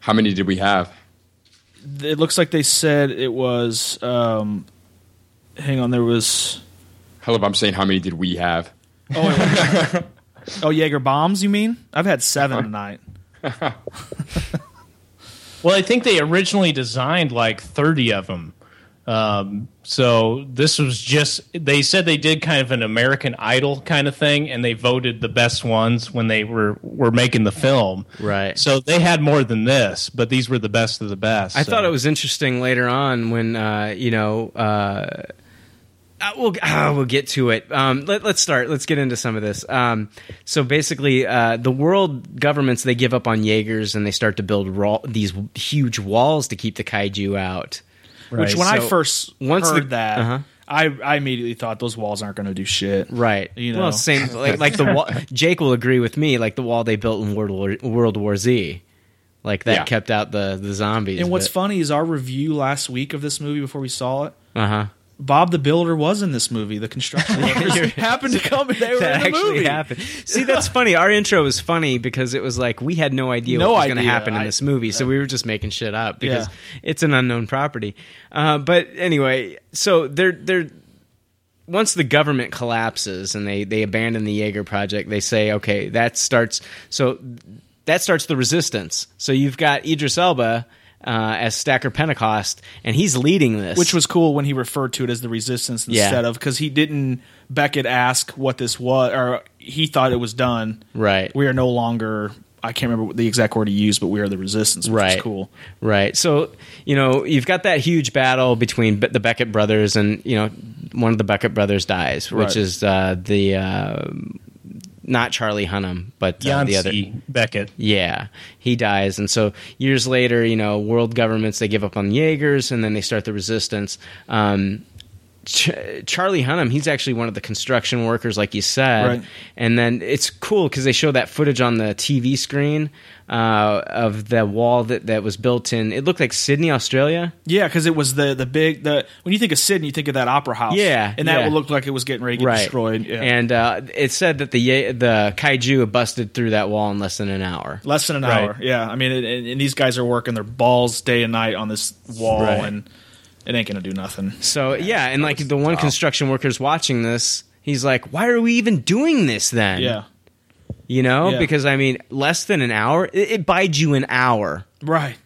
Speaker 5: how many did we have?
Speaker 3: It looks like they said it was. Um, hang on, there was.
Speaker 5: Hell, if I'm saying how many did we have?
Speaker 3: Oh, Jaeger bombs. You mean? I've had
Speaker 2: Uh-huh.
Speaker 3: seven tonight.
Speaker 4: Well, I think they originally designed like 30 of them. Um, so this was just, they said they did kind of an American Idol kind of thing, and they voted the best ones when they were, were making the film.
Speaker 2: Right.
Speaker 4: So they had more than this, but these were the best of the best.
Speaker 2: I
Speaker 4: so.
Speaker 2: thought it was interesting later on when uh, you know. Uh, uh, we'll uh, we'll get to it. Um, let, let's start. Let's get into some of this. Um, so basically, uh, the world governments they give up on Jaegers and they start to build raw, these huge walls to keep the kaiju out.
Speaker 3: Which when I
Speaker 2: so
Speaker 3: first
Speaker 2: once the-
Speaker 3: heard that,
Speaker 2: uh-huh.
Speaker 3: I I immediately thought those walls aren't going to do shit.
Speaker 2: Right.
Speaker 3: You know.
Speaker 2: Well, same like, like the wall. Jake will agree with me. Like the wall they built in World War World War Z
Speaker 1: Like that
Speaker 5: Yeah.
Speaker 1: kept out the the zombies.
Speaker 3: And what's funny is our review last week of this movie before we saw it.
Speaker 1: Uh
Speaker 2: Uh-huh.
Speaker 1: huh.
Speaker 3: Bob the Builder was in this movie. The construction workers happened to come and they were in
Speaker 2: that
Speaker 3: the
Speaker 2: actually
Speaker 3: movie.
Speaker 2: happened. See, that's funny. Our intro was funny because it was like we had no idea
Speaker 3: No
Speaker 2: what was going to
Speaker 3: idea.
Speaker 2: happen in
Speaker 3: I-
Speaker 2: this movie, so we were just making shit up because
Speaker 3: Yeah.
Speaker 2: it's an unknown property. Uh, but anyway, so they're they're once the government collapses and they they abandon the Jaeger project, they say, okay, that starts. So that starts the resistance. So you've got Idris Elba. Uh, as Stacker Pentecost, and he's leading this,
Speaker 3: Which was cool when he referred to it as the resistance
Speaker 2: Yeah.
Speaker 3: instead of because he didn't Beckett ask what this was or he thought it was done.
Speaker 2: Right.
Speaker 3: We are no longer. I can't remember what the exact word he used, but we are the resistance, which
Speaker 2: right
Speaker 3: is cool.
Speaker 2: right so you know you've got that huge battle between Be- the beckett brothers and you know one of the beckett brothers dies which
Speaker 3: Right.
Speaker 2: is uh, the uh, not charlie hunnam but uh, the other
Speaker 4: Yancey Beckett.
Speaker 2: yeah, he dies, and so years later, you know, world governments they give up on Jaegers, and then they start the resistance. Um, Ch- Charlie Hunnam, he's actually one of the construction workers, like you said,
Speaker 3: Right.
Speaker 2: and then it's cool because they show that footage on the TV screen uh, of the wall that that was built in. It looked like Sydney, Australia.
Speaker 3: Yeah, because it was the the big the when you think of Sydney, you think of that opera house.
Speaker 2: Yeah,
Speaker 3: and that
Speaker 2: yeah.
Speaker 3: looked like it was getting ready to get destroyed. Yeah.
Speaker 2: And uh, it said that the Ye- the kaiju busted through that wall in less than an hour.
Speaker 3: Less than an
Speaker 4: Right.
Speaker 3: hour. Yeah, I mean, and, and- and these guys are working their balls day and night on this wall,
Speaker 2: Right.
Speaker 3: and it ain't gonna do nothing.
Speaker 2: So yeah, and like the one construction worker's watching this, he's like, "Why are we even doing this then?"
Speaker 3: Yeah,
Speaker 2: you know,
Speaker 3: Yeah.
Speaker 2: because I mean, less than an hour, it, it bides you an hour.
Speaker 3: right.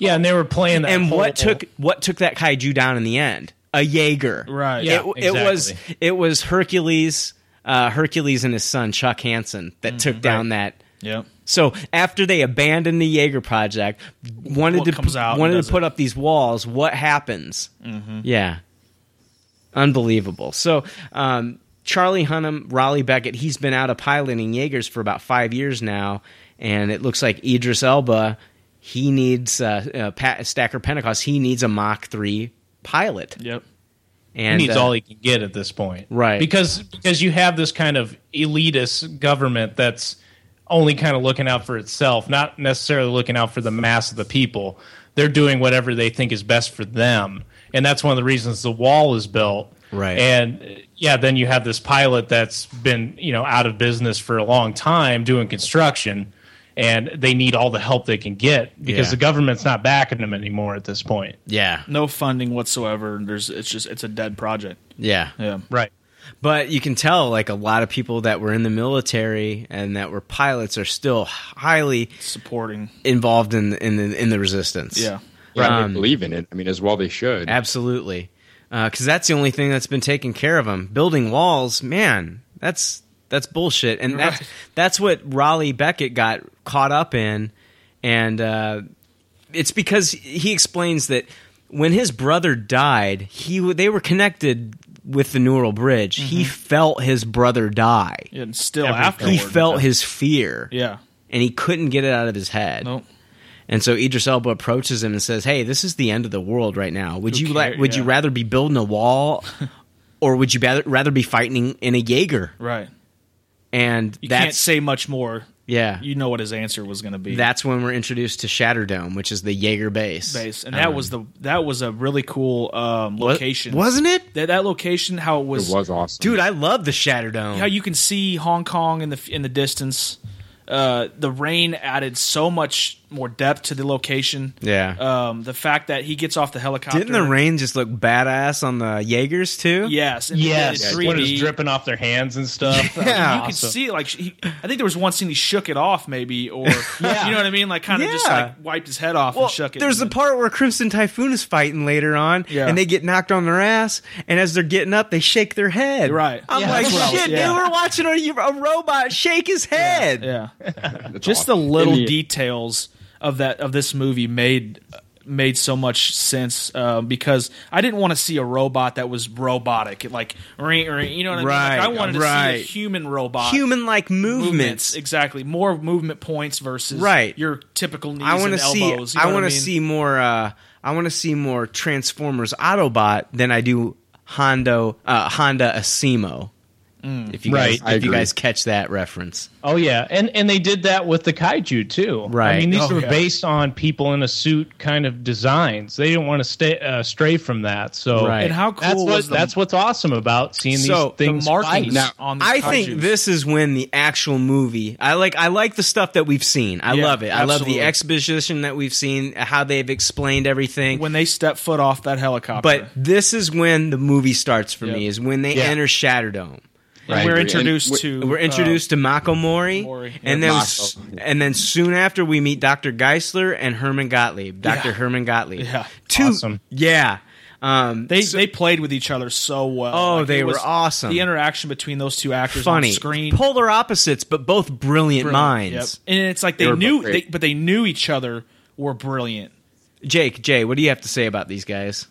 Speaker 4: Yeah, and they were playing that.
Speaker 2: and what
Speaker 4: whole-
Speaker 2: took what took that kaiju down in the end? A Jaeger,
Speaker 3: Right.
Speaker 2: It,
Speaker 3: Yeah,
Speaker 2: it was
Speaker 4: exactly.
Speaker 2: it was Hercules, uh, Hercules and his son Chuck Hansen
Speaker 3: Mm-hmm.
Speaker 2: that took down that.
Speaker 3: Yeah.
Speaker 2: So after they abandoned the Jaeger project, wanted
Speaker 3: What
Speaker 2: to
Speaker 3: comes out and
Speaker 2: wanted
Speaker 3: does
Speaker 2: to put
Speaker 3: it. Mm-hmm.
Speaker 2: up these walls. What happens? Yeah, unbelievable. So um, Charlie Hunnam, Raleigh Beckett, he's been out of piloting Jaegers for about five years now, and it looks like Idris Elba, he needs uh, uh, Pat, Stacker Pentecost, he needs a Mach three pilot,
Speaker 3: Yep.
Speaker 2: and
Speaker 4: he needs
Speaker 2: uh,
Speaker 4: all he can get at this point,
Speaker 2: Right.
Speaker 4: Because because you have this kind of elitist government that's only kind of looking out for itself, not necessarily looking out for the mass of the people. They're doing whatever they think is best for them, and that's one of the reasons the wall is built,
Speaker 1: Right.
Speaker 4: And uh, yeah, then you have this pilot that's been you know out of business for a long time doing construction. And they need all the help they can get because
Speaker 1: Yeah.
Speaker 4: the government's not backing them anymore at this point.
Speaker 1: Yeah,
Speaker 3: No funding whatsoever. There's it's just it's a dead project.
Speaker 1: yeah.
Speaker 3: Yeah.
Speaker 4: Right.
Speaker 2: But you can tell, like a lot of people that were in the military and that were pilots are still highly
Speaker 3: Supporting.
Speaker 2: involved in in the, in the resistance.
Speaker 3: Yeah.
Speaker 5: Yeah, I mean, believe in it. I mean, as well they should.
Speaker 2: absolutely, because that's the only thing that's been taking care of them. Building walls, man, that's that's bullshit, and that's that's what Raleigh Beckett got caught up in, and uh, it's because he explains that when his brother died, he w- they were connected with the neural bridge. He
Speaker 3: Mm-hmm.
Speaker 2: felt his brother die.
Speaker 3: And still
Speaker 4: Every-
Speaker 3: after
Speaker 2: He felt his fear.
Speaker 3: Yeah.
Speaker 2: And he couldn't get it out of his head.
Speaker 3: Nope.
Speaker 2: And so Idris Elba approaches him and says, "Hey, this is the end of the world right now. Would
Speaker 3: Who
Speaker 2: you like?
Speaker 3: care-
Speaker 2: Would you
Speaker 3: yeah.
Speaker 2: rather be building a wall, or would you rather, rather be fighting in a Jaeger?"
Speaker 3: Right.
Speaker 2: And
Speaker 3: You
Speaker 2: that's
Speaker 3: can't say much more.
Speaker 2: yeah,
Speaker 3: You know what his answer was going to be.
Speaker 2: that's when we're introduced to Shatterdome, which is the Jaeger base. Uh,
Speaker 3: base, and that was the that was a really cool um, location,
Speaker 2: wasn't it?
Speaker 3: That that location, how it
Speaker 5: It
Speaker 3: was,
Speaker 5: was awesome,
Speaker 2: Dude, I love the Shatterdome.
Speaker 3: how you can see Hong Kong in the in the distance. Uh, the rain added so much more depth to the location.
Speaker 2: yeah.
Speaker 3: Um, the fact that he gets off the helicopter.
Speaker 2: Didn't the rain just look badass on the Jaegers too?
Speaker 3: Yes. And
Speaker 4: Yes,
Speaker 3: it's
Speaker 4: what is
Speaker 3: 3D.
Speaker 4: dripping off their hands and stuff.
Speaker 2: Yeah.
Speaker 4: That
Speaker 3: You
Speaker 4: was
Speaker 3: could
Speaker 4: awesome.
Speaker 3: see, like, he, I think there was one scene he shook it off, maybe, or you know what I mean, like, kind of just
Speaker 2: Yeah.
Speaker 3: like wiped his head off and shook it.
Speaker 2: There's the
Speaker 3: and
Speaker 2: part where Crimson Typhoon is fighting later on,
Speaker 3: Yeah.
Speaker 2: and they get knocked on their ass, and as they're getting up, they shake their head.
Speaker 3: Right.
Speaker 2: I'm
Speaker 3: Yeah,
Speaker 2: like,
Speaker 3: that's what I was-
Speaker 2: shit,
Speaker 3: yeah.
Speaker 2: dude, we're watching a, a robot shake his head.
Speaker 3: then- yeah,
Speaker 5: That's
Speaker 3: just the
Speaker 5: awesome.
Speaker 3: little
Speaker 5: Indian-
Speaker 3: details of that of this movie made made so much sense um, because I didn't want to see a robot that was robotic, It, like ring, ring, you know what I mean. Like, I
Speaker 2: Right,
Speaker 3: wanted to see a
Speaker 2: right.
Speaker 3: human robot,
Speaker 2: Human-like movements.
Speaker 3: exactly. More movement points versus
Speaker 2: Right.
Speaker 3: your typical knees
Speaker 2: I want
Speaker 3: and
Speaker 2: to see.
Speaker 3: elbows. you
Speaker 2: I
Speaker 3: know what
Speaker 2: want to
Speaker 3: mean?
Speaker 2: see more. Uh, I want to see more Transformers Autobot than I do Honda uh, Honda Asimo.
Speaker 3: Mm.
Speaker 1: If you guys,
Speaker 4: Right. I
Speaker 1: if you
Speaker 4: agree.
Speaker 1: guys catch that reference,
Speaker 4: Oh yeah, and and they did that with the kaiju too.
Speaker 1: Right.
Speaker 4: I mean, these
Speaker 1: Oh,
Speaker 4: were
Speaker 1: yeah.
Speaker 4: based on people in a suit kind of designs. They didn't want to stay uh, stray from that. So
Speaker 2: Right. And how
Speaker 4: that's
Speaker 2: cool
Speaker 4: what
Speaker 2: was the-
Speaker 4: that's what's awesome about seeing
Speaker 2: so
Speaker 4: these things.
Speaker 2: the markings
Speaker 4: fight.
Speaker 2: on the I think this is when the actual movie. I like I like the stuff that we've seen. I
Speaker 3: Yeah,
Speaker 2: love it. I love
Speaker 3: absolutely.
Speaker 2: the exposition that we've seen, how they've explained everything.
Speaker 3: when they step foot off that helicopter.
Speaker 2: but this is when the movie starts for me. Is when they
Speaker 3: Yeah. uh,
Speaker 2: enter Shatterdome.
Speaker 3: And Right. we're introduced to,
Speaker 2: we're introduced to Mako Mori, and then
Speaker 3: Yeah.
Speaker 2: s- and then soon after we meet Dr. Geisler and Herman Gottlieb. Dr.
Speaker 3: Yeah.
Speaker 2: Herman Gottlieb.
Speaker 3: Yeah.
Speaker 2: Two, Yeah. Um,
Speaker 3: They they played with each other so well.
Speaker 2: Oh,
Speaker 3: Like,
Speaker 2: they
Speaker 3: it
Speaker 2: were
Speaker 3: was-
Speaker 2: awesome.
Speaker 3: The interaction between those two actors
Speaker 2: funny
Speaker 3: on screen,
Speaker 2: polar opposites, but both brilliant,
Speaker 3: Brilliant.
Speaker 2: minds.
Speaker 3: Yep. And it's like
Speaker 2: They
Speaker 3: they,
Speaker 2: were
Speaker 3: knew,
Speaker 2: both great.
Speaker 3: they, but they knew each other were brilliant.
Speaker 2: Jake, Jay, what do you have to say about these guys?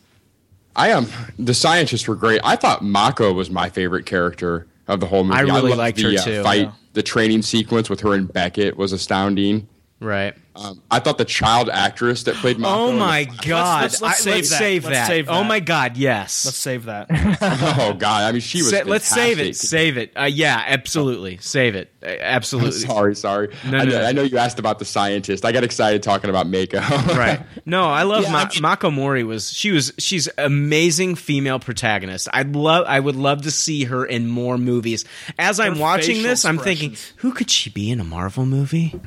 Speaker 5: I am. The scientists were great. I thought Mako was my favorite character of the whole movie.
Speaker 2: I really
Speaker 5: loved
Speaker 2: liked
Speaker 5: the,
Speaker 2: her,
Speaker 5: uh,
Speaker 2: too.
Speaker 5: fight,
Speaker 2: Yeah.
Speaker 5: the training sequence with her and Beckett was astounding.
Speaker 2: Right.
Speaker 5: Um, I thought the child actress that played Mako.
Speaker 2: oh
Speaker 5: in the-
Speaker 2: my god!
Speaker 3: let's- let's
Speaker 2: I-
Speaker 3: save that. Let's save
Speaker 2: Oh
Speaker 3: that.
Speaker 2: my god! Yes.
Speaker 3: Let's save that.
Speaker 5: oh god! I mean, she was.
Speaker 2: Sa- let's save it.
Speaker 5: fantastic.
Speaker 2: Save it. Uh, yeah, absolutely.
Speaker 3: Oh.
Speaker 2: Save it. Uh, absolutely.
Speaker 5: sorry, sorry.
Speaker 2: No,
Speaker 5: I,
Speaker 2: no,
Speaker 5: know,
Speaker 2: no.
Speaker 5: I know you asked about the scientist. I got excited talking about Mako.
Speaker 2: right. No, I love
Speaker 5: Yeah,
Speaker 2: Ma-
Speaker 5: I'm-
Speaker 2: Mako Mori was she was she's amazing female protagonist. I'd love I would love to see her in more movies. As I'm
Speaker 1: Her
Speaker 2: watching
Speaker 1: facial
Speaker 2: this, I'm thinking, who could she be in a Marvel movie?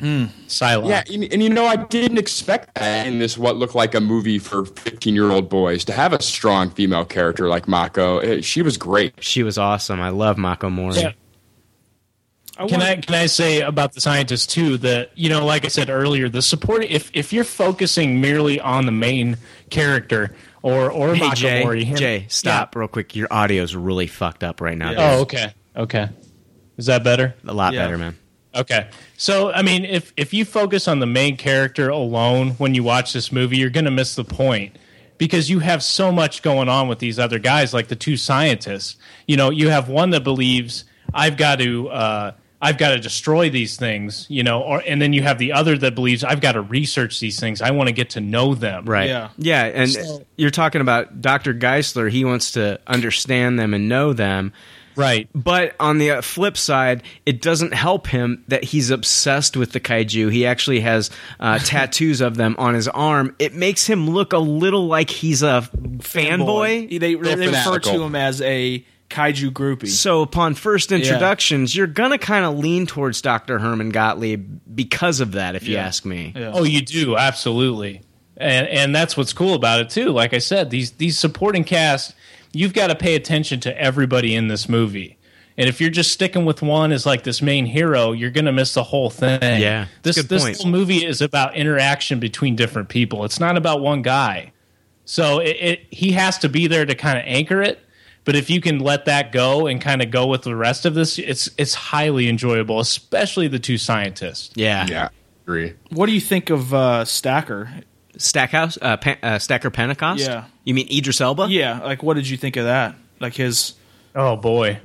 Speaker 4: Silent.
Speaker 5: Yeah, and, and you know, I didn't expect that in this what looked like a movie for 15 year old boys to have a strong female character like Mako. Eh, She was great.
Speaker 2: She was awesome. I love Mako Mori.
Speaker 4: Yeah. can I can I say about the scientists too that you know, like I said earlier, the support if if you're focusing merely on the main character or or
Speaker 2: Hey
Speaker 4: Mako
Speaker 2: Jay,
Speaker 4: Mori, him-
Speaker 2: Jay, stop real quick. Your audio's really fucked up right now.
Speaker 4: Yeah. Oh, okay. Okay. Is that better?
Speaker 2: A lot
Speaker 4: Yeah.
Speaker 2: better, man.
Speaker 4: Okay. So, I mean, if if you focus on the main character alone when you watch this movie, you're going to miss the point because you have so much going on with these other guys like the two scientists. You know, you have one that believes I've got to uh I've got to destroy these things, you know, or and then you have the other that believes I've got to research these things. I want to get to know them.
Speaker 2: Right. Yeah. and
Speaker 4: So-
Speaker 2: you're talking about Dr. Geisler. He wants to understand them and know them.
Speaker 4: Right.
Speaker 2: But on the uh, flip side, it doesn't help him that he's obsessed with the kaiju. He actually has uh, tattoos of them on his arm. It makes him look a little like he's a fanboy.
Speaker 3: They, they refer to him as a kaiju groupie.
Speaker 2: So upon first introductions, you're gonna kind of lean towards Dr. Herman Gottlieb because of that, if you
Speaker 4: Yeah.
Speaker 2: ask me.
Speaker 4: Oh, you do absolutely, and and that's what's cool about it too. Like I said, these these supporting cast, you've got to pay attention to everybody in this movie. And if you're just sticking with one as like this main hero, you're gonna miss the whole thing.
Speaker 2: Yeah, that's
Speaker 4: this
Speaker 2: a good
Speaker 4: this
Speaker 2: point.
Speaker 4: whole movie is about interaction between different people. It's not about one guy. So it, it he has to be there to kind of anchor it. But if you can let that go and kind of go with the rest of this, it's it's highly enjoyable, especially the two scientists.
Speaker 2: Yeah.
Speaker 5: Yeah. Agree.
Speaker 3: What do you think of uh, Stacker?
Speaker 2: Stackhouse, uh, Pen- uh, Stacker Pentecost.
Speaker 3: Yeah.
Speaker 2: You mean Idris Elba?
Speaker 3: Yeah, like what did you think of that? Like his.
Speaker 4: Oh boy.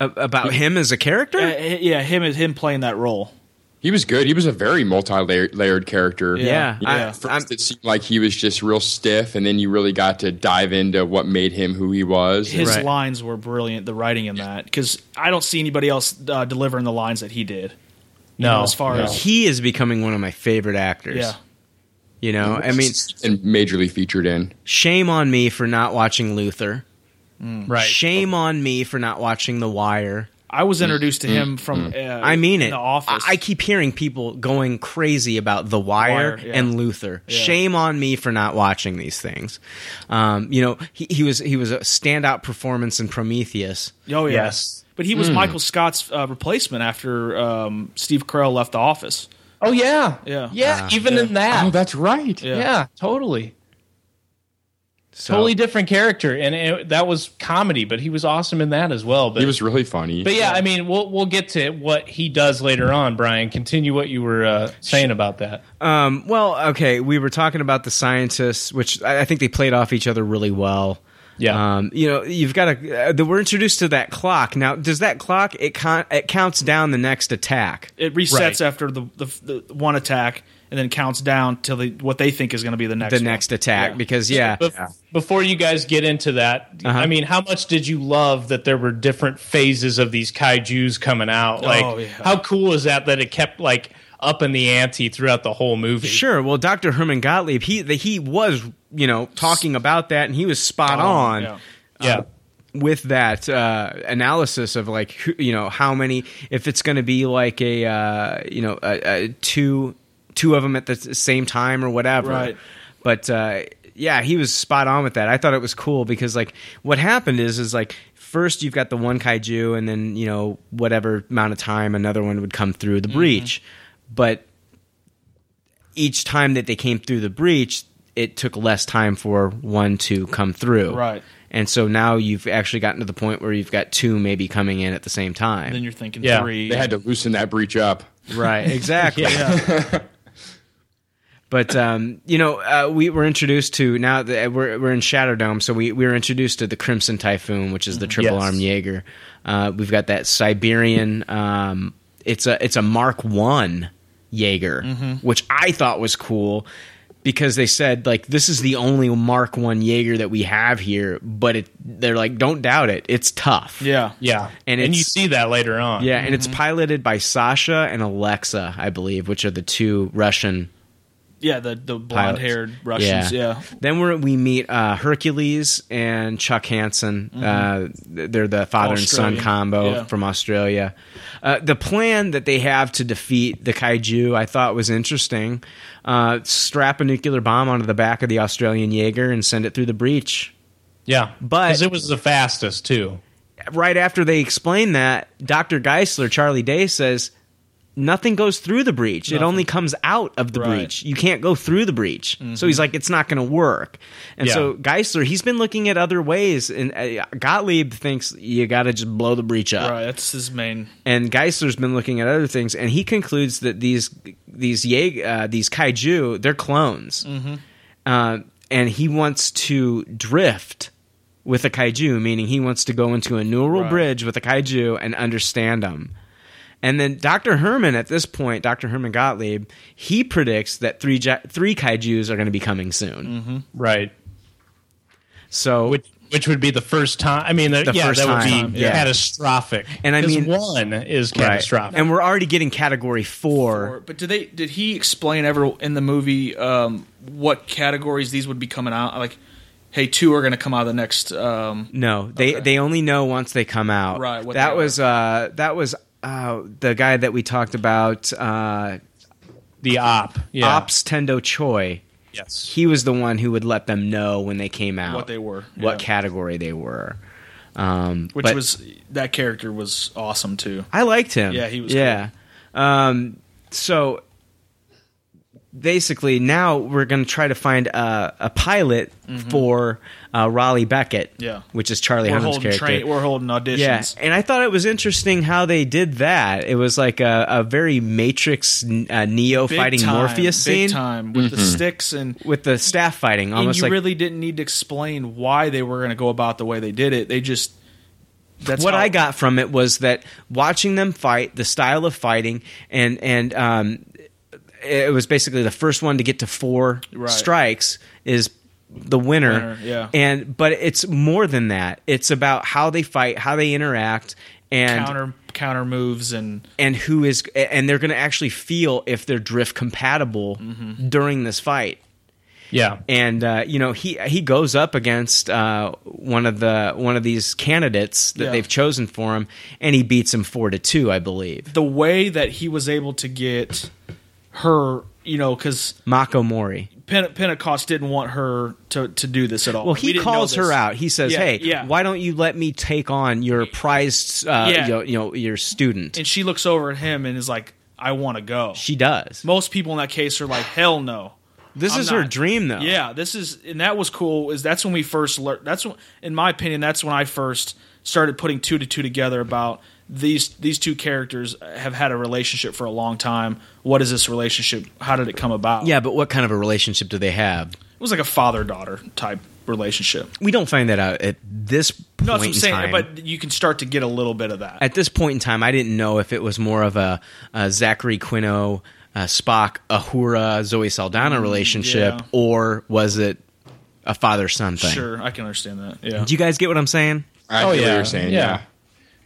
Speaker 2: about him as a character?
Speaker 3: uh, yeah, him him playing that role.
Speaker 5: He was good. He was a very multi-layered character.
Speaker 2: Yeah,
Speaker 5: You know,
Speaker 2: I-
Speaker 5: at first it seemed like he was just real stiff, and then you really got to dive into what made him who he was.
Speaker 3: His lines were brilliant. The writing in that because I don't see anybody else uh, delivering the lines that he did. You know, as far as
Speaker 2: he is becoming one of my favorite actors.
Speaker 3: Yeah.
Speaker 2: You know, I mean,
Speaker 5: and majorly featured in.
Speaker 2: shame on me for not watching Luther.
Speaker 4: Right.
Speaker 2: Shame on me for not watching The Wire.
Speaker 3: I was introduced to him from. Uh,
Speaker 2: Mm-hmm. I mean it.
Speaker 3: The Office.
Speaker 2: I, I keep hearing people going crazy about The Wire,
Speaker 3: Wire, yeah.
Speaker 2: and Luther.
Speaker 3: Yeah.
Speaker 2: Shame on me for not watching these things. Um, you know, he, he was he was a standout performance in Prometheus.
Speaker 3: Oh yeah.
Speaker 4: Yes.
Speaker 3: But he was
Speaker 2: Mm.
Speaker 3: Michael Scott's uh, replacement after um, Steve Carell left the office.
Speaker 4: Oh yeah,
Speaker 3: Yeah.
Speaker 4: yeah. even in that,
Speaker 5: Oh, that's right.
Speaker 4: yeah, totally,
Speaker 2: So-
Speaker 4: totally different character, and it, that was comedy, but he was awesome in that as well. But
Speaker 5: He was really funny.
Speaker 4: but yeah, I mean, we'll we'll get to what he does later on. Brian, continue what you were uh, saying about that.
Speaker 2: Um, well, okay, we were talking about the scientists, which I, I think they played off each other really well.
Speaker 4: Yeah.
Speaker 2: Um, you know, you've got to. Uh, the- we're introduced to that clock. Now, does that clock it con- it counts down the next attack?
Speaker 3: It resets
Speaker 2: Right.
Speaker 3: after the, the the one attack, and then counts down till the, what they think is going to be the next
Speaker 2: the
Speaker 3: one.
Speaker 2: next attack because yeah,
Speaker 4: Bef- Before you guys get into that, I mean, how much did you love that there were different phases of these kaiju's coming out? Like,
Speaker 3: Oh, yeah.
Speaker 4: how cool is that that it kept like up in the ante throughout the whole movie?
Speaker 2: Sure. Well, Dr. Herman Gottlieb, he the, he was you know talking about that, and he was spot on
Speaker 3: Oh, yeah.
Speaker 4: Yeah.
Speaker 2: with that uh, analysis of like who, you know how many if it's going to be like a uh, you know a, a two two of them at the s- same time or whatever.
Speaker 3: Right.
Speaker 2: But uh, yeah, he was spot on with that. I thought it was cool because like what happened is is like. First, you've got the one kaiju, and then you know whatever amount of time another one would come through the
Speaker 3: Mm-hmm.
Speaker 2: breach. But each time that they came through the breach, it took less time for one to come through.
Speaker 3: Right.
Speaker 2: And so now you've actually gotten to the point where you've got two maybe coming in at the same time.
Speaker 3: Then you're thinking
Speaker 4: Yeah.
Speaker 3: three.
Speaker 5: They had to loosen that breach up.
Speaker 2: right. Exactly.
Speaker 3: yeah.
Speaker 2: But um, you know, uh, we were introduced to now that we're we're in Shadow Dome, so we, we were introduced to the Crimson Typhoon, which is
Speaker 3: Mm-hmm.
Speaker 2: the triple
Speaker 4: Yes.
Speaker 2: arm Jaeger. Uh, we've got that Siberian. Um, it's a it's a Mark One Jaeger,
Speaker 3: Mm-hmm.
Speaker 2: which I thought was cool because they said like this is the only Mark One Jaeger that we have here. But it they're like don't doubt it, it's tough.
Speaker 3: yeah.
Speaker 4: Yeah.
Speaker 2: And
Speaker 4: And, you
Speaker 2: it's-
Speaker 4: see that later on.
Speaker 2: Yeah, and it's piloted by Sasha and Alexa, I believe, which are the two Russian
Speaker 3: Yeah, the, the blonde haired Russians. Yeah.
Speaker 2: Then we're, we meet uh, Hercules and Chuck Hansen. Uh, th- they're the father and
Speaker 3: Australian.
Speaker 2: son combo
Speaker 3: Yeah.
Speaker 2: from Australia. Uh, the plan that they have to defeat the kaiju, I thought was interesting. Uh, strap a nuclear bomb onto the back of the Australian Jaeger and send it through the breach.
Speaker 4: Yeah.
Speaker 2: But-
Speaker 4: Because it was the fastest, too.
Speaker 2: Right after they explain that, Dr. Geisler, Charlie Day, says nothing goes through the breach. It only comes out of the
Speaker 3: Right. Mm-hmm.
Speaker 2: breach. You can't go through the breach. So he's like, it's not going to work. And
Speaker 4: Yeah.
Speaker 2: so Geisler, he's been looking at other ways, and uh, Gottlieb thinks you got to just blow the breach up.
Speaker 3: Right. That's his main.
Speaker 2: And Geisler's been looking at other things, and he concludes that these these Ye- uh, these kaiju, they're clones, uh, and he wants to drift with a kaiju, meaning he wants to go into a neural bridge with a kaiju and understand them. And then Dr. Herman, at this point, Dr. Herman Gottlieb, he predicts that three ja- three kaiju's are going to be coming soon.
Speaker 4: Right.
Speaker 2: So,
Speaker 4: Which which would be the first time. I mean, the,
Speaker 2: The
Speaker 4: yeah,
Speaker 2: first
Speaker 4: that would
Speaker 2: time,
Speaker 4: be
Speaker 2: yeah.
Speaker 4: catastrophic.
Speaker 2: And I
Speaker 4: 'Cause
Speaker 2: mean-
Speaker 4: one is
Speaker 2: Right.
Speaker 4: catastrophic.
Speaker 2: and we're already getting category four.
Speaker 3: Or, but did they? Did he explain ever in the movie um, what categories these would be coming out? Like, hey, two are going to come out of the next. Um,
Speaker 2: No, they they only know once they come out.
Speaker 3: Right, what
Speaker 2: that
Speaker 3: they
Speaker 2: was uh that was uh the guy that we talked about uh
Speaker 4: the op. Yeah.
Speaker 2: Ops Tendo Choi.
Speaker 4: Yes.
Speaker 2: He was the one who would let them know when they came out
Speaker 3: What they were,
Speaker 2: what
Speaker 3: yeah.
Speaker 2: category they were. Um
Speaker 3: which
Speaker 2: but
Speaker 3: was that character was awesome too.
Speaker 2: I liked him.
Speaker 3: Yeah, he was
Speaker 2: Yeah. Um so basically now we're going to try to find a, a pilot for uh, Raleigh Beckett,
Speaker 3: Mm-hmm. Yeah.
Speaker 2: which is Charlie
Speaker 3: We're
Speaker 2: Hunnam's
Speaker 3: holding
Speaker 2: character.
Speaker 3: train. We're holding
Speaker 2: Yeah,
Speaker 3: auditions.
Speaker 2: and I thought it was interesting how they did that. It was like a, a very Matrix uh, Neo
Speaker 3: Big
Speaker 2: fighting
Speaker 3: time,
Speaker 2: Morpheus scene
Speaker 3: Big time with the sticks and.
Speaker 2: with the staff fighting,
Speaker 3: And
Speaker 2: almost
Speaker 3: you
Speaker 2: like
Speaker 3: really didn't need to explain why they were going to go about the way they did it. They just that's
Speaker 2: what
Speaker 3: how-
Speaker 2: I got from it was that watching them fight, the style of fighting, and and um, it was basically the first one to get to four
Speaker 3: Right.
Speaker 2: strikes is the winner.
Speaker 3: Winner, yeah.
Speaker 2: and but it's more than that. It's about how they fight, how they interact, and
Speaker 3: counter counter moves and
Speaker 2: and who is and they're going to actually feel if they're drift compatible
Speaker 3: Mm-hmm.
Speaker 2: during this fight
Speaker 4: Yeah.
Speaker 2: and uh, you know he he goes up against uh, one of the one of these candidates that
Speaker 3: Yeah.
Speaker 2: they've chosen for him and he beats him 4 to 2 I believe
Speaker 3: the way that he was able to get her, you know, because
Speaker 2: Mako Mori
Speaker 3: Pente- Pentecost didn't want her to, to do this at all.
Speaker 2: well
Speaker 3: We
Speaker 2: he
Speaker 3: didn't know
Speaker 2: calls her
Speaker 3: this.
Speaker 2: out he says
Speaker 3: Yeah,
Speaker 2: hey
Speaker 3: yeah.
Speaker 2: why don't you let me take on your prized uh,
Speaker 3: Yeah.
Speaker 2: you, know, you know your student
Speaker 3: and she looks over at him and is like, "I want to go."
Speaker 2: she does
Speaker 3: Most people in that case are like, "Hell no."
Speaker 2: this
Speaker 3: I'm
Speaker 2: is her
Speaker 3: not-
Speaker 2: dream though
Speaker 3: Yeah, this is, and that was cool. Is that's when we first learned. That's when, in my opinion, that's when I first started putting two to two together about these these two characters have had a relationship for a long time. What is this relationship? How did it come about?
Speaker 2: yeah but what kind of a relationship do they have
Speaker 3: it was like a father daughter type relationship.
Speaker 2: we don't find that out at this point
Speaker 3: No, that's what
Speaker 2: in
Speaker 3: I'm saying.
Speaker 2: time.
Speaker 3: But you can start to get a little bit of that.
Speaker 2: at this point in time, I didn't know if it was more of a, a Zachary Quinto uh, Spock Ahura Zoe Saldana relationship,
Speaker 3: Mm, yeah.
Speaker 2: or was it a father son thing?
Speaker 3: Sure, I can understand that. Yeah.
Speaker 2: Do you guys get what I'm saying?
Speaker 5: I
Speaker 4: Oh,
Speaker 5: get what
Speaker 4: yeah,
Speaker 5: you're saying.
Speaker 4: yeah.
Speaker 5: Yeah.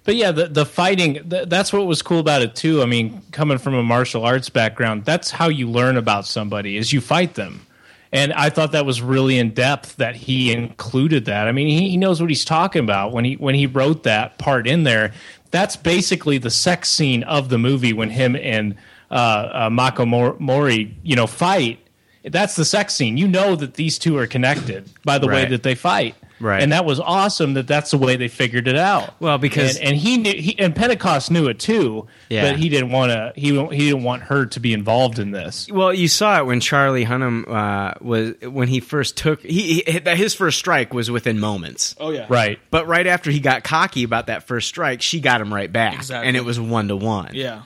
Speaker 4: But yeah, the the fighting th- that's what was cool about it too. I mean, coming from a martial arts background, that's how you learn about somebody is you fight them. And I thought that was really in depth that he included that. I mean, he, he knows what he's talking about when he when he wrote that part in there. That's basically the sex scene of the movie when him and uh, uh, Mako Mor- Mori, you know, fight. That's the sex scene. You know that these two are connected by the way
Speaker 2: Right.
Speaker 4: that they fight.
Speaker 2: Right.
Speaker 4: And that was awesome that that's the way they figured it out.
Speaker 2: Well, because-
Speaker 4: and, and he knew he, and Pentecost knew it too,
Speaker 2: Yeah.
Speaker 4: but he didn't want to he won't- he didn't want her to be involved in this.
Speaker 2: Well, you saw it when Charlie Hunnam uh, was when he first took he, he his first strike was within moments.
Speaker 3: oh yeah.
Speaker 4: Right.
Speaker 2: But right after he got cocky about that first strike, she got him right back,
Speaker 3: Exactly.
Speaker 2: and it was one to one.
Speaker 3: Yeah.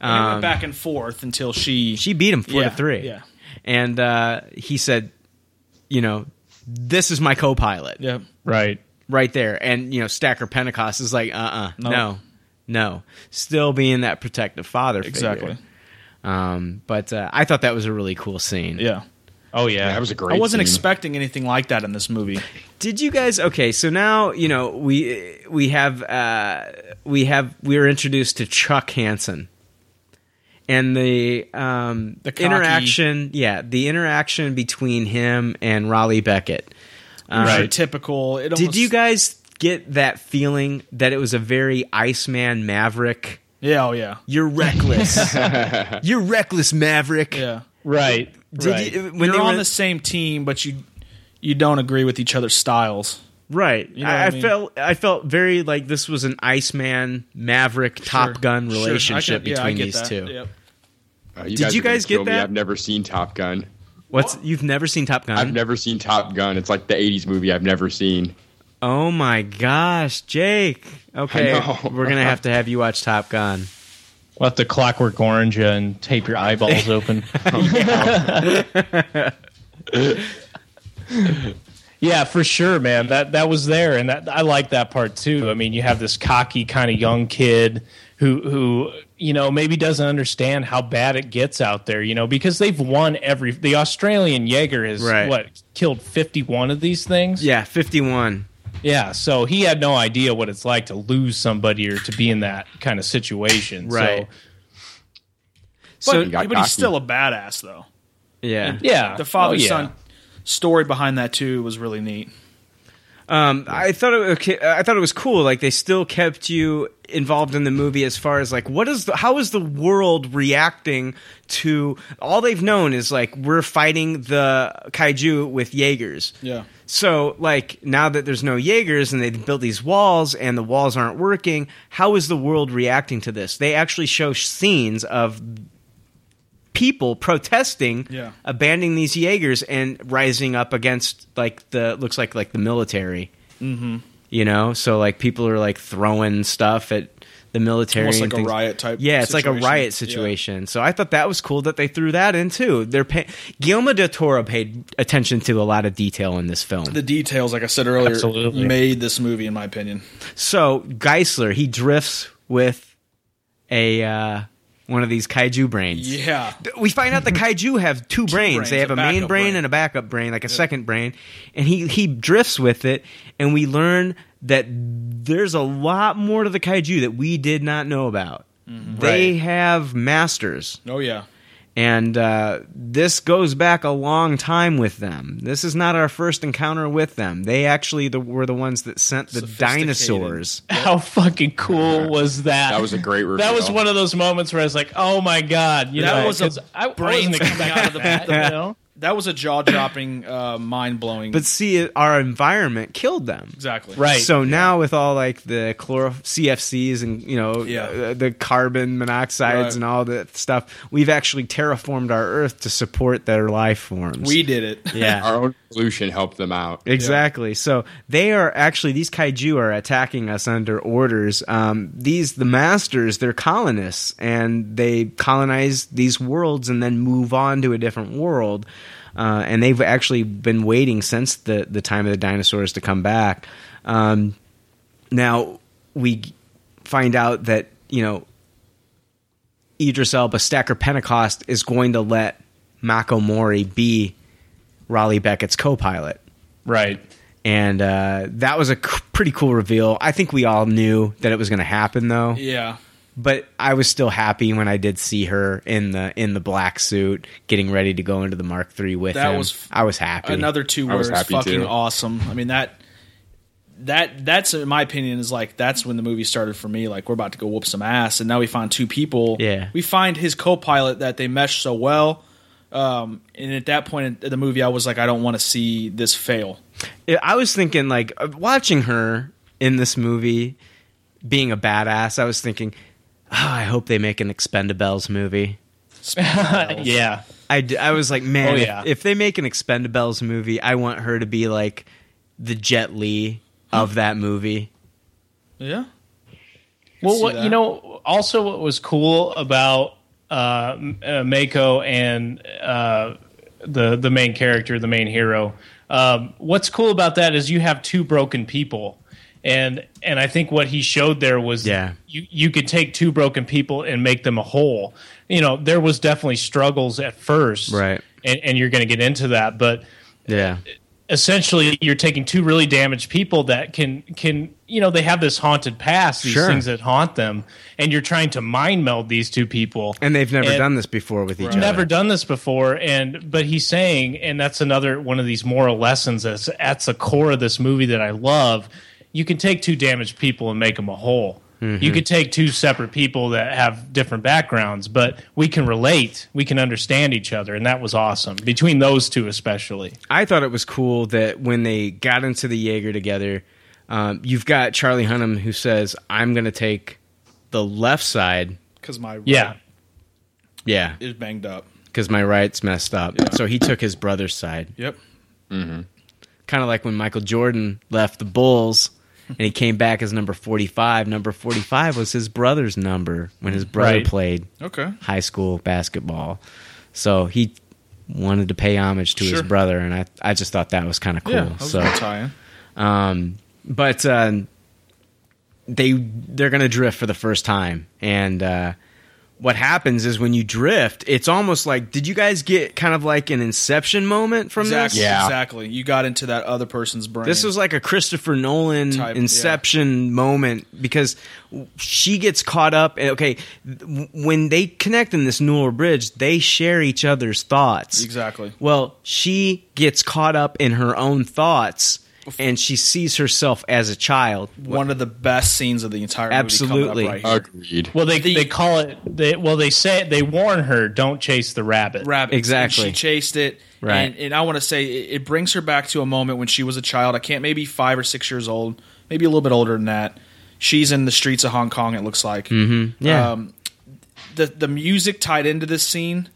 Speaker 3: And it went back and forth until she.
Speaker 2: Um, she beat him four
Speaker 3: Yeah,
Speaker 2: to three.
Speaker 3: yeah.
Speaker 2: and uh, he said, you know, this is my co-pilot
Speaker 3: Yeah.
Speaker 4: Right.
Speaker 2: right there. And you know, Stacker Pentecost is like, uh, uh
Speaker 3: No.
Speaker 2: no, no, still being that protective father figure.
Speaker 3: Exactly.
Speaker 2: Um, but uh, I thought that was a really cool scene.
Speaker 3: Yeah.
Speaker 4: Oh yeah.
Speaker 5: That was a great.
Speaker 3: I wasn't
Speaker 5: scene.
Speaker 3: expecting anything like that in this movie.
Speaker 2: Did you guys? Okay, so now you know we we have uh, we have we are introduced to Chuck Hansen and the um,
Speaker 3: The cocky-
Speaker 2: interaction. Yeah, the interaction between him and Raleigh Beckett.
Speaker 3: Right.
Speaker 4: Right.
Speaker 3: Typical. It
Speaker 2: Did
Speaker 3: almost-
Speaker 2: you guys get that feeling that it was a very Iceman Maverick?
Speaker 3: Yeah. Oh yeah.
Speaker 2: You're reckless. You're reckless, Maverick.
Speaker 3: Yeah.
Speaker 4: right.
Speaker 2: Did
Speaker 4: right.
Speaker 2: you, when
Speaker 3: When
Speaker 2: they
Speaker 3: you're
Speaker 2: were
Speaker 3: on the same team, but you you don't agree with each other's styles.
Speaker 2: Right.
Speaker 3: know
Speaker 2: I,
Speaker 3: what I
Speaker 2: I
Speaker 3: mean?
Speaker 2: felt I felt very like this was an Iceman Maverick Top
Speaker 3: Sure,
Speaker 2: Gun
Speaker 3: sure, I
Speaker 2: relationship
Speaker 3: can- yeah, I
Speaker 2: between
Speaker 3: get
Speaker 2: these
Speaker 3: that.
Speaker 2: two.
Speaker 3: Yep.
Speaker 5: Uh, you
Speaker 2: Did
Speaker 5: guys
Speaker 2: you
Speaker 5: are gonna
Speaker 2: guys get
Speaker 5: kill me.
Speaker 2: that?
Speaker 5: I've never seen Top Gun.
Speaker 2: What's you've never seen Top Gun?
Speaker 5: I've never seen Top Gun. It's like the '80s movie I've never seen.
Speaker 2: oh my gosh, Jake. Okay.
Speaker 5: know.
Speaker 2: We're going to have to have you watch Top Gun.
Speaker 4: We'll have to clockwork orange you and tape your eyeballs open. yeah, for sure, man. That that was there, and that I like that part too. I mean, you have this cocky kind of young kid who who you know maybe doesn't understand how bad it gets out there. You know, because they've won every. The Australian Jaeger has
Speaker 2: Right.
Speaker 4: what killed fifty one of these things.
Speaker 2: Yeah, 51.
Speaker 4: Yeah, so he had no idea what it's like to lose somebody or to be in that kind of situation.
Speaker 2: Right.
Speaker 4: So,
Speaker 2: So
Speaker 5: You
Speaker 3: but,
Speaker 5: got
Speaker 3: but he's
Speaker 5: cocky.
Speaker 3: still a badass though.
Speaker 2: yeah.
Speaker 4: yeah.
Speaker 3: The father
Speaker 4: Oh, yeah.
Speaker 3: son story behind that too was really neat.
Speaker 2: Um, I thought it, okay, I thought it was cool. Like they still kept you involved in the movie as far as like what is the how is the world reacting to all they've known is like we're fighting the kaiju with Jaegers.
Speaker 3: Yeah.
Speaker 2: So like now that there's no Jaegers and they've built these walls and the walls aren't working, how is the world reacting to this? They actually show scenes of people protesting
Speaker 3: Yeah.
Speaker 2: abandoning these Jaegers and rising up against like the looks like like the military. Mm-hmm. You know, so like people are like throwing stuff at the military.
Speaker 3: Almost
Speaker 2: and
Speaker 3: like a
Speaker 2: things.
Speaker 3: riot type
Speaker 2: Yeah, it's like a
Speaker 3: situation.
Speaker 2: riot
Speaker 3: Yeah.
Speaker 2: situation. So I thought that was cool that they threw that in too. They're pay- Guillermo del Toro paid attention to a lot of detail in this film.
Speaker 3: The details, like I said earlier,
Speaker 4: Absolutely.
Speaker 3: made this movie in my opinion.
Speaker 2: so Geisler he drifts with a uh, one of these kaiju brains.
Speaker 3: Yeah.
Speaker 2: we find out the kaiju have two, brains.
Speaker 3: brains,
Speaker 2: They have
Speaker 3: a
Speaker 2: a, main
Speaker 3: backup
Speaker 2: brain,
Speaker 3: brain.
Speaker 2: and a backup brain, like a second brain. And he he drifts with it, and we learn that there's a lot more to the kaiju that we did not know about.
Speaker 3: Mm-hmm.
Speaker 2: They have masters,
Speaker 3: Oh yeah.
Speaker 2: and uh, this goes back a long time with them. This is not our first encounter with them. They actually the, were the ones that sent the
Speaker 3: Sophisticated.
Speaker 2: dinosaurs.
Speaker 4: How fucking cool was that?
Speaker 5: That was a great reveal.
Speaker 4: That was one of those moments where I was like, "Oh my god!" You
Speaker 3: That
Speaker 4: know,
Speaker 3: was a
Speaker 4: 'cause I I
Speaker 3: brain
Speaker 4: wasn't
Speaker 3: coming out of the-
Speaker 4: expecting that, you know?
Speaker 3: That was a jaw dropping, uh, mind blowing.
Speaker 2: But see, our environment killed them.
Speaker 3: exactly
Speaker 4: Right.
Speaker 2: So now with all like the chloro CFCs and you know
Speaker 3: Yeah.
Speaker 2: uh, the carbon monoxides
Speaker 3: Right.
Speaker 2: and all that stuff, we've actually terraformed our Earth to support their life forms.
Speaker 3: We did it.
Speaker 2: yeah.
Speaker 5: our own pollution helped them out.
Speaker 2: Exactly. So they are actually these kaiju are attacking us under orders. Um, these the masters, they're colonists, and they colonize these worlds and then move on to a different world. Uh, and they've actually been waiting since the the time of the dinosaurs to come back. Um, now we find out that you know Idris Elba, Stacker Pentecost, is going to let Mako Mori be Raleigh Beckett's co pilot.
Speaker 4: Right.
Speaker 2: And uh, that was a c- pretty cool reveal. I think we all knew that it was going to happen, though.
Speaker 3: Yeah.
Speaker 2: But I was still happy when I did see her in the in the black suit, getting ready to go into the Mark III with
Speaker 3: That
Speaker 2: him.
Speaker 3: was f-
Speaker 2: I was happy.
Speaker 3: Another two
Speaker 5: I was
Speaker 3: words,
Speaker 5: happy
Speaker 3: fucking
Speaker 5: too.
Speaker 3: awesome. I mean that that that's in my opinion is like that's when the movie started for me. Like we're about to go whoop some ass, and now we find two people.
Speaker 2: Yeah.
Speaker 3: we find his co-pilot that they mesh so well. Um, and at that point in the movie, I was like, I don't want to see this fail.
Speaker 2: Yeah, I was thinking like uh, watching her in this movie being a badass. I was thinking, oh, I hope they make an Expendables movie.
Speaker 4: yeah.
Speaker 2: I, d- I was like, man,
Speaker 4: Oh,
Speaker 2: if-
Speaker 4: yeah.
Speaker 2: if, they make an Expendables movie, I want her to be like the Jet Li of that movie.
Speaker 3: Yeah,
Speaker 4: Well,
Speaker 3: see
Speaker 4: what,
Speaker 3: that.
Speaker 4: you know, also what was cool about uh, M- uh, Mako and uh, the the main character, the main hero. Um, what's cool about that is you have two broken people, and and I think what he showed there was
Speaker 2: Yeah.
Speaker 4: you you could take two broken people and make them a whole. You know, there was definitely struggles at first,
Speaker 2: Right.
Speaker 4: And, and you're going to get into that, but
Speaker 2: Yeah.
Speaker 4: essentially you're taking two really damaged people that can can you know they have this haunted past these
Speaker 2: Sure.
Speaker 4: things that haunt them and you're trying to mind meld these two people
Speaker 2: And they've never
Speaker 4: And-
Speaker 2: done this before with each
Speaker 4: never
Speaker 2: other.
Speaker 4: done this before and but he's saying and that's another one of these moral lessons that's at the core of this movie that i love you can take two damaged people and make them a whole
Speaker 2: Mm-hmm.
Speaker 4: you could take two separate people that have different backgrounds but we can relate we can understand each other and that was awesome between those two especially
Speaker 2: I thought it was cool that when they got into the Jaeger together, um, you've got Charlie Hunnam who says, I'm going to take the left side.
Speaker 3: because my right
Speaker 4: yeah
Speaker 2: Yeah.
Speaker 3: is banged up.
Speaker 2: because my right's messed up. So he took his brother's side.
Speaker 3: Yep.
Speaker 2: Kind of like when Michael Jordan left the Bulls and he came back as number 45. Number 45 was his brother's number when his brother
Speaker 4: Right.
Speaker 2: played
Speaker 3: Okay.
Speaker 2: high school basketball. So he wanted to pay homage to his
Speaker 3: Sure.
Speaker 2: brother, and I, I just thought that was kind of cool.
Speaker 3: Yeah, that was a
Speaker 2: so
Speaker 3: good tie-in.
Speaker 2: um, but um, they they're gonna drift for the first time, and uh, what happens is when you drift, it's almost like did you guys get kind of like an Inception moment from
Speaker 3: Exactly.
Speaker 2: this?
Speaker 5: Yeah.
Speaker 3: Exactly. You got into that other person's brain.
Speaker 2: This was like a Christopher Nolan
Speaker 3: Type, yeah.
Speaker 2: Inception moment because she gets caught up. And okay, w- when they connect in this neural bridge, they share each other's thoughts.
Speaker 3: Exactly.
Speaker 2: Well, she gets caught up in her own thoughts. And she sees herself as a child.
Speaker 3: one of the best scenes of the entire movie.
Speaker 2: Absolutely.
Speaker 3: Coming up right here.
Speaker 5: Agreed.
Speaker 4: Well, they they call it. They, well, they say they warn her, don't chase the rabbit.
Speaker 3: rabbit. And
Speaker 2: Exactly.
Speaker 3: she chased it.
Speaker 2: Right.
Speaker 3: And, and I want to say it, it brings her back to a moment when she was a child. I can't, maybe five or six years old, maybe a little bit older than that. She's in the streets of Hong Kong. It looks like. Mm-hmm.
Speaker 2: Yeah.
Speaker 3: Um, the the music tied into this scene.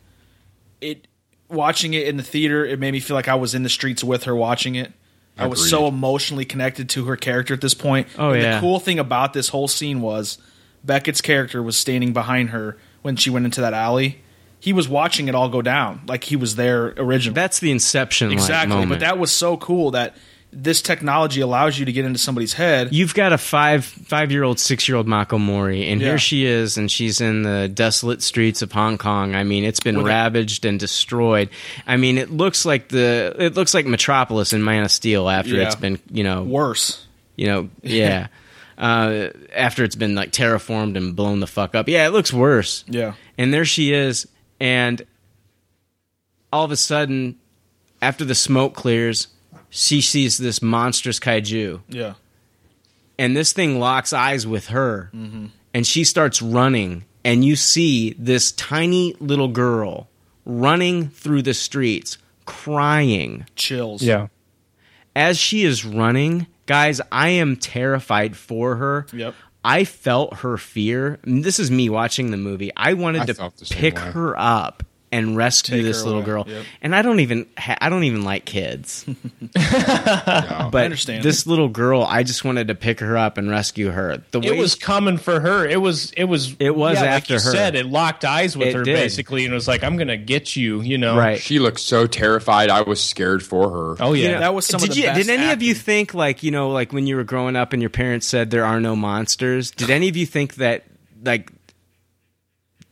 Speaker 3: It watching it in the theater. It made me feel like I was in the streets with her watching it. I was so emotionally connected to her character at this point.
Speaker 2: Oh,
Speaker 3: And
Speaker 2: yeah.
Speaker 3: The cool thing about this whole scene was Beckett's character was standing behind her when she went into that alley. He was watching it all go down, like he was there originally.
Speaker 2: That's the inception
Speaker 3: exactly.
Speaker 2: moment.
Speaker 3: But that was so cool that this technology allows you to get into somebody's head.
Speaker 2: You've got a five five year old, six year old Mako Mori, and
Speaker 3: Yeah.
Speaker 2: here she is, and she's in the desolate streets of Hong Kong. I mean, it's been ravaged and destroyed. I mean, it looks like the it looks like Metropolis in Man of Steel after
Speaker 3: Yeah.
Speaker 2: it's been you know
Speaker 3: Worse.
Speaker 2: you know yeah. Uh, after it's been like terraformed and blown the fuck up, yeah, it looks worse.
Speaker 3: Yeah.
Speaker 2: And there she is. And all of a sudden, after the smoke clears, she sees this monstrous kaiju.
Speaker 3: Yeah.
Speaker 2: And this thing locks eyes with her. And she starts running. And you see this tiny little girl running through the streets, crying.
Speaker 3: Chills.
Speaker 4: Yeah.
Speaker 2: As she is running, guys, I am terrified for her.
Speaker 3: Yep.
Speaker 2: I felt her fear. And This is me watching the movie. I wanted
Speaker 5: I
Speaker 2: to
Speaker 5: felt the same
Speaker 2: pick
Speaker 5: way.
Speaker 2: her up and rescue
Speaker 3: Take
Speaker 2: this
Speaker 3: her
Speaker 2: little
Speaker 3: away.
Speaker 2: girl.
Speaker 3: Yep.
Speaker 2: And I don't even ha- I don't even like kids. but
Speaker 3: understand.
Speaker 2: this little girl, I just wanted to pick her up and rescue her. The
Speaker 4: It
Speaker 2: way
Speaker 4: was coming for her. It was. It was.
Speaker 2: It was
Speaker 4: yeah, like
Speaker 2: after
Speaker 4: you
Speaker 2: her.
Speaker 4: Said it locked eyes with
Speaker 2: It
Speaker 4: her
Speaker 2: did.
Speaker 4: basically, and was like, "I'm gonna get you." You know.
Speaker 2: right.
Speaker 5: She looked so terrified. I was scared for her.
Speaker 4: Oh yeah.
Speaker 2: You know,
Speaker 3: That was some of
Speaker 2: did
Speaker 3: the
Speaker 2: you,
Speaker 3: best
Speaker 2: Did any of you
Speaker 3: acting.
Speaker 2: think like you know like when you were growing up and your parents said there are no monsters? Did any of you think that like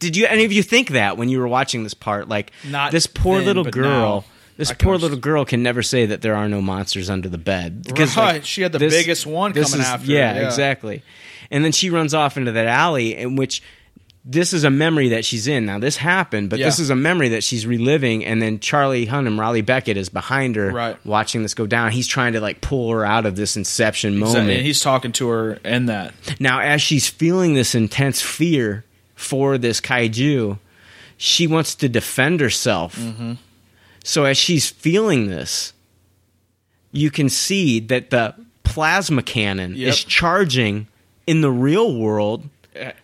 Speaker 2: Did you any of you think that when you were watching this part? Like
Speaker 3: Not
Speaker 2: this poor
Speaker 3: then,
Speaker 2: little
Speaker 3: but
Speaker 2: girl.
Speaker 3: now
Speaker 2: This
Speaker 3: I
Speaker 2: poor
Speaker 3: kinda-
Speaker 2: little girl can never say that there are no monsters under the bed
Speaker 3: Right,
Speaker 2: like,
Speaker 3: she had the biggest one
Speaker 2: this
Speaker 3: coming
Speaker 2: is-
Speaker 3: after her,
Speaker 2: Yeah,
Speaker 3: yeah.
Speaker 2: exactly. And then she runs off into that alley in which this is a memory that she's in. Now this happened, but this
Speaker 3: Yeah.
Speaker 2: is a memory that she's reliving. And then Charlie Hunnam, Raleigh Beckett, is behind her,
Speaker 3: Right.
Speaker 2: watching this go down. He's trying to like pull her out of this inception moment.
Speaker 3: And he's talking to her in that.
Speaker 2: Now, as she's feeling this intense fear for this kaiju, she wants to defend herself.
Speaker 3: Mm-hmm.
Speaker 2: So, as she's feeling this, you can see that the plasma cannon
Speaker 3: Yep.
Speaker 2: is charging in the real world.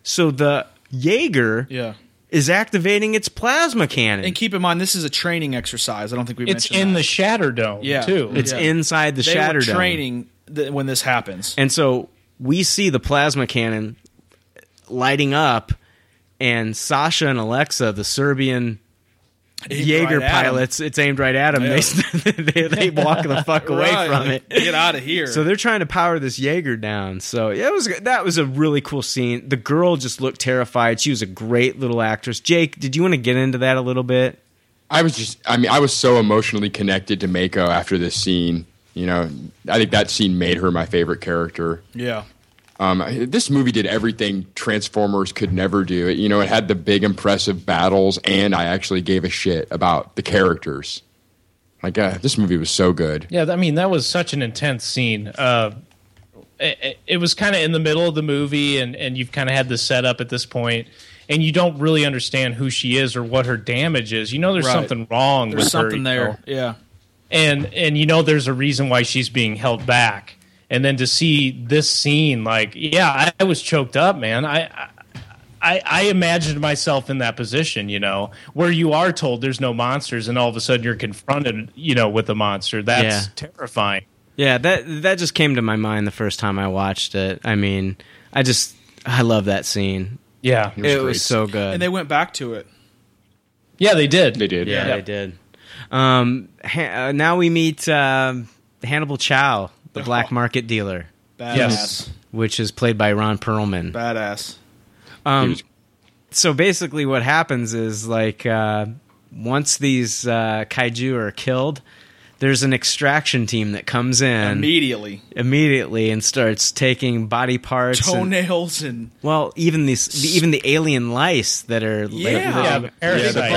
Speaker 2: So, the Jaeger
Speaker 3: Eh. Yeah.
Speaker 2: is activating its plasma cannon.
Speaker 3: And keep in mind, this is a training exercise. I don't think we
Speaker 4: It's
Speaker 3: mentioned
Speaker 4: in
Speaker 3: that.
Speaker 4: the Shatter Dome
Speaker 3: Yeah.
Speaker 4: too.
Speaker 2: it's
Speaker 3: yeah.
Speaker 2: inside the
Speaker 3: they
Speaker 2: shatter
Speaker 3: were
Speaker 2: dome.
Speaker 3: training th- when this happens.
Speaker 2: And so we see the plasma cannon lighting up, and Sasha and Alexa, the Serbian
Speaker 3: Aimed
Speaker 2: Jaeger
Speaker 3: right at 'em.
Speaker 2: pilots, it's aimed right at them. They, they, they walk the fuck away
Speaker 3: Right,
Speaker 2: from
Speaker 3: like,
Speaker 2: it.
Speaker 3: Get out of here.
Speaker 2: So they're trying to power this Jaeger down. So yeah, it was that was a really cool scene. The girl just looked terrified. She was a great little actress. Jake, did you want to get into that a little bit?
Speaker 5: I was just, I mean, I was so emotionally connected to Mako after this scene. You know, I think that scene made her my favorite character.
Speaker 3: yeah.
Speaker 5: Um, this movie did everything Transformers could never do. It, you know, it had the big, impressive battles, and I actually gave a shit about the characters. Like, uh, this movie was so good.
Speaker 4: Yeah, I mean that was such an intense scene. Uh, it, it was kind of in the middle of the movie, and and you've kind of had the setup at this point, and you don't really understand who she is or what her damage is. You know, there's
Speaker 3: Right.
Speaker 4: something wrong.
Speaker 3: There's
Speaker 4: with her,
Speaker 3: something
Speaker 4: you know?
Speaker 3: there. Yeah.
Speaker 4: and and you know there's a reason why she's being held back and then to see this scene like yeah i, I was choked up man I, I I- I imagined myself in that position, you know, where you are told there's no monsters, and all of a sudden you're confronted, you know, with a monster. That's
Speaker 2: Yeah.
Speaker 4: terrifying.
Speaker 2: Yeah, that that just came to my mind the first time I watched it. I mean, I just I love that scene.
Speaker 4: Yeah,
Speaker 2: it was so good.
Speaker 3: And they went back to it.
Speaker 4: yeah, they did.
Speaker 5: They did.
Speaker 2: Yeah,
Speaker 4: Yeah.
Speaker 2: they did. Um, ha- uh, now we meet um, Hannibal Chow, the black market dealer,
Speaker 3: Badass.
Speaker 4: Yes.
Speaker 2: which is played by Ron Perlman.
Speaker 3: Badass.
Speaker 2: Um, so basically, what happens is like uh, once these uh, kaiju are killed, there's an extraction team that comes in
Speaker 3: Immediately.
Speaker 2: immediately and starts taking body parts. and-
Speaker 3: Toenails and
Speaker 2: well, even these, even the alien lice that are like,
Speaker 3: Yeah.
Speaker 4: Yeah,
Speaker 2: living-
Speaker 5: Yeah, the
Speaker 4: Parasite.
Speaker 5: parasite.
Speaker 3: Yeah.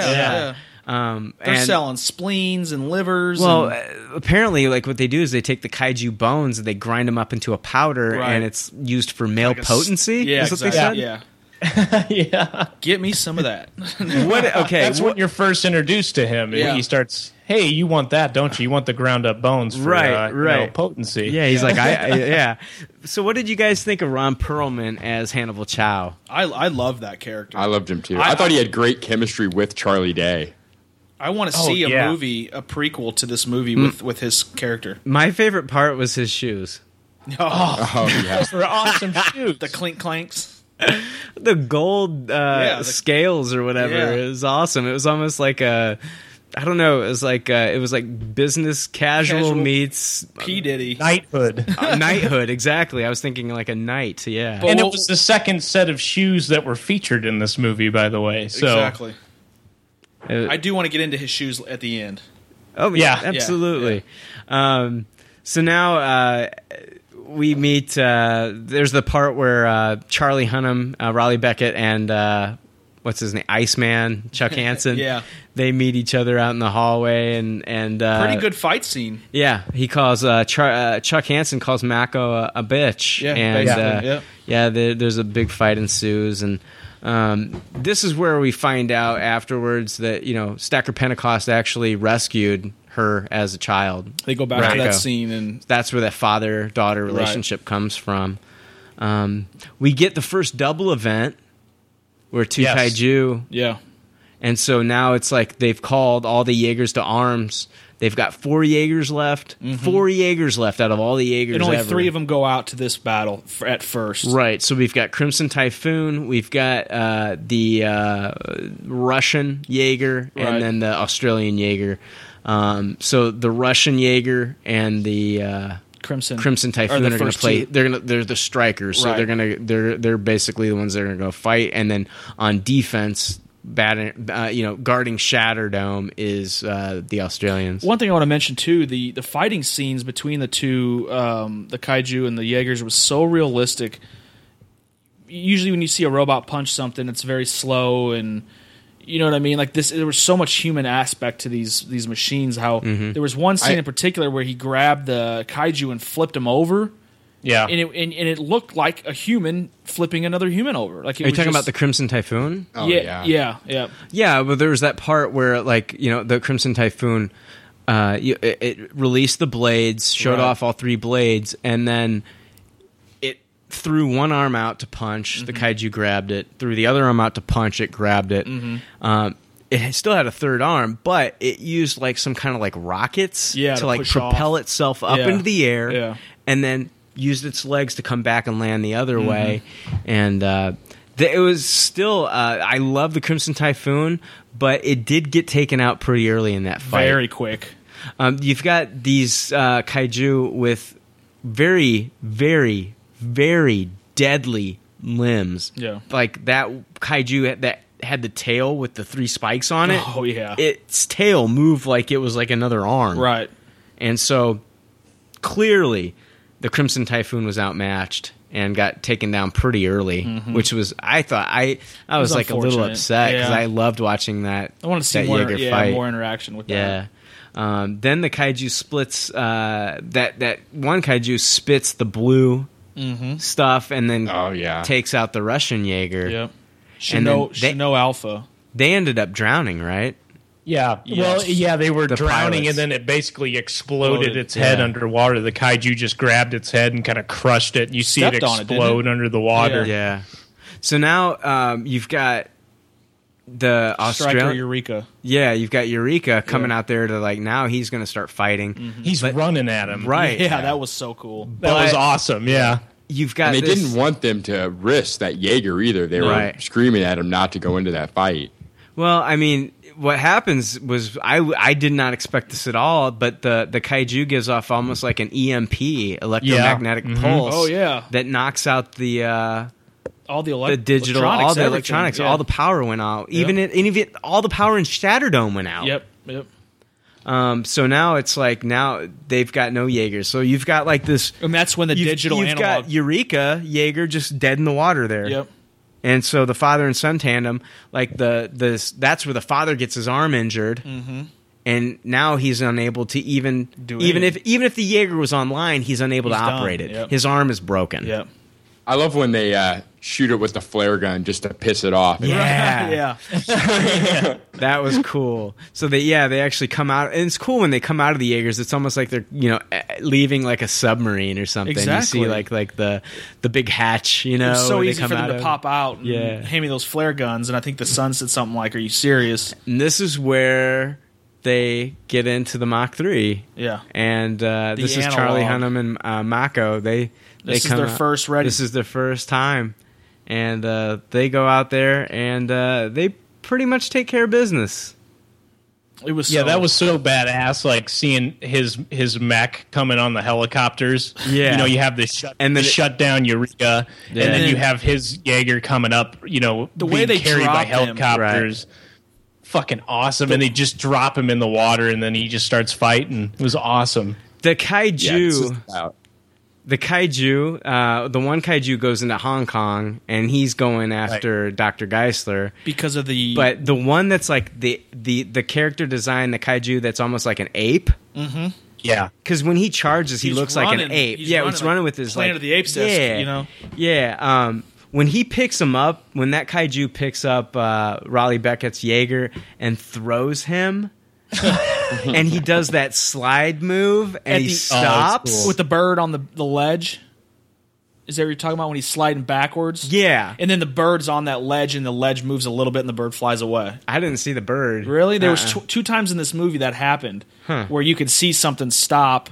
Speaker 5: Parasites.
Speaker 2: Yeah.
Speaker 3: yeah.
Speaker 2: um,
Speaker 3: They're
Speaker 2: and-
Speaker 3: selling spleens and livers.
Speaker 2: Well,
Speaker 3: and,
Speaker 2: uh, apparently, like what they do is they take the kaiju bones and they grind them up into a powder,
Speaker 3: Right.
Speaker 2: and it's used for male
Speaker 3: a s-
Speaker 2: potency.
Speaker 3: yeah,
Speaker 2: eh, is what
Speaker 3: exactly.
Speaker 2: they said.
Speaker 3: Yeah.
Speaker 4: yeah,
Speaker 3: Get me some of that.
Speaker 2: What? Okay.
Speaker 4: that's
Speaker 2: what-
Speaker 4: when you're first introduced to him. and
Speaker 3: Yeah.
Speaker 4: He starts, "Hey, you want that, don't you? You want the ground up bones, for,
Speaker 2: Right,
Speaker 4: uh, you
Speaker 2: right.
Speaker 4: know, potency."
Speaker 2: yeah, he's like, I, I yeah. So, what did you guys think of Ron Perlman as Hannibal Chow?
Speaker 3: I I love that character.
Speaker 5: I loved him too.
Speaker 3: I-
Speaker 5: I, thought he had great chemistry with Charlie Day.
Speaker 3: I want to see a
Speaker 4: yeah.
Speaker 3: movie, a prequel to this movie with with his character.
Speaker 2: My favorite part was his shoes.
Speaker 3: Oh,
Speaker 5: Oh, yeah.
Speaker 4: for awesome shoot.
Speaker 3: the clink clanks.
Speaker 2: The gold uh,
Speaker 3: Yeah, the-
Speaker 2: scales or whatever
Speaker 3: Yeah.
Speaker 2: it was awesome. It was almost like a. I don't know. It was like uh, it was like business casual,
Speaker 3: Casual.
Speaker 2: meets
Speaker 3: P Diddy.
Speaker 4: knighthood.
Speaker 2: knighthood. Exactly. I was thinking like a knight. Yeah.
Speaker 4: and it
Speaker 3: Well-
Speaker 4: was the second set of shoes that were featured in this movie, by the way. So
Speaker 3: Exactly.
Speaker 2: Uh,
Speaker 3: I do want to get into his shoes at the end.
Speaker 2: Oh yeah,
Speaker 4: Yeah.
Speaker 2: absolutely. Um, so now uh, we meet. Uh, there's the part where uh, Charlie Hunnam, uh, Raleigh Beckett, and uh, what's his name, Iceman, Chuck Hansen.
Speaker 3: Yeah.
Speaker 2: they meet each other out in the hallway, and and uh,
Speaker 3: Pretty good fight scene.
Speaker 2: Yeah, he calls uh, Char- uh, Chuck Hansen calls Mako a, a bitch.
Speaker 3: Yeah,
Speaker 2: and uh,
Speaker 3: basically,
Speaker 2: yeah,
Speaker 3: yeah.
Speaker 2: there, there's a big fight ensues, and um, this is where we find out afterwards that you know Stacker Pentecost actually rescued her as a child.
Speaker 3: They go back
Speaker 2: Right.
Speaker 3: to that
Speaker 2: Go.
Speaker 3: scene and
Speaker 2: That's where that father daughter relationship comes from. Um, we get the first double event where two
Speaker 4: Yes.
Speaker 2: kaiju
Speaker 3: yeah,
Speaker 2: and so now it's like they've called all the Jaegers to arms. They've got four Jaegers left. Four Jaegers left out of all the Jaegers.
Speaker 3: Mm-hmm. and only
Speaker 2: ever.
Speaker 3: three of them go out to this battle f- at first.
Speaker 2: Right. So we've got Crimson Typhoon. We've got uh, the uh, Russian Jaeger
Speaker 3: Right.
Speaker 2: and then the Australian Jaeger. Um, so the Russian Jaeger and the uh,
Speaker 3: Crimson
Speaker 2: Crimson Typhoon
Speaker 3: the
Speaker 2: are going to
Speaker 3: first
Speaker 2: play.
Speaker 3: two.
Speaker 2: They're going to they're the strikers, so
Speaker 3: Right.
Speaker 2: they're going to they're they're basically the ones that are going to go fight. And then on defense, batting, uh, you know, guarding Shatter Dome is uh, the Australians.
Speaker 3: One thing I want to mention too the the fighting scenes between the two um, the kaiju and the Jaegers was so realistic. Usually, when you see a robot punch something, it's very slow and you know what I mean. Like this, there was so much human aspect to these these machines. How
Speaker 2: Mm-hmm.
Speaker 3: there was one scene
Speaker 4: I-
Speaker 3: in particular where he grabbed the kaiju and flipped him over.
Speaker 4: Yeah.
Speaker 3: And it, and, and it looked like a human flipping another human over. Like it
Speaker 2: Are you
Speaker 3: was
Speaker 2: talking about
Speaker 3: just- Oh,
Speaker 2: the Crimson Typhoon?
Speaker 3: yeah, yeah, yeah,
Speaker 2: Yeah, but there was that part where, like, you know, the Crimson Typhoon, uh, you, it, it released the blades, showed
Speaker 3: Right.
Speaker 2: off all three blades, and then it threw one arm out to punch.
Speaker 3: Mm-hmm.
Speaker 2: The kaiju grabbed it. Threw the other arm out to punch. It grabbed it.
Speaker 3: Mm-hmm.
Speaker 2: Um, it had- still had a third arm, but it used like some kind of like rockets
Speaker 3: Yeah,
Speaker 2: to,
Speaker 3: to
Speaker 2: like
Speaker 3: push
Speaker 2: propel
Speaker 3: off.
Speaker 2: itself up
Speaker 3: Yeah.
Speaker 2: into the air,
Speaker 3: Yeah.
Speaker 2: and then used its legs to come back and land the
Speaker 3: Mm-hmm.
Speaker 2: other way. And uh, th- it was still, uh, I love the Crimson Typhoon, but it did get taken out pretty early in that fight.
Speaker 3: Very quick.
Speaker 2: Um, you've got these uh, kaiju with very, very, very deadly limbs.
Speaker 3: Yeah.
Speaker 2: Like that kaiju had- that had the tail with the three spikes on it.
Speaker 3: Oh, yeah.
Speaker 2: Its tail moved like it was like another arm.
Speaker 3: Right.
Speaker 2: And so clearly the Crimson Typhoon was outmatched and got taken down pretty early, which was I thought I I was,
Speaker 3: was
Speaker 2: like a little
Speaker 3: Mm-hmm. unfortunate.
Speaker 2: upset because
Speaker 3: Yeah.
Speaker 2: I loved watching that.
Speaker 3: I want to see
Speaker 2: that
Speaker 3: more,
Speaker 2: Jaeger
Speaker 3: yeah,
Speaker 2: fight.
Speaker 3: more interaction with that.
Speaker 2: Yeah. Um, then the kaiju splits. Uh, that that one kaiju spits the blue
Speaker 3: Mm-hmm.
Speaker 2: stuff, and then
Speaker 4: Oh, yeah.
Speaker 2: takes out the Russian Jaeger.
Speaker 3: Yep.
Speaker 2: And then
Speaker 3: Shino,
Speaker 2: they-
Speaker 3: Shino Alpha.
Speaker 2: They ended up drowning, right?
Speaker 4: Yeah. Well, yeah, they were
Speaker 2: The
Speaker 4: drowning,
Speaker 2: pilots.
Speaker 4: and then it basically exploded,
Speaker 3: Exploded,
Speaker 4: its head
Speaker 2: yeah.
Speaker 4: underwater. The kaiju just grabbed its head and kind of crushed it. You see it
Speaker 3: Stepped on it, didn't
Speaker 4: explode
Speaker 3: it?
Speaker 4: under the water.
Speaker 2: Yeah. So now um, you've got the
Speaker 3: Striker
Speaker 2: Australian.
Speaker 3: Eureka.
Speaker 2: yeah, you've got Eureka coming out there to like now he's going to start fighting.
Speaker 4: He's running at him.
Speaker 2: Right.
Speaker 3: Mm-hmm. Yeah, that was so cool.
Speaker 4: That was
Speaker 2: But-
Speaker 4: awesome. Yeah.
Speaker 2: You've got
Speaker 5: And they
Speaker 2: this-
Speaker 5: didn't want them to risk that Jaeger either. They were
Speaker 2: Right.
Speaker 5: screaming at him not to go into that fight.
Speaker 2: Well, I mean, what happens was I, I did not expect this at all, but the, the kaiju gives off almost like an EMP, electromagnetic pulse.
Speaker 3: Oh, yeah.
Speaker 2: that knocks out the uh,
Speaker 3: All the, elec-
Speaker 2: the digital, all the
Speaker 3: everything,
Speaker 2: electronics,
Speaker 3: yeah.
Speaker 2: all the power went out. Even it, and even all the power in Shatterdome went out.
Speaker 3: Yep, yep.
Speaker 2: Um, so now it's like now they've got no Jaegers. So you've got like this
Speaker 3: And that's when the
Speaker 2: you've-
Speaker 3: digital
Speaker 2: You've
Speaker 3: analog.
Speaker 2: got Eureka Jaeger just dead in the water there.
Speaker 3: yep.
Speaker 2: And so the father and son tandem, like the the that's where the father gets his arm injured, and now he's unable to even
Speaker 3: Mm-hmm. Do
Speaker 2: even if
Speaker 3: anything.
Speaker 2: even if the Jaeger was online, he's unable to
Speaker 3: He's done,
Speaker 2: operate it.
Speaker 3: yep.
Speaker 2: His arm is broken.
Speaker 3: Yep.
Speaker 5: I love when they uh, shoot it with the flare gun just to piss it off.
Speaker 2: Yeah.
Speaker 3: yeah.
Speaker 2: that was cool. So they yeah they actually come out, and it's cool when they come out of the Jaegers. It's almost like they're you know eh, leaving like a submarine or something. You
Speaker 3: Exactly.
Speaker 2: see like like the the big hatch. You know,
Speaker 3: It's so
Speaker 2: where they
Speaker 3: easy
Speaker 2: come
Speaker 3: for them
Speaker 2: out
Speaker 3: to
Speaker 2: of.
Speaker 3: pop out and
Speaker 2: Yeah.
Speaker 3: hand me those flare guns. And I think the son said something like, Are you serious?
Speaker 2: And this is where they get into the Mach three.
Speaker 3: Yeah.
Speaker 2: and uh, this is
Speaker 3: analog.
Speaker 2: Charlie Hunnam and uh, Mako. They they
Speaker 3: This is
Speaker 2: come
Speaker 3: their
Speaker 2: out-
Speaker 3: first ready.
Speaker 2: This is their first time, and uh, they go out there and uh, they pretty much take care of business.
Speaker 3: It was
Speaker 4: Yeah,
Speaker 3: so,
Speaker 4: that was so badass. Like seeing his his mech coming on the helicopters.
Speaker 2: Yeah.
Speaker 4: you know you have this shut
Speaker 2: And
Speaker 4: and
Speaker 2: then
Speaker 4: then
Speaker 2: it-
Speaker 4: shut down Eureka, and
Speaker 2: Yeah.
Speaker 4: then you have his Jaeger coming up. You know
Speaker 3: The way
Speaker 4: being
Speaker 3: they
Speaker 4: carried
Speaker 3: drop
Speaker 4: by
Speaker 3: him.
Speaker 4: helicopters, fucking awesome. and they just drop him in the water, and then he just starts fighting. It was awesome.
Speaker 2: The
Speaker 5: Yeah, it's
Speaker 2: kaiju,
Speaker 5: just about-
Speaker 2: the kaiju, uh, the one kaiju goes into Hong Kong and he's going after Dr. Geisler.
Speaker 3: because of the.
Speaker 2: But the one that's like the the the character design, the kaiju that's almost like an ape.
Speaker 4: Yeah,
Speaker 2: Because when he charges, he
Speaker 3: He's
Speaker 2: looks like an
Speaker 3: running.
Speaker 2: ape.
Speaker 3: He's
Speaker 2: yeah,
Speaker 3: running
Speaker 2: he's
Speaker 3: like
Speaker 2: running with his
Speaker 3: Planet
Speaker 2: like,
Speaker 3: of the Apes-esque,
Speaker 2: Yeah,
Speaker 3: you know?
Speaker 2: Yeah. Um, when he picks him up, when that kaiju picks up uh, Raleigh Beckett's Jaeger and throws him, and he does that slide move and
Speaker 3: At
Speaker 2: he
Speaker 3: the- Oh,
Speaker 2: stops
Speaker 3: with the bird on the, the ledge. Is that what you're talking about when he's sliding backwards?
Speaker 2: yeah.
Speaker 3: And then the bird's on that ledge, and the ledge moves a little bit, and the bird flies away.
Speaker 2: I didn't see the bird.
Speaker 3: Really? There was
Speaker 2: Uh-uh.
Speaker 3: tw- two times in this movie that happened where you could see something stop,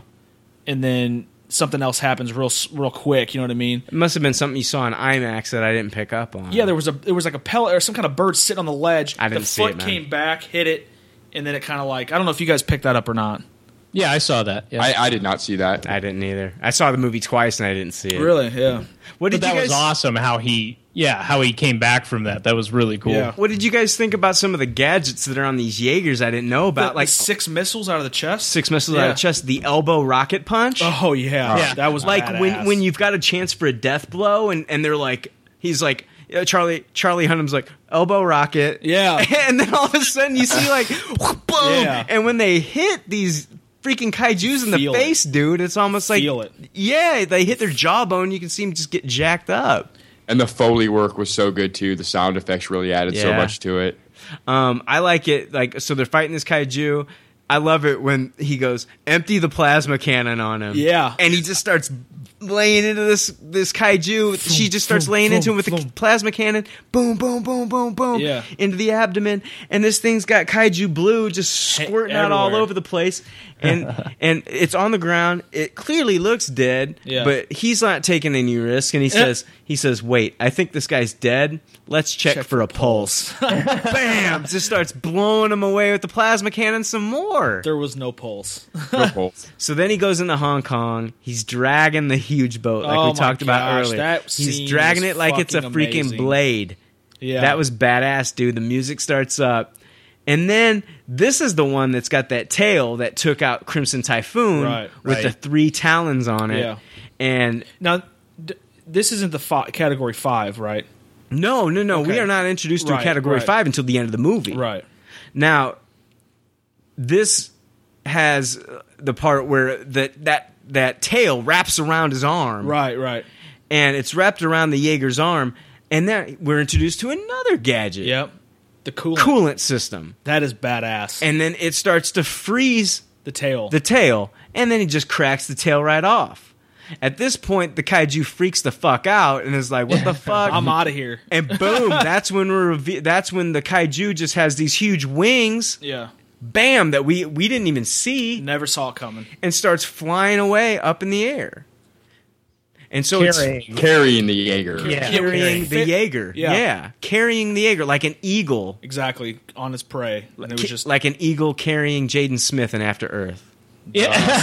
Speaker 3: and then something else happens real s- real quick. You know what I mean?
Speaker 2: It must have been something you saw on IMAX that I didn't pick up on.
Speaker 3: Yeah, there was a there was like a pellet or some kind of bird sitting on the ledge.
Speaker 2: Uh-huh. I didn't
Speaker 3: the
Speaker 2: see
Speaker 3: foot
Speaker 2: it, man.
Speaker 3: came back, hit it, and then it kind of like I don't know if you guys picked that up or not.
Speaker 4: Yeah, I saw that. Yeah.
Speaker 5: I, I did not see that.
Speaker 2: I didn't either. I saw the movie twice and I didn't see it.
Speaker 3: Really? Yeah.
Speaker 2: What
Speaker 4: but
Speaker 2: did
Speaker 4: that
Speaker 2: you guys,
Speaker 4: was awesome how he yeah, how he came back from that. That was really cool.
Speaker 3: Yeah.
Speaker 2: What did you guys think about some of the gadgets that are on these Jaegers I didn't know about?
Speaker 3: About
Speaker 2: like
Speaker 3: like six missiles out of the chest.
Speaker 2: six missiles out
Speaker 3: Yeah.
Speaker 2: of chest, the elbow rocket punch.
Speaker 3: Oh yeah,
Speaker 4: Yeah.
Speaker 3: That was
Speaker 2: like when
Speaker 3: badass.
Speaker 2: when you've got a chance for a death blow and and they're like he's like uh, Charlie Charlie Hunnam's like elbow rocket
Speaker 3: Yeah.
Speaker 2: and then all of a sudden you see like boom
Speaker 3: Yeah.
Speaker 2: and when they hit these freaking kaiju's in the
Speaker 3: Feel it.
Speaker 2: face dude it's almost like
Speaker 3: Feel it.
Speaker 2: yeah they hit their jawbone you can see them just get jacked up
Speaker 5: And the Foley work was so good too. The sound effects really added so
Speaker 2: Yeah.
Speaker 5: much to it.
Speaker 2: um I like it like so they're fighting this kaiju. I love it when he goes empty the plasma cannon on him.
Speaker 3: Yeah.
Speaker 2: and he just starts laying into this this kaiju. she just starts laying into him with the plasma cannon. Boom, boom, boom, boom, boom.
Speaker 3: Yeah.
Speaker 2: into the abdomen, and this thing's got kaiju blue just squirting out all
Speaker 3: everywhere.
Speaker 2: over the place, and and it's on the ground. It clearly looks dead,
Speaker 3: Yeah.
Speaker 2: but he's not taking any risk, and he says he says, "Wait, I think this guy's dead. Let's check, for a pulse." bam, just starts blowing him away with the plasma cannon some more.
Speaker 3: there was no pulse.
Speaker 5: No pulse.
Speaker 2: So then he goes into Hong Kong. He's dragging the huge boat like
Speaker 3: Oh
Speaker 2: we
Speaker 3: my
Speaker 2: talked about
Speaker 3: gosh,
Speaker 2: earlier.
Speaker 3: that scene
Speaker 2: He's dragging
Speaker 3: was
Speaker 2: it like it's a
Speaker 3: fucking
Speaker 2: freaking
Speaker 3: amazing.
Speaker 2: blade.
Speaker 3: Yeah,
Speaker 2: That was badass, dude. The music starts up. And then this is the one that's got that tail that took out Crimson Typhoon
Speaker 3: Right,
Speaker 2: with the
Speaker 4: right.
Speaker 2: three talons on it.
Speaker 3: Yeah.
Speaker 2: And
Speaker 3: now. D- this isn't the fi- category five, right?
Speaker 2: no, no, no. We
Speaker 3: Okay.
Speaker 2: are not introduced to
Speaker 3: Right,
Speaker 2: Category
Speaker 3: right.
Speaker 2: 5 until the end of the movie.
Speaker 3: Right.
Speaker 2: Now, this has uh, the part where that that that tail wraps around his arm,
Speaker 3: Right. Right.
Speaker 2: and it's wrapped around the Jaeger's arm, and then we're introduced to another gadget,
Speaker 3: Yep. The coolant.
Speaker 2: coolant system,
Speaker 3: That is badass.
Speaker 2: and then it starts to freeze
Speaker 3: the tail.
Speaker 2: the tail, and then he just cracks the tail right off. At this point, the kaiju freaks the fuck out and is like, "What the fuck?
Speaker 3: I'm out of here.
Speaker 2: And boom, that's when we're reve- that's when the kaiju just has these huge wings,
Speaker 3: Yeah.
Speaker 2: bam, that we we didn't even see.
Speaker 3: Never saw it coming.
Speaker 2: and starts flying away up in the air. And so it's
Speaker 5: Carrying the Jaeger.
Speaker 4: Yeah.
Speaker 2: carrying the
Speaker 3: Fit-
Speaker 2: Jaeger. Yeah.
Speaker 3: yeah.
Speaker 2: Carrying the Jaeger like an eagle.
Speaker 3: Exactly. On his prey. And it was
Speaker 2: Ki-
Speaker 3: just
Speaker 2: like an eagle carrying Jaden Smith in After Earth.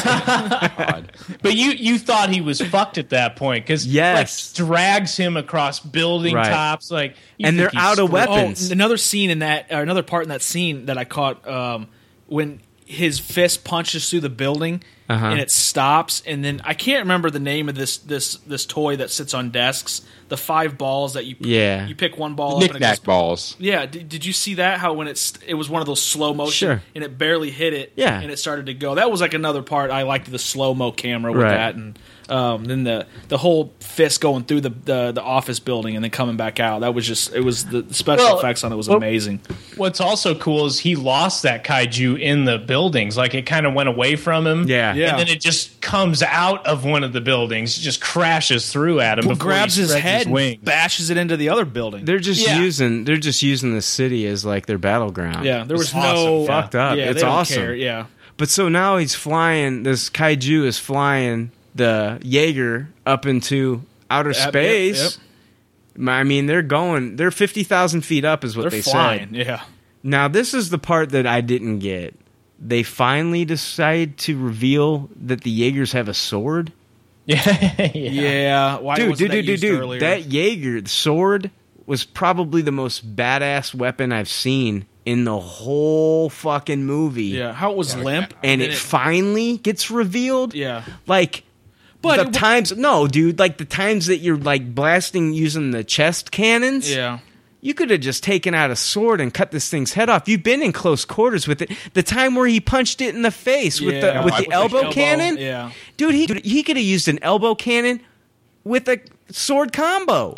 Speaker 5: God.
Speaker 4: But you you thought he was fucked at that point because
Speaker 2: Yes.
Speaker 4: like, drags him across building
Speaker 2: Right.
Speaker 4: tops like you
Speaker 2: And
Speaker 4: think
Speaker 2: they're
Speaker 4: he's
Speaker 2: out of
Speaker 4: screwed.
Speaker 2: weapons.
Speaker 3: Oh, another scene in that, or another part in that scene that I caught um, when his fist punches through the building
Speaker 2: Uh-huh.
Speaker 3: and it stops, and then I can't remember the name of this this this toy that sits on desks. The five balls that you
Speaker 2: Yeah.
Speaker 3: you pick one ball up and it goes,
Speaker 5: Knick-knack balls.
Speaker 3: yeah. Did, did you see that? How when it's it was one of those slow motion
Speaker 2: Sure.
Speaker 3: and it barely hit it,
Speaker 2: Yeah.
Speaker 3: and it started to go. That was like another part I liked the slow mo camera with
Speaker 2: Right.
Speaker 3: that, and um, then the the whole fist going through the, the the office building and then coming back out. That was just it was the special
Speaker 4: Well,
Speaker 3: effects on it was
Speaker 4: well-
Speaker 3: amazing.
Speaker 4: What's also cool is he lost that kaiju in the buildings. Like it kind of went away from him.
Speaker 2: Yeah.
Speaker 3: Yeah.
Speaker 4: And then it just comes out of one of the buildings, just crashes through at him.
Speaker 3: Well,
Speaker 4: before
Speaker 3: grabs
Speaker 4: he
Speaker 3: his
Speaker 4: spreads
Speaker 3: head,
Speaker 4: wings.
Speaker 3: and bashes it into the other building.
Speaker 2: They're just
Speaker 4: Yeah.
Speaker 2: using they're just using the city as like their battleground.
Speaker 3: yeah, there was
Speaker 4: It's awesome.
Speaker 3: no
Speaker 2: Fucked up.
Speaker 3: Yeah,
Speaker 2: It's
Speaker 3: they don't
Speaker 2: awesome.
Speaker 3: care, Yeah,
Speaker 2: But so now he's flying this kaiju is flying the Jaeger up into outer
Speaker 3: Uh, Yep, yep,
Speaker 2: space.
Speaker 3: yep.
Speaker 2: I mean, they're going they're fifty thousand feet up is what
Speaker 3: They're
Speaker 2: they said.
Speaker 3: flying. Yeah,
Speaker 2: Now, this is the part that I didn't get. They finally decide to reveal that the Jaegers have a sword.
Speaker 4: yeah.
Speaker 3: yeah. Why
Speaker 2: Dude, dude,
Speaker 3: wasn't that
Speaker 2: dude, dude,
Speaker 3: used
Speaker 2: dude.
Speaker 3: earlier?
Speaker 2: That Jaeger sword was probably the most badass weapon I've seen in the whole fucking movie.
Speaker 3: yeah, how it was limp
Speaker 2: And it, finally gets revealed.
Speaker 3: Yeah.
Speaker 2: Like,
Speaker 3: But
Speaker 2: the
Speaker 3: it wa-
Speaker 2: times, no, dude, like the times that you're like blasting using the chest cannons.
Speaker 3: yeah.
Speaker 2: You could have just taken out a sword and cut this thing's head off. You've been in close quarters with it. The time where he punched it in the face with
Speaker 3: Yeah,
Speaker 2: the with
Speaker 3: like
Speaker 2: the elbow, cannon,
Speaker 3: Yeah.
Speaker 2: dude, he could, he could have used an elbow cannon with a sword combo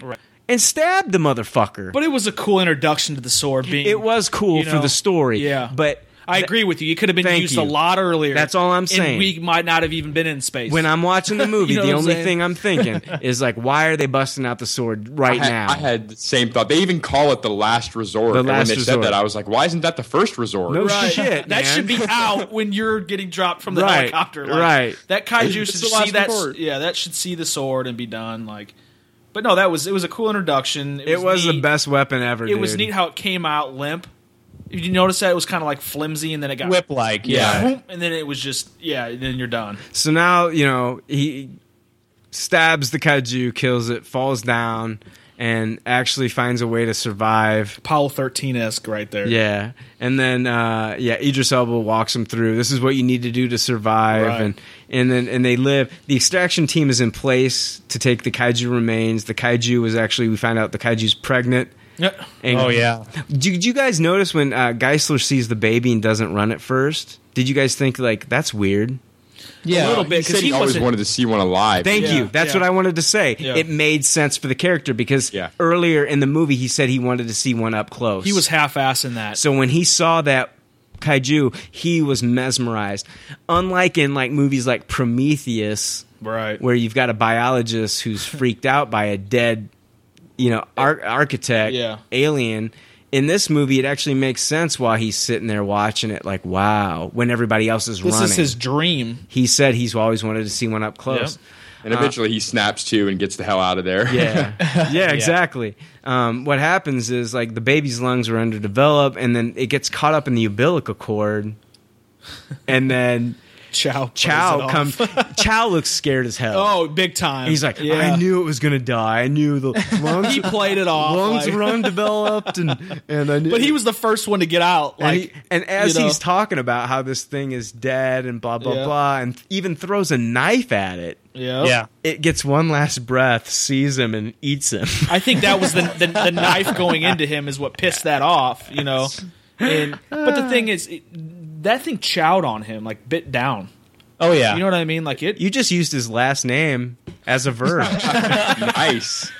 Speaker 2: and stabbed the motherfucker.
Speaker 3: But it was a cool introduction to the sword being.
Speaker 2: it was cool
Speaker 3: you
Speaker 2: for
Speaker 3: know,
Speaker 2: the story.
Speaker 3: yeah.
Speaker 2: but
Speaker 3: I
Speaker 2: th-
Speaker 3: agree with you. It could have been
Speaker 2: Thank
Speaker 3: used
Speaker 2: you.
Speaker 3: a lot earlier.
Speaker 2: That's all I'm saying.
Speaker 3: And we might not have even been in space.
Speaker 2: When I'm watching the movie,
Speaker 3: You know
Speaker 2: the
Speaker 3: what I'm
Speaker 2: only
Speaker 3: saying?
Speaker 2: thing I'm thinking is like, why are they busting out the sword right
Speaker 5: I had,
Speaker 2: now?
Speaker 5: I had the same thought. They even call it the last resort.
Speaker 2: The
Speaker 5: and
Speaker 2: last
Speaker 5: when they
Speaker 2: resort.
Speaker 5: said that, I was like, why isn't that the first resort?
Speaker 2: No
Speaker 3: Right.
Speaker 2: shit,
Speaker 3: that should be out when you're getting dropped from the
Speaker 2: Right,
Speaker 3: helicopter.
Speaker 2: right.
Speaker 3: That kaiju should
Speaker 5: It's the
Speaker 3: see
Speaker 5: last
Speaker 3: that.
Speaker 5: resort.
Speaker 3: Yeah, that should see the sword and be done. Like, but no, that was it was a cool introduction.
Speaker 2: It was the
Speaker 3: neat.
Speaker 2: best weapon ever.
Speaker 3: It was
Speaker 2: dude.
Speaker 3: neat how it came out limp. Did you notice that it was kind of like flimsy, and then it got
Speaker 4: Whip-like, yeah.
Speaker 3: whoop, and then it was just yeah, and then you're done.
Speaker 2: So now, you know, he stabs the kaiju, kills it, falls down, and actually finds a way to survive.
Speaker 3: Apollo thirteen esque right there.
Speaker 2: Yeah. And then uh yeah, Idris Elba walks him through. This is what you need to do to survive
Speaker 3: Right.
Speaker 2: and and then and they live. The extraction team is in place to take the kaiju remains. The kaiju is actually we find out the kaiju's pregnant.
Speaker 3: Yeah.
Speaker 2: And
Speaker 4: Oh, yeah.
Speaker 2: Did, did you guys notice when uh, Geisler sees the baby and doesn't run at first? Did you guys think like that's weird?
Speaker 4: Yeah,
Speaker 3: a little bit
Speaker 5: He
Speaker 3: because
Speaker 5: said
Speaker 3: he,
Speaker 5: he, always
Speaker 3: wasn't-
Speaker 5: wanted to see one alive.
Speaker 2: Thank
Speaker 3: Yeah,
Speaker 2: you. That's
Speaker 3: yeah.
Speaker 2: what I wanted to say.
Speaker 3: Yeah.
Speaker 2: It made sense for the character because
Speaker 5: Yeah.
Speaker 2: earlier in the movie he said he wanted to see one up close.
Speaker 3: He was half ass in that.
Speaker 2: So when he saw that kaiju, he was mesmerized. Unlike in like movies like Prometheus,
Speaker 3: right.
Speaker 2: where you've got a biologist who's freaked out by a dead, you know, ar- architect
Speaker 3: Yeah.
Speaker 2: alien. In this movie, it actually makes sense why he's sitting there watching it, like wow, when everybody else is
Speaker 3: This
Speaker 2: running.
Speaker 3: is his dream.
Speaker 2: he said he's always wanted to see one up close.
Speaker 5: And eventually he snaps to and gets the hell out of there.
Speaker 2: Yeah, yeah, exactly. Um, what happens is like the baby's lungs were underdeveloped, and then it gets caught up in the umbilical cord, and then
Speaker 3: Chow. plays it
Speaker 2: Chow
Speaker 3: off.
Speaker 2: comes. Chow looks scared as hell.
Speaker 3: Oh, big time.
Speaker 2: He's like,
Speaker 3: Yeah.
Speaker 2: I knew it was gonna die. I knew the lungs,
Speaker 3: He played it off.
Speaker 2: lungs
Speaker 3: like-
Speaker 2: were undeveloped, and and I knew.
Speaker 3: but he was the first one to get out.
Speaker 2: and,
Speaker 3: Like,
Speaker 2: he- and as
Speaker 3: you know.
Speaker 2: he's talking about how this thing is dead and blah blah
Speaker 3: Yeah.
Speaker 2: blah, and even throws a knife at it.
Speaker 3: yeah.
Speaker 4: yeah.
Speaker 2: It gets one last breath, sees him, and eats him.
Speaker 3: I think that was the, the the knife going into him is what pissed that off, you know. And but the thing is, it, that thing chowed on him, like bit down.
Speaker 4: Oh yeah.
Speaker 3: You know what I mean? Like it.
Speaker 2: You just used his last name as a verb.
Speaker 5: Nice.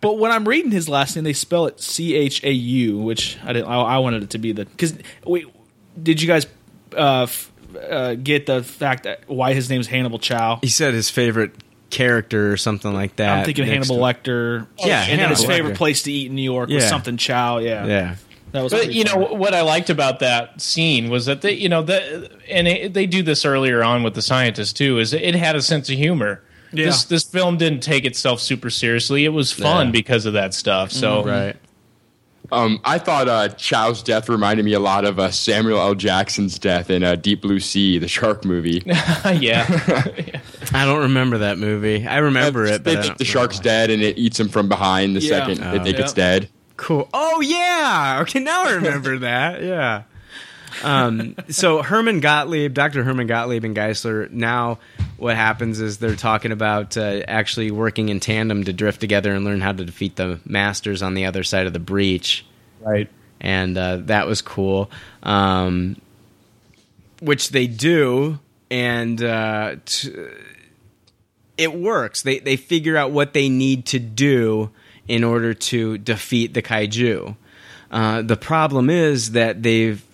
Speaker 3: but when I'm reading his last name, they spell it C H A U, which I didn't. I, I wanted it to be the because wait, did you guys uh, f- uh, get the fact that why his name's Hannibal Chow?
Speaker 2: he said his favorite character or something like that.
Speaker 3: I'm thinking
Speaker 2: next
Speaker 3: Hannibal
Speaker 2: to-
Speaker 3: Lecter.
Speaker 2: Yeah,
Speaker 3: and then his
Speaker 2: Hannibal
Speaker 3: favorite
Speaker 2: Lecter.
Speaker 3: place to eat in New York was
Speaker 2: Yeah.
Speaker 3: something Chow. Yeah,
Speaker 2: Yeah.
Speaker 3: That was.
Speaker 4: But
Speaker 3: pretty
Speaker 4: you know
Speaker 3: funny.
Speaker 4: what I liked about that scene was that they, you know, that and it, they do this earlier on with the scientists too. Is it had a sense of humor.
Speaker 3: Yeah.
Speaker 4: This this film didn't take itself super seriously. It was fun because of that stuff. So
Speaker 2: Right.
Speaker 5: Um, I thought uh, Chow's death reminded me a lot of uh, Samuel L. Jackson's death in uh, Deep Blue Sea, the shark movie.
Speaker 4: yeah,
Speaker 2: I don't remember that movie. I remember it, but
Speaker 5: they
Speaker 2: I
Speaker 5: think
Speaker 2: don't
Speaker 5: the shark's
Speaker 2: remember Oh.
Speaker 5: dead and it eats him from behind the
Speaker 3: Yeah.
Speaker 5: second they think
Speaker 3: Yeah.
Speaker 5: it's dead.
Speaker 2: why. Cool. Oh yeah. Okay, now I remember that. Yeah. Um, so Herman Gottlieb, Dr. Herman Gottlieb and Geisler. Now, what happens is they're talking about uh, actually working in tandem to drift together and learn how to defeat the masters on the other side of the breach.
Speaker 4: right.
Speaker 2: and uh, that was cool. Um, which they do, and uh, t- it works. They they figure out what they need to do in order to defeat the kaiju. Uh, the problem is that they've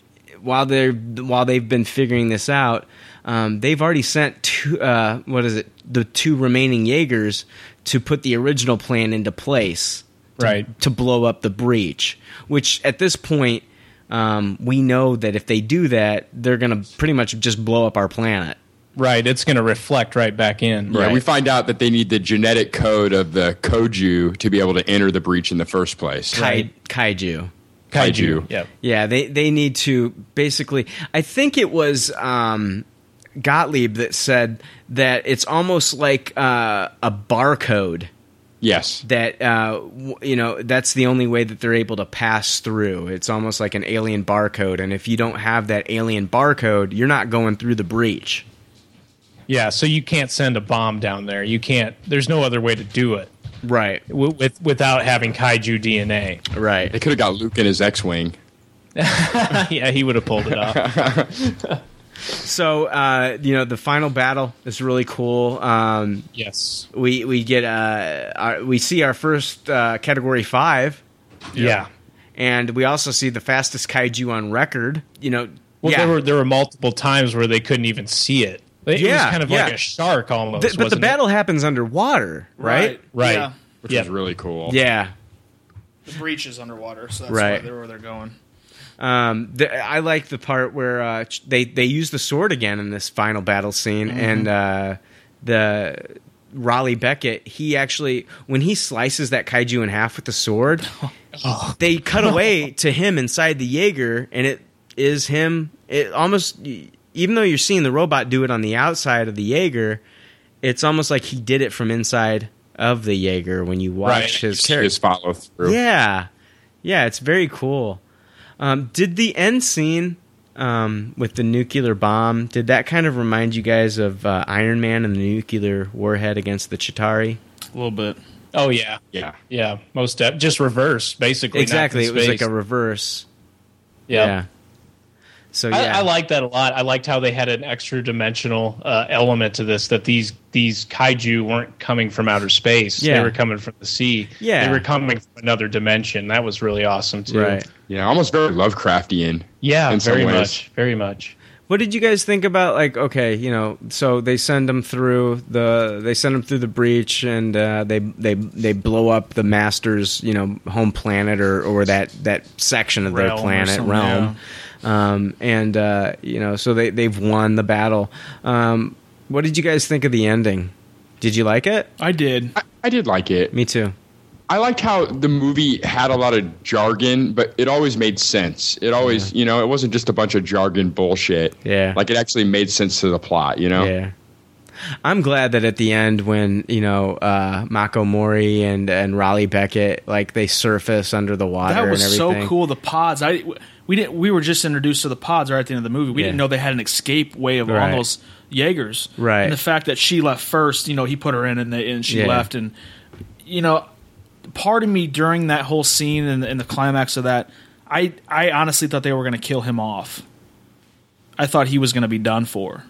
Speaker 2: while they're while they've been figuring this out, um, they've already sent two. Uh, what is it? The two remaining Jaegers to put the original plan into place
Speaker 4: Right.
Speaker 2: to blow up the breach. Which at this point, um, we know that if they do that, they're going to pretty much just blow up our planet.
Speaker 4: Right. It's going to reflect right back in.
Speaker 5: Yeah,
Speaker 4: Right.
Speaker 5: we find out that they need the genetic code of the Koju to be able to enter the breach in the first place.
Speaker 2: Kai- kaiju.
Speaker 5: Kaiju.
Speaker 4: Yeah.
Speaker 2: Yeah, they they need to basically. I think it was um, Gottlieb that said that it's almost like uh, a barcode.
Speaker 5: Yes.
Speaker 2: that uh, w- you know that's the only way that they're able to pass through. It's almost like an alien barcode, and if you don't have that alien barcode, you're not going through the breach.
Speaker 4: Yeah. So you can't send a bomb down there. You can't. There's no other way to do it
Speaker 2: Right,
Speaker 4: with, with without having kaiju DNA.
Speaker 5: They
Speaker 2: right.
Speaker 5: could have got Luke in his X Wing.
Speaker 4: yeah, he would have pulled it off.
Speaker 2: So uh, you know the final battle is really cool. Um,
Speaker 4: yes.
Speaker 2: we we get uh, our, we see our first uh, category five,
Speaker 4: Yeah.
Speaker 2: and we also see the fastest kaiju on record. You know,
Speaker 4: Well,
Speaker 2: yeah.
Speaker 4: there were there were multiple times where they couldn't even see it. It
Speaker 2: Yeah,
Speaker 4: was kind of
Speaker 2: yeah.
Speaker 4: like a shark almost.
Speaker 2: Th- but the
Speaker 4: wasn't it?
Speaker 2: battle happens underwater, right?
Speaker 4: right?
Speaker 3: Yeah.
Speaker 5: Which
Speaker 4: Yeah.
Speaker 5: is really cool.
Speaker 2: Yeah,
Speaker 3: The breach is underwater, so that's
Speaker 2: Right.
Speaker 3: why they're where they're going.
Speaker 2: Um, the, I like the part where uh, ch- they they use the sword again in this final battle scene, and uh, the Raleigh Beckett, he actually when he slices that kaiju in half with the sword, they cut away to him inside the Jaeger, and it is him. It almost even though you're seeing the robot do it on the outside of the Jaeger, it's almost like he did it from inside of the Jaeger when you watch his character.
Speaker 5: his follow through.
Speaker 2: Yeah, yeah, it's very cool. Um, did the end scene um, with the nuclear bomb? Did that kind of remind you guys of uh, Iron Man and the nuclear warhead against the Chitari?
Speaker 3: a little bit.
Speaker 4: Oh yeah,
Speaker 5: Yeah.
Speaker 4: yeah. Most def- just reverse basically. not
Speaker 2: Exactly,
Speaker 4: in
Speaker 2: it was like
Speaker 4: space.
Speaker 2: a reverse.
Speaker 4: yeah.
Speaker 2: Yeah. So yeah,
Speaker 4: I, I liked that a lot. I liked how they had an extra dimensional uh, element to this. That these these kaiju weren't coming from outer space.
Speaker 2: Yeah.
Speaker 4: They were coming from the sea.
Speaker 2: Yeah.
Speaker 4: They were coming from another dimension. That was really awesome too.
Speaker 2: right.
Speaker 5: Yeah, almost very Lovecraftian.
Speaker 4: Yeah.
Speaker 5: In some
Speaker 4: very
Speaker 5: ways.
Speaker 4: much. Very much.
Speaker 2: What did you guys think about like okay, you know, so they send them through the they send them through the breach and uh, they they they blow up the master's you know home planet or or that that section of
Speaker 4: Realm
Speaker 2: their
Speaker 4: or
Speaker 2: planet
Speaker 4: something,
Speaker 2: realm, um, and uh, you know so they they've won the battle. Um, what did you guys think of the ending? Did you like it?
Speaker 3: I did.
Speaker 5: I, I did like it.
Speaker 2: Me too.
Speaker 5: I liked how the movie had a lot of jargon, but it always made sense. It always, you know, it wasn't just a bunch of jargon bullshit.
Speaker 2: Yeah.
Speaker 5: Like it actually made sense to the plot, you know?
Speaker 2: Yeah. I'm glad that at the end, when you know uh, Mako Mori and and Raleigh Beckett, like they surface under the water.
Speaker 3: That
Speaker 2: and
Speaker 3: was
Speaker 2: everything.
Speaker 3: so cool. The pods. I we didn't. We were just introduced to the pods right at the end of the movie. We didn't
Speaker 2: Yeah.
Speaker 3: know they had an escape way of
Speaker 2: Right.
Speaker 3: all those Jaegers.
Speaker 2: Right.
Speaker 3: And the fact that she left first, you know, he put her in and, they, and she
Speaker 2: Yeah.
Speaker 3: left. And you know, part of me during that whole scene and, and the climax of that, I I honestly thought they were going to kill him off. I thought he was going to be done for.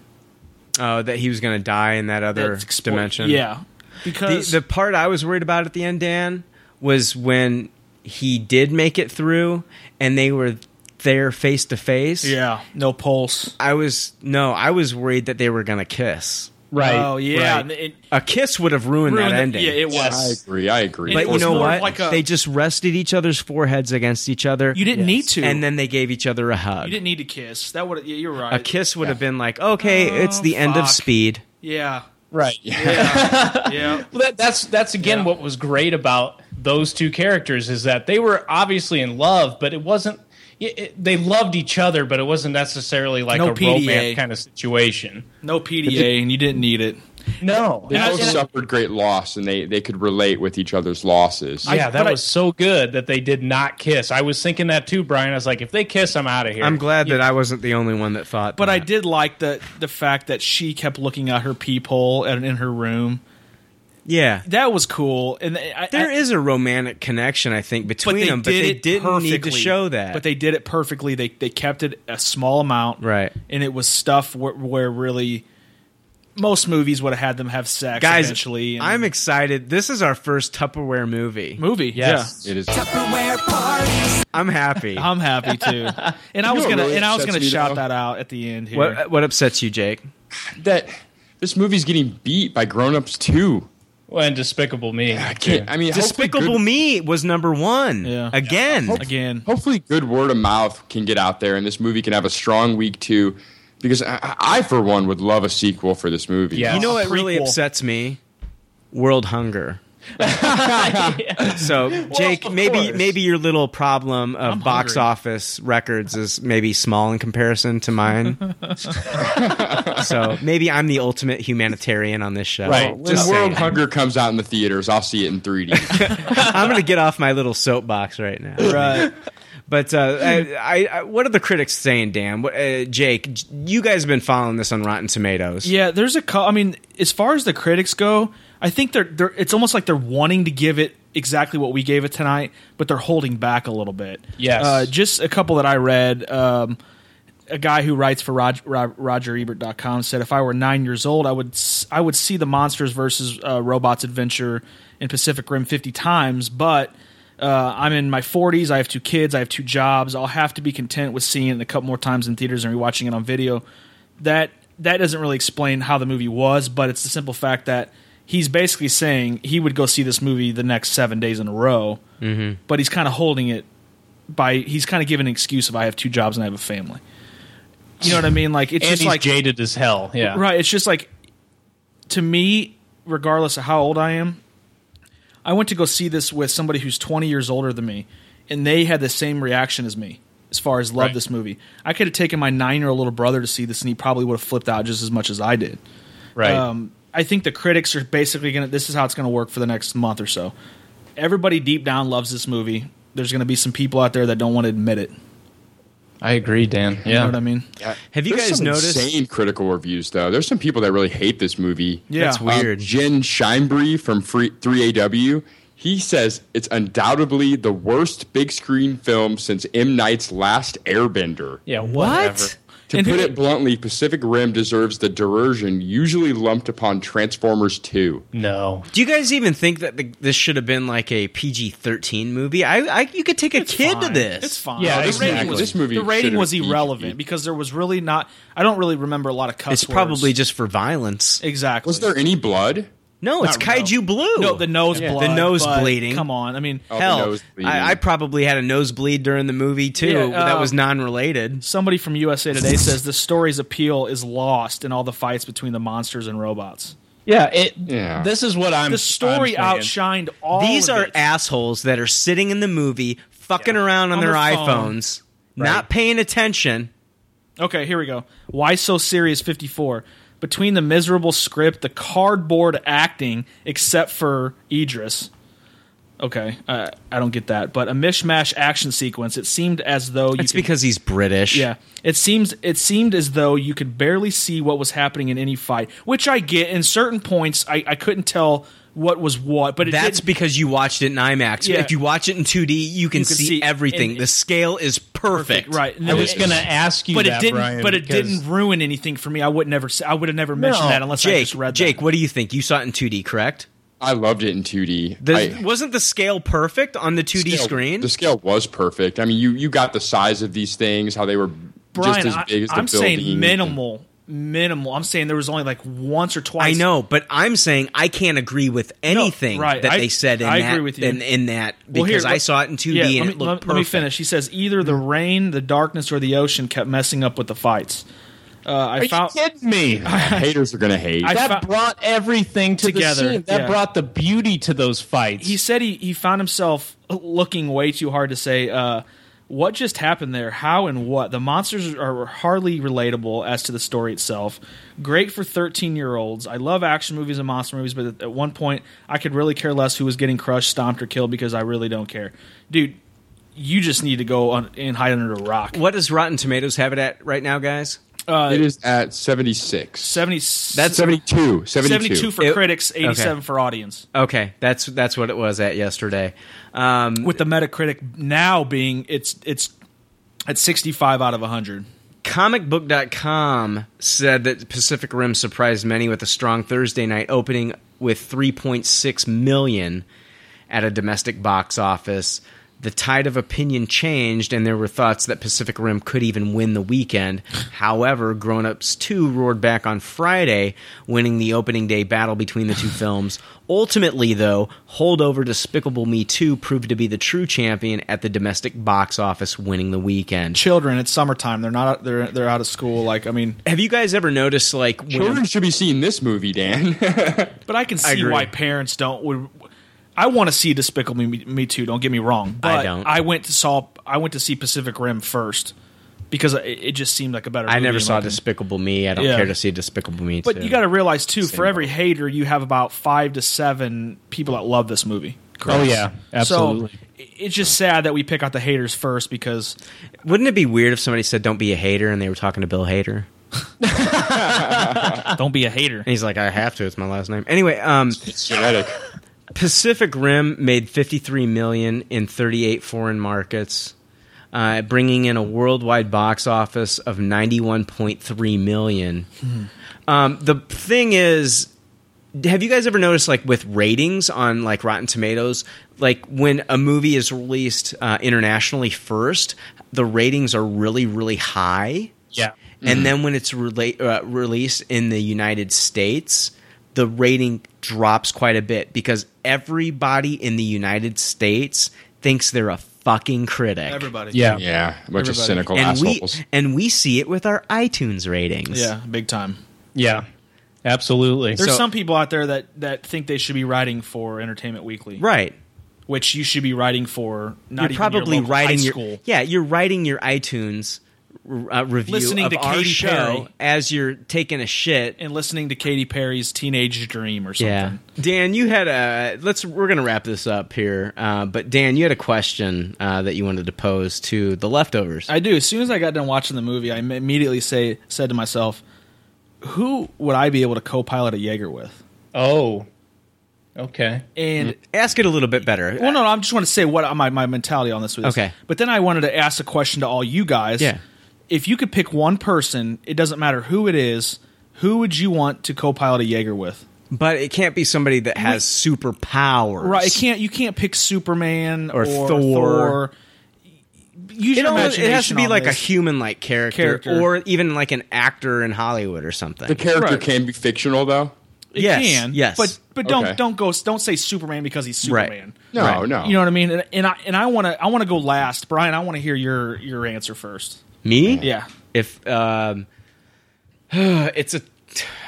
Speaker 2: Oh, that he was going to die in that other
Speaker 3: That's expo-
Speaker 2: dimension.
Speaker 3: Yeah.
Speaker 2: The,
Speaker 3: Because
Speaker 2: the part I was worried about at the end, Dan, was when he did make it through and they were there face to face.
Speaker 3: yeah, no pulse.
Speaker 2: I was, no, I was worried that they were going to kiss.
Speaker 4: Right.
Speaker 3: oh yeah,
Speaker 4: right.
Speaker 3: and it-
Speaker 2: A kiss would have ruined,
Speaker 3: ruined
Speaker 2: that
Speaker 3: the-
Speaker 2: ending.
Speaker 3: Yeah, it was.
Speaker 5: I agree. I agree.
Speaker 3: But
Speaker 2: but you know
Speaker 3: more
Speaker 2: what?
Speaker 3: like a-
Speaker 2: they just rested each other's foreheads against each other.
Speaker 3: You didn't need to.
Speaker 2: And then they gave each other a hug.
Speaker 3: You didn't need to kiss. That would. Yeah, you're right.
Speaker 2: a kiss would have been like, okay, it's the end
Speaker 3: fuck.
Speaker 2: of speed.
Speaker 3: Yeah.
Speaker 4: Right.
Speaker 3: Yeah.
Speaker 4: Well, that, that's that's again
Speaker 3: Yeah.
Speaker 4: what was great about those two characters is that they were obviously in love, but it wasn't. It, it- they loved each other, but it wasn't necessarily like
Speaker 3: No
Speaker 4: a
Speaker 3: PDA.
Speaker 4: romance kind of situation.
Speaker 3: No PDA, and you didn't need it.
Speaker 4: No,
Speaker 5: They
Speaker 4: And I-
Speaker 5: both
Speaker 4: and I-
Speaker 5: suffered great loss and they, they could relate with each other's losses.
Speaker 4: yeah,
Speaker 3: but
Speaker 4: that
Speaker 3: I-
Speaker 4: was so good that they did not kiss. I was thinking that too, Brian. I was like, if they kiss, I'm out of here.
Speaker 2: I'm glad that I wasn't the only one that thought.
Speaker 3: But I
Speaker 2: that.
Speaker 3: did like the the fact that she kept looking out her peephole and in her room.
Speaker 2: yeah.
Speaker 3: That was cool. And I,
Speaker 2: There
Speaker 3: I,
Speaker 2: is a romantic connection, I think,
Speaker 3: but
Speaker 2: between
Speaker 3: they
Speaker 2: them, but
Speaker 3: did
Speaker 2: they
Speaker 3: it
Speaker 2: didn't need to
Speaker 3: perfectly.
Speaker 2: show that.
Speaker 3: But they did it perfectly. They they kept it a small amount,
Speaker 2: Right.
Speaker 3: And it was stuff where, where really most movies would have had them have sex
Speaker 2: guys,
Speaker 3: eventually. and-
Speaker 2: I'm excited. This is our first Tupperware movie.
Speaker 3: movie.
Speaker 4: Yes.
Speaker 5: It is.
Speaker 7: Tupperware parties.
Speaker 2: I'm happy.
Speaker 3: Yeah, I'm happy too. And I was
Speaker 5: what
Speaker 3: gonna
Speaker 5: really
Speaker 3: and I was
Speaker 5: upsets
Speaker 3: gonna
Speaker 5: me,
Speaker 3: shout
Speaker 5: though?
Speaker 3: that out at the end here.
Speaker 2: what uh, what upsets you, Jake?
Speaker 5: that this movie's getting beat by grown ups too.
Speaker 4: Well, and Despicable Me.
Speaker 5: I can't. I mean, hopefully
Speaker 2: Despicable
Speaker 5: good-
Speaker 2: Me was number one
Speaker 3: Yeah.
Speaker 2: again.
Speaker 3: Again,
Speaker 5: hopefully good word of mouth can get out there and this movie can have a strong week too because i, I for one would love a sequel for this movie
Speaker 4: Yeah.
Speaker 2: You know what really
Speaker 3: Prequel.
Speaker 2: upsets me? World hunger. so Jake,
Speaker 4: of
Speaker 2: maybe
Speaker 4: course.
Speaker 2: maybe your little problem of box
Speaker 3: hungry.
Speaker 2: office records is maybe small in comparison to mine. so maybe I'm the ultimate humanitarian on this show.
Speaker 4: Right.
Speaker 5: when
Speaker 2: Just
Speaker 5: world
Speaker 2: saying.
Speaker 5: hunger comes out in the theaters i'll see it in 3d
Speaker 2: I'm going to get off my little soapbox right now. Right. But uh, I, I, I, what are the critics saying, Dan? What, uh, Jake, j- you guys have been following this on Rotten Tomatoes.
Speaker 3: yeah. There's a. cou- I mean, as far as the critics go, I think they're they're. It's almost like they're wanting to give it exactly what we gave it tonight, but they're holding back a little bit.
Speaker 4: Yes.
Speaker 3: Uh, just a couple that I read. Um, a guy who writes for Roger, RogerEbert.com said, "If I were nine years old, I would s- I would see the monsters versus uh, robots adventure in Pacific Rim fifty times, but." Uh, I'm in my 40s. I have two kids. I have two jobs. I'll have to be content with seeing it a couple more times in theaters and rewatching it on video. That that doesn't really explain how the movie was, but it's the simple fact that he's basically saying he would go see this movie the next seven days in a row, mm-hmm. but he's kind of holding it by he's kind of giving an excuse of I have two jobs and I have a family. You know what I mean? Like it's
Speaker 4: and
Speaker 3: just
Speaker 4: he's
Speaker 3: like
Speaker 4: jaded as hell. Yeah.
Speaker 3: right. It's just like to me, regardless of how old I am. I went to go see this with somebody who's 20 years older than me, and they had the same reaction as me as far as love
Speaker 4: Right.
Speaker 3: this movie. I could have taken my nine year old little brother to see this, and he probably would have flipped out just as much as I did.
Speaker 4: Right.
Speaker 3: Um, I think the critics are basically going to. This is how it's going to work for the next month or so. Everybody deep down loves this movie. There's going to be some people out there that don't want to admit it.
Speaker 4: I agree, Dan.
Speaker 3: You know
Speaker 4: Yeah.
Speaker 3: what I mean?
Speaker 2: Have you
Speaker 5: There's
Speaker 2: guys
Speaker 5: some
Speaker 2: noticed?
Speaker 5: insane critical reviews though? There's some people that really hate this movie.
Speaker 3: Yeah.
Speaker 2: That's weird.
Speaker 5: Um, Jen Shinebree from Free, 3AW. He says it's undoubtedly the worst big screen film since M. Night's Last Airbender.
Speaker 4: Yeah. Whatever.
Speaker 5: To
Speaker 3: And
Speaker 5: put
Speaker 3: who-
Speaker 5: it bluntly, Pacific Rim deserves the derision usually lumped upon Transformers 2.
Speaker 4: No.
Speaker 2: Do you guys even think that the, this should have been like a PG thirteen movie? I, I, you could take a kid to
Speaker 3: fine.
Speaker 2: this.
Speaker 3: It's fine.
Speaker 4: Yeah,
Speaker 3: the
Speaker 4: exactly.
Speaker 3: rating was,
Speaker 5: This movie
Speaker 3: the rating
Speaker 5: should've
Speaker 3: was
Speaker 5: been
Speaker 3: irrelevant
Speaker 5: PG.
Speaker 3: because there was really not. I don't really remember a lot of cuss.
Speaker 2: It's probably
Speaker 3: words.
Speaker 2: just for violence.
Speaker 3: exactly.
Speaker 5: Was there any blood?
Speaker 2: No, it's
Speaker 3: Not- no.
Speaker 2: kaiju blue.
Speaker 3: no the nose blood,
Speaker 2: the nose
Speaker 3: but
Speaker 2: bleeding.
Speaker 3: Come on, I mean,
Speaker 5: Oh, the
Speaker 2: Hell,
Speaker 5: nose bleeding.
Speaker 2: I, I probably had a nosebleed during the movie too.
Speaker 3: Yeah,
Speaker 2: that
Speaker 3: uh,
Speaker 2: was non-related.
Speaker 3: somebody from USA Today says the story's appeal is lost in all the fights between the monsters and robots.
Speaker 4: Yeah. It.
Speaker 5: Yeah.
Speaker 4: This is what I'm.
Speaker 3: The story
Speaker 4: I'm saying.
Speaker 3: outshined all.
Speaker 2: These
Speaker 3: of
Speaker 2: are
Speaker 3: it.
Speaker 2: assholes that are sitting in the movie, fucking around on,
Speaker 3: On
Speaker 2: their,
Speaker 3: their phone.
Speaker 2: iPhones, not paying attention.
Speaker 3: Okay, here we go. Why so serious 54? Between the miserable script, the cardboard acting, except for Idris. Okay, uh, I don't get that. But a mishmash action sequence. It seemed as though you
Speaker 2: It's
Speaker 3: could-
Speaker 2: because he's British.
Speaker 3: yeah, it seems it seemed as though you could barely see what was happening in any fight, which I get. In certain points, I, I couldn't tell what was what, but it
Speaker 2: That's
Speaker 3: did,
Speaker 2: because you watched it in IMAX.
Speaker 3: Yeah.
Speaker 2: If you watch it in 2D, you can,
Speaker 3: can
Speaker 2: see,
Speaker 3: see-
Speaker 2: everything.
Speaker 3: and-
Speaker 2: the scale is perfect.
Speaker 3: right.
Speaker 4: I was going to ask you
Speaker 3: but
Speaker 4: that,
Speaker 3: it didn't.
Speaker 4: Brian,
Speaker 3: but it
Speaker 4: because-
Speaker 3: didn't ruin anything for me. I would never. say- I would have never mentioned
Speaker 4: No.
Speaker 3: that unless I
Speaker 2: Jake,
Speaker 3: just read.
Speaker 2: Jake,
Speaker 3: that.
Speaker 2: what do you think? You saw it in 2D, correct?
Speaker 5: I loved it in 2D.
Speaker 2: The,
Speaker 5: I-
Speaker 2: wasn't the scale perfect on the 2D
Speaker 5: scale-
Speaker 2: screen?
Speaker 5: The scale was perfect. I mean, you you got the size of these things, how they were
Speaker 3: Brian,
Speaker 5: just as big as
Speaker 3: I,
Speaker 5: the
Speaker 3: am
Speaker 5: building.
Speaker 3: saying minimal, minimal. I'm saying there was only like once or
Speaker 2: I
Speaker 3: twice.
Speaker 2: know, but I'm saying I can't agree with anything
Speaker 3: right.
Speaker 2: that
Speaker 3: I-
Speaker 2: they said in
Speaker 3: I
Speaker 2: that
Speaker 3: agree with you.
Speaker 2: In, in that
Speaker 3: Well,
Speaker 2: because
Speaker 3: here,
Speaker 2: I
Speaker 3: let-
Speaker 2: saw it in 2D
Speaker 3: yeah,
Speaker 2: and
Speaker 3: let me,
Speaker 2: it looked
Speaker 3: let,
Speaker 2: perfect.
Speaker 3: let me finish. He says either the rain, the darkness, or the ocean kept messing up with the fights. Uh, I
Speaker 4: Are
Speaker 3: found
Speaker 4: you kidding me?
Speaker 5: Haters are going to hate.
Speaker 3: I-
Speaker 4: that
Speaker 3: fa-
Speaker 4: brought everything to
Speaker 3: Together,
Speaker 4: The scene. That
Speaker 3: yeah.
Speaker 4: brought the beauty to those fights.
Speaker 3: he said he, he found himself looking way too hard to say uh, what just happened there how and what the monsters are hardly relatable as to the story itself great for 13 year olds i love action movies and monster movies but at one point i could really care less who was getting crushed stomped or killed because i really don't care dude you just need to go on and hide under a rock
Speaker 2: What does Rotten Tomatoes have it at right now, guys?
Speaker 5: it is at 76.
Speaker 3: 70
Speaker 2: That's-
Speaker 5: 72. 72.
Speaker 3: 72 for
Speaker 2: It-
Speaker 3: critics 87
Speaker 2: okay.
Speaker 3: for audience
Speaker 2: Okay, that's that's what it was at yesterday. Um,
Speaker 3: with the metacritic now being it's it's at 65 out of 100
Speaker 2: comicbook.com said that Pacific Rim surprised many with a strong Thursday night opening with 3.6 million at a domestic box office. The tide of opinion changed, and there were thoughts that Pacific Rim could even win the weekend. However, Grown Ups 2 roared back on Friday, winning the opening day battle between the two films. Ultimately, though, holdover Despicable Me 2 proved to be the true champion at the domestic box office, winning the weekend.
Speaker 3: children it's summertime they're not they're they're out of school like i mean
Speaker 2: Have you guys ever noticed like when-
Speaker 5: Children should be seeing this movie, Dan.
Speaker 3: but i can see
Speaker 2: agree.
Speaker 3: why parents don't would i want to see despicable me, me too don't get me wrong but
Speaker 2: I don't.
Speaker 3: went to saw i went to see pacific rim first because it, it just seemed like a better
Speaker 2: I
Speaker 3: movie
Speaker 2: never
Speaker 3: in
Speaker 2: saw
Speaker 3: my opinion.
Speaker 2: Despicable Me. I don't
Speaker 3: Yeah.
Speaker 2: care to see Despicable Me.
Speaker 3: but
Speaker 2: too.
Speaker 3: you got to realize too for every hater you have about five to seven people that love this movie
Speaker 4: "Oh yeah, absolutely."
Speaker 3: so i- it's just sad that we pick out the haters first because
Speaker 2: Wouldn't it be weird if somebody said, "Don't be a hater," and they were talking to Bill Hader, and
Speaker 3: don't be a hater
Speaker 2: he's like, "I have to. It's my last name." Anyway, um,
Speaker 5: it's genetic.
Speaker 2: Pacific Rim made 53 million in 38 foreign markets, uh, bringing in a worldwide box office of 91.3 million. Um, the thing is, have you guys ever noticed like with ratings on like Rotten Tomatoes, like when a movie is released uh, internationally first, the ratings are really really high
Speaker 4: yeah,
Speaker 3: Mm-hmm.
Speaker 2: and then when it's rela- uh, released in the United States, the rating drops quite a bit because everybody in the United States thinks they're a fucking critic.
Speaker 3: everybody
Speaker 4: yeah,
Speaker 5: Yeah, a bunch of
Speaker 3: Everybody.
Speaker 5: cynical
Speaker 2: And we
Speaker 5: assholes.
Speaker 2: and we see it with our iTunes ratings.
Speaker 3: yeah big time
Speaker 4: yeah. Absolutely.
Speaker 3: There's
Speaker 4: So-
Speaker 3: some people out there that that think they should be writing for Entertainment Weekly,
Speaker 2: Right.
Speaker 3: Which you should be writing for. Not
Speaker 2: you're
Speaker 3: even
Speaker 2: probably
Speaker 3: your local
Speaker 2: writing
Speaker 3: high
Speaker 2: your
Speaker 3: school.
Speaker 2: yeah you're writing your iTunes r- uh, review
Speaker 3: Listening
Speaker 2: of
Speaker 3: to
Speaker 2: our
Speaker 3: Katy
Speaker 2: show
Speaker 3: Perry.
Speaker 2: as you're taking a shit.
Speaker 3: and listening to Katy Perry's "Teenage Dream" or something.
Speaker 2: Yeah, Dan, you had a let's we're gonna wrap this up here, uh, but Dan, you had a question uh, that you wanted to pose to the leftovers.
Speaker 3: I do. As soon as I got done watching the movie, I im- immediately say said to myself, "Who would I be able to co-pilot a Jaeger with?"
Speaker 4: Oh, okay.
Speaker 3: And
Speaker 2: Ask it a little bit better.
Speaker 3: well, no, no, I'm just want to say what my my mentality on this was.
Speaker 2: Okay.
Speaker 3: but then I wanted to ask a question to all you guys.
Speaker 2: Yeah.
Speaker 3: if you could pick one person, it doesn't matter who it is. Who would you want to co-pilot a Jaeger with?
Speaker 2: But it can't be somebody that has superpowers,
Speaker 3: Right, it can't. You can't pick Superman
Speaker 2: Or
Speaker 3: or,
Speaker 2: Thor.
Speaker 3: Thor. Use
Speaker 2: It,
Speaker 3: your
Speaker 2: almost- it
Speaker 3: imagination
Speaker 2: has to be
Speaker 3: on
Speaker 2: like a
Speaker 3: this.
Speaker 2: human-like character,
Speaker 3: Character.
Speaker 2: or even like an actor in Hollywood or something.
Speaker 5: The character
Speaker 3: Right.
Speaker 5: can be fictional, though.
Speaker 3: It
Speaker 2: Yes,
Speaker 3: can,
Speaker 2: yes.
Speaker 3: But but don't
Speaker 5: Okay.
Speaker 3: don't go don't say Superman because he's
Speaker 2: Right.
Speaker 3: Superman.
Speaker 5: No, no.
Speaker 3: You know what I mean? And, and I and I want to I want to go last, Brian. I want to hear your your answer first.
Speaker 2: Me?
Speaker 3: Yeah.
Speaker 2: If um, it's a,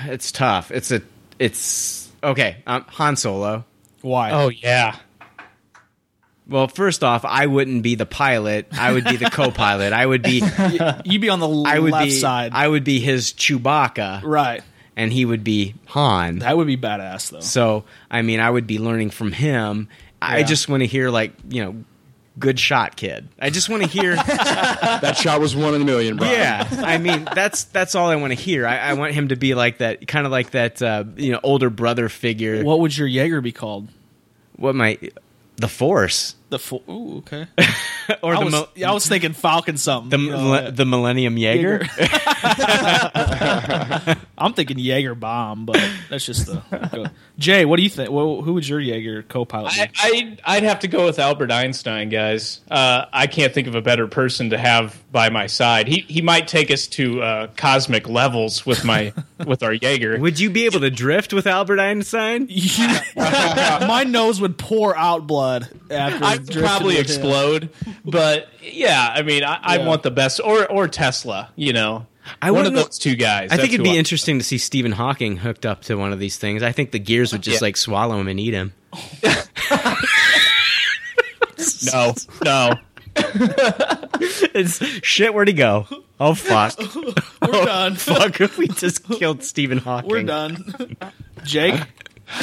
Speaker 2: it's tough. It's a, it's okay. Um, Han Solo.
Speaker 3: Why?
Speaker 4: Oh yeah.
Speaker 2: Well, first off, I wouldn't be the pilot. I would be the co-pilot. I would be.
Speaker 3: You'd be on the
Speaker 2: I would
Speaker 3: left
Speaker 2: be.
Speaker 3: side.
Speaker 2: I would be his Chewbacca,
Speaker 3: right.
Speaker 2: and he would be Han.
Speaker 3: That would be badass though.
Speaker 2: so, I mean, I would be learning from him. I
Speaker 3: Yeah.
Speaker 2: just want to hear, like, you know, good shot, kid. I just want to hear.
Speaker 5: That shot was one in a million, bro.
Speaker 2: Yeah, I mean that's that's all I want to hear. I, I want him to be like that, kind of like that, uh, you know, older brother figure. What,
Speaker 3: What would your Jaeger be called?
Speaker 2: my the Force
Speaker 3: The full. Ooh, okay.
Speaker 2: or
Speaker 3: I
Speaker 2: the
Speaker 3: was,
Speaker 2: mo-
Speaker 3: I was thinking Falcon something.
Speaker 2: the
Speaker 3: you know,
Speaker 2: mille- the Millennium Jaeger.
Speaker 3: I'm thinking Jaeger bomb, but that's just the. go- Jay, what do you think? Well, who would your Jaeger co-pilot? be?
Speaker 4: I, I'd, I'd have to go with Albert Einstein, guys. Uh, I can't think of a better person to have by my side. He he might take us to uh, cosmic levels with my with our Jaeger.
Speaker 2: Would you be able to drift with Albert Einstein?
Speaker 3: my nose would pour out blood after
Speaker 4: I'd
Speaker 3: drifting with
Speaker 4: probably
Speaker 3: him.
Speaker 4: explode, but yeah, I mean, I, I
Speaker 3: Yeah.
Speaker 4: want the best, or or Tesla, you know,
Speaker 2: I
Speaker 4: one of
Speaker 2: wouldn't-
Speaker 4: those two guys.
Speaker 2: I think
Speaker 4: That's
Speaker 2: it'd
Speaker 4: who
Speaker 2: be interesting to see Stephen Hawking hooked up to one of these things. I think the gears would just
Speaker 4: Yeah.
Speaker 2: like swallow him and eat him.
Speaker 4: No, no,
Speaker 2: It's shit. Where'd he go? Oh fuck!
Speaker 3: We're done.
Speaker 2: fuck! We just killed Stephen Hawking.
Speaker 3: We're done. Jake,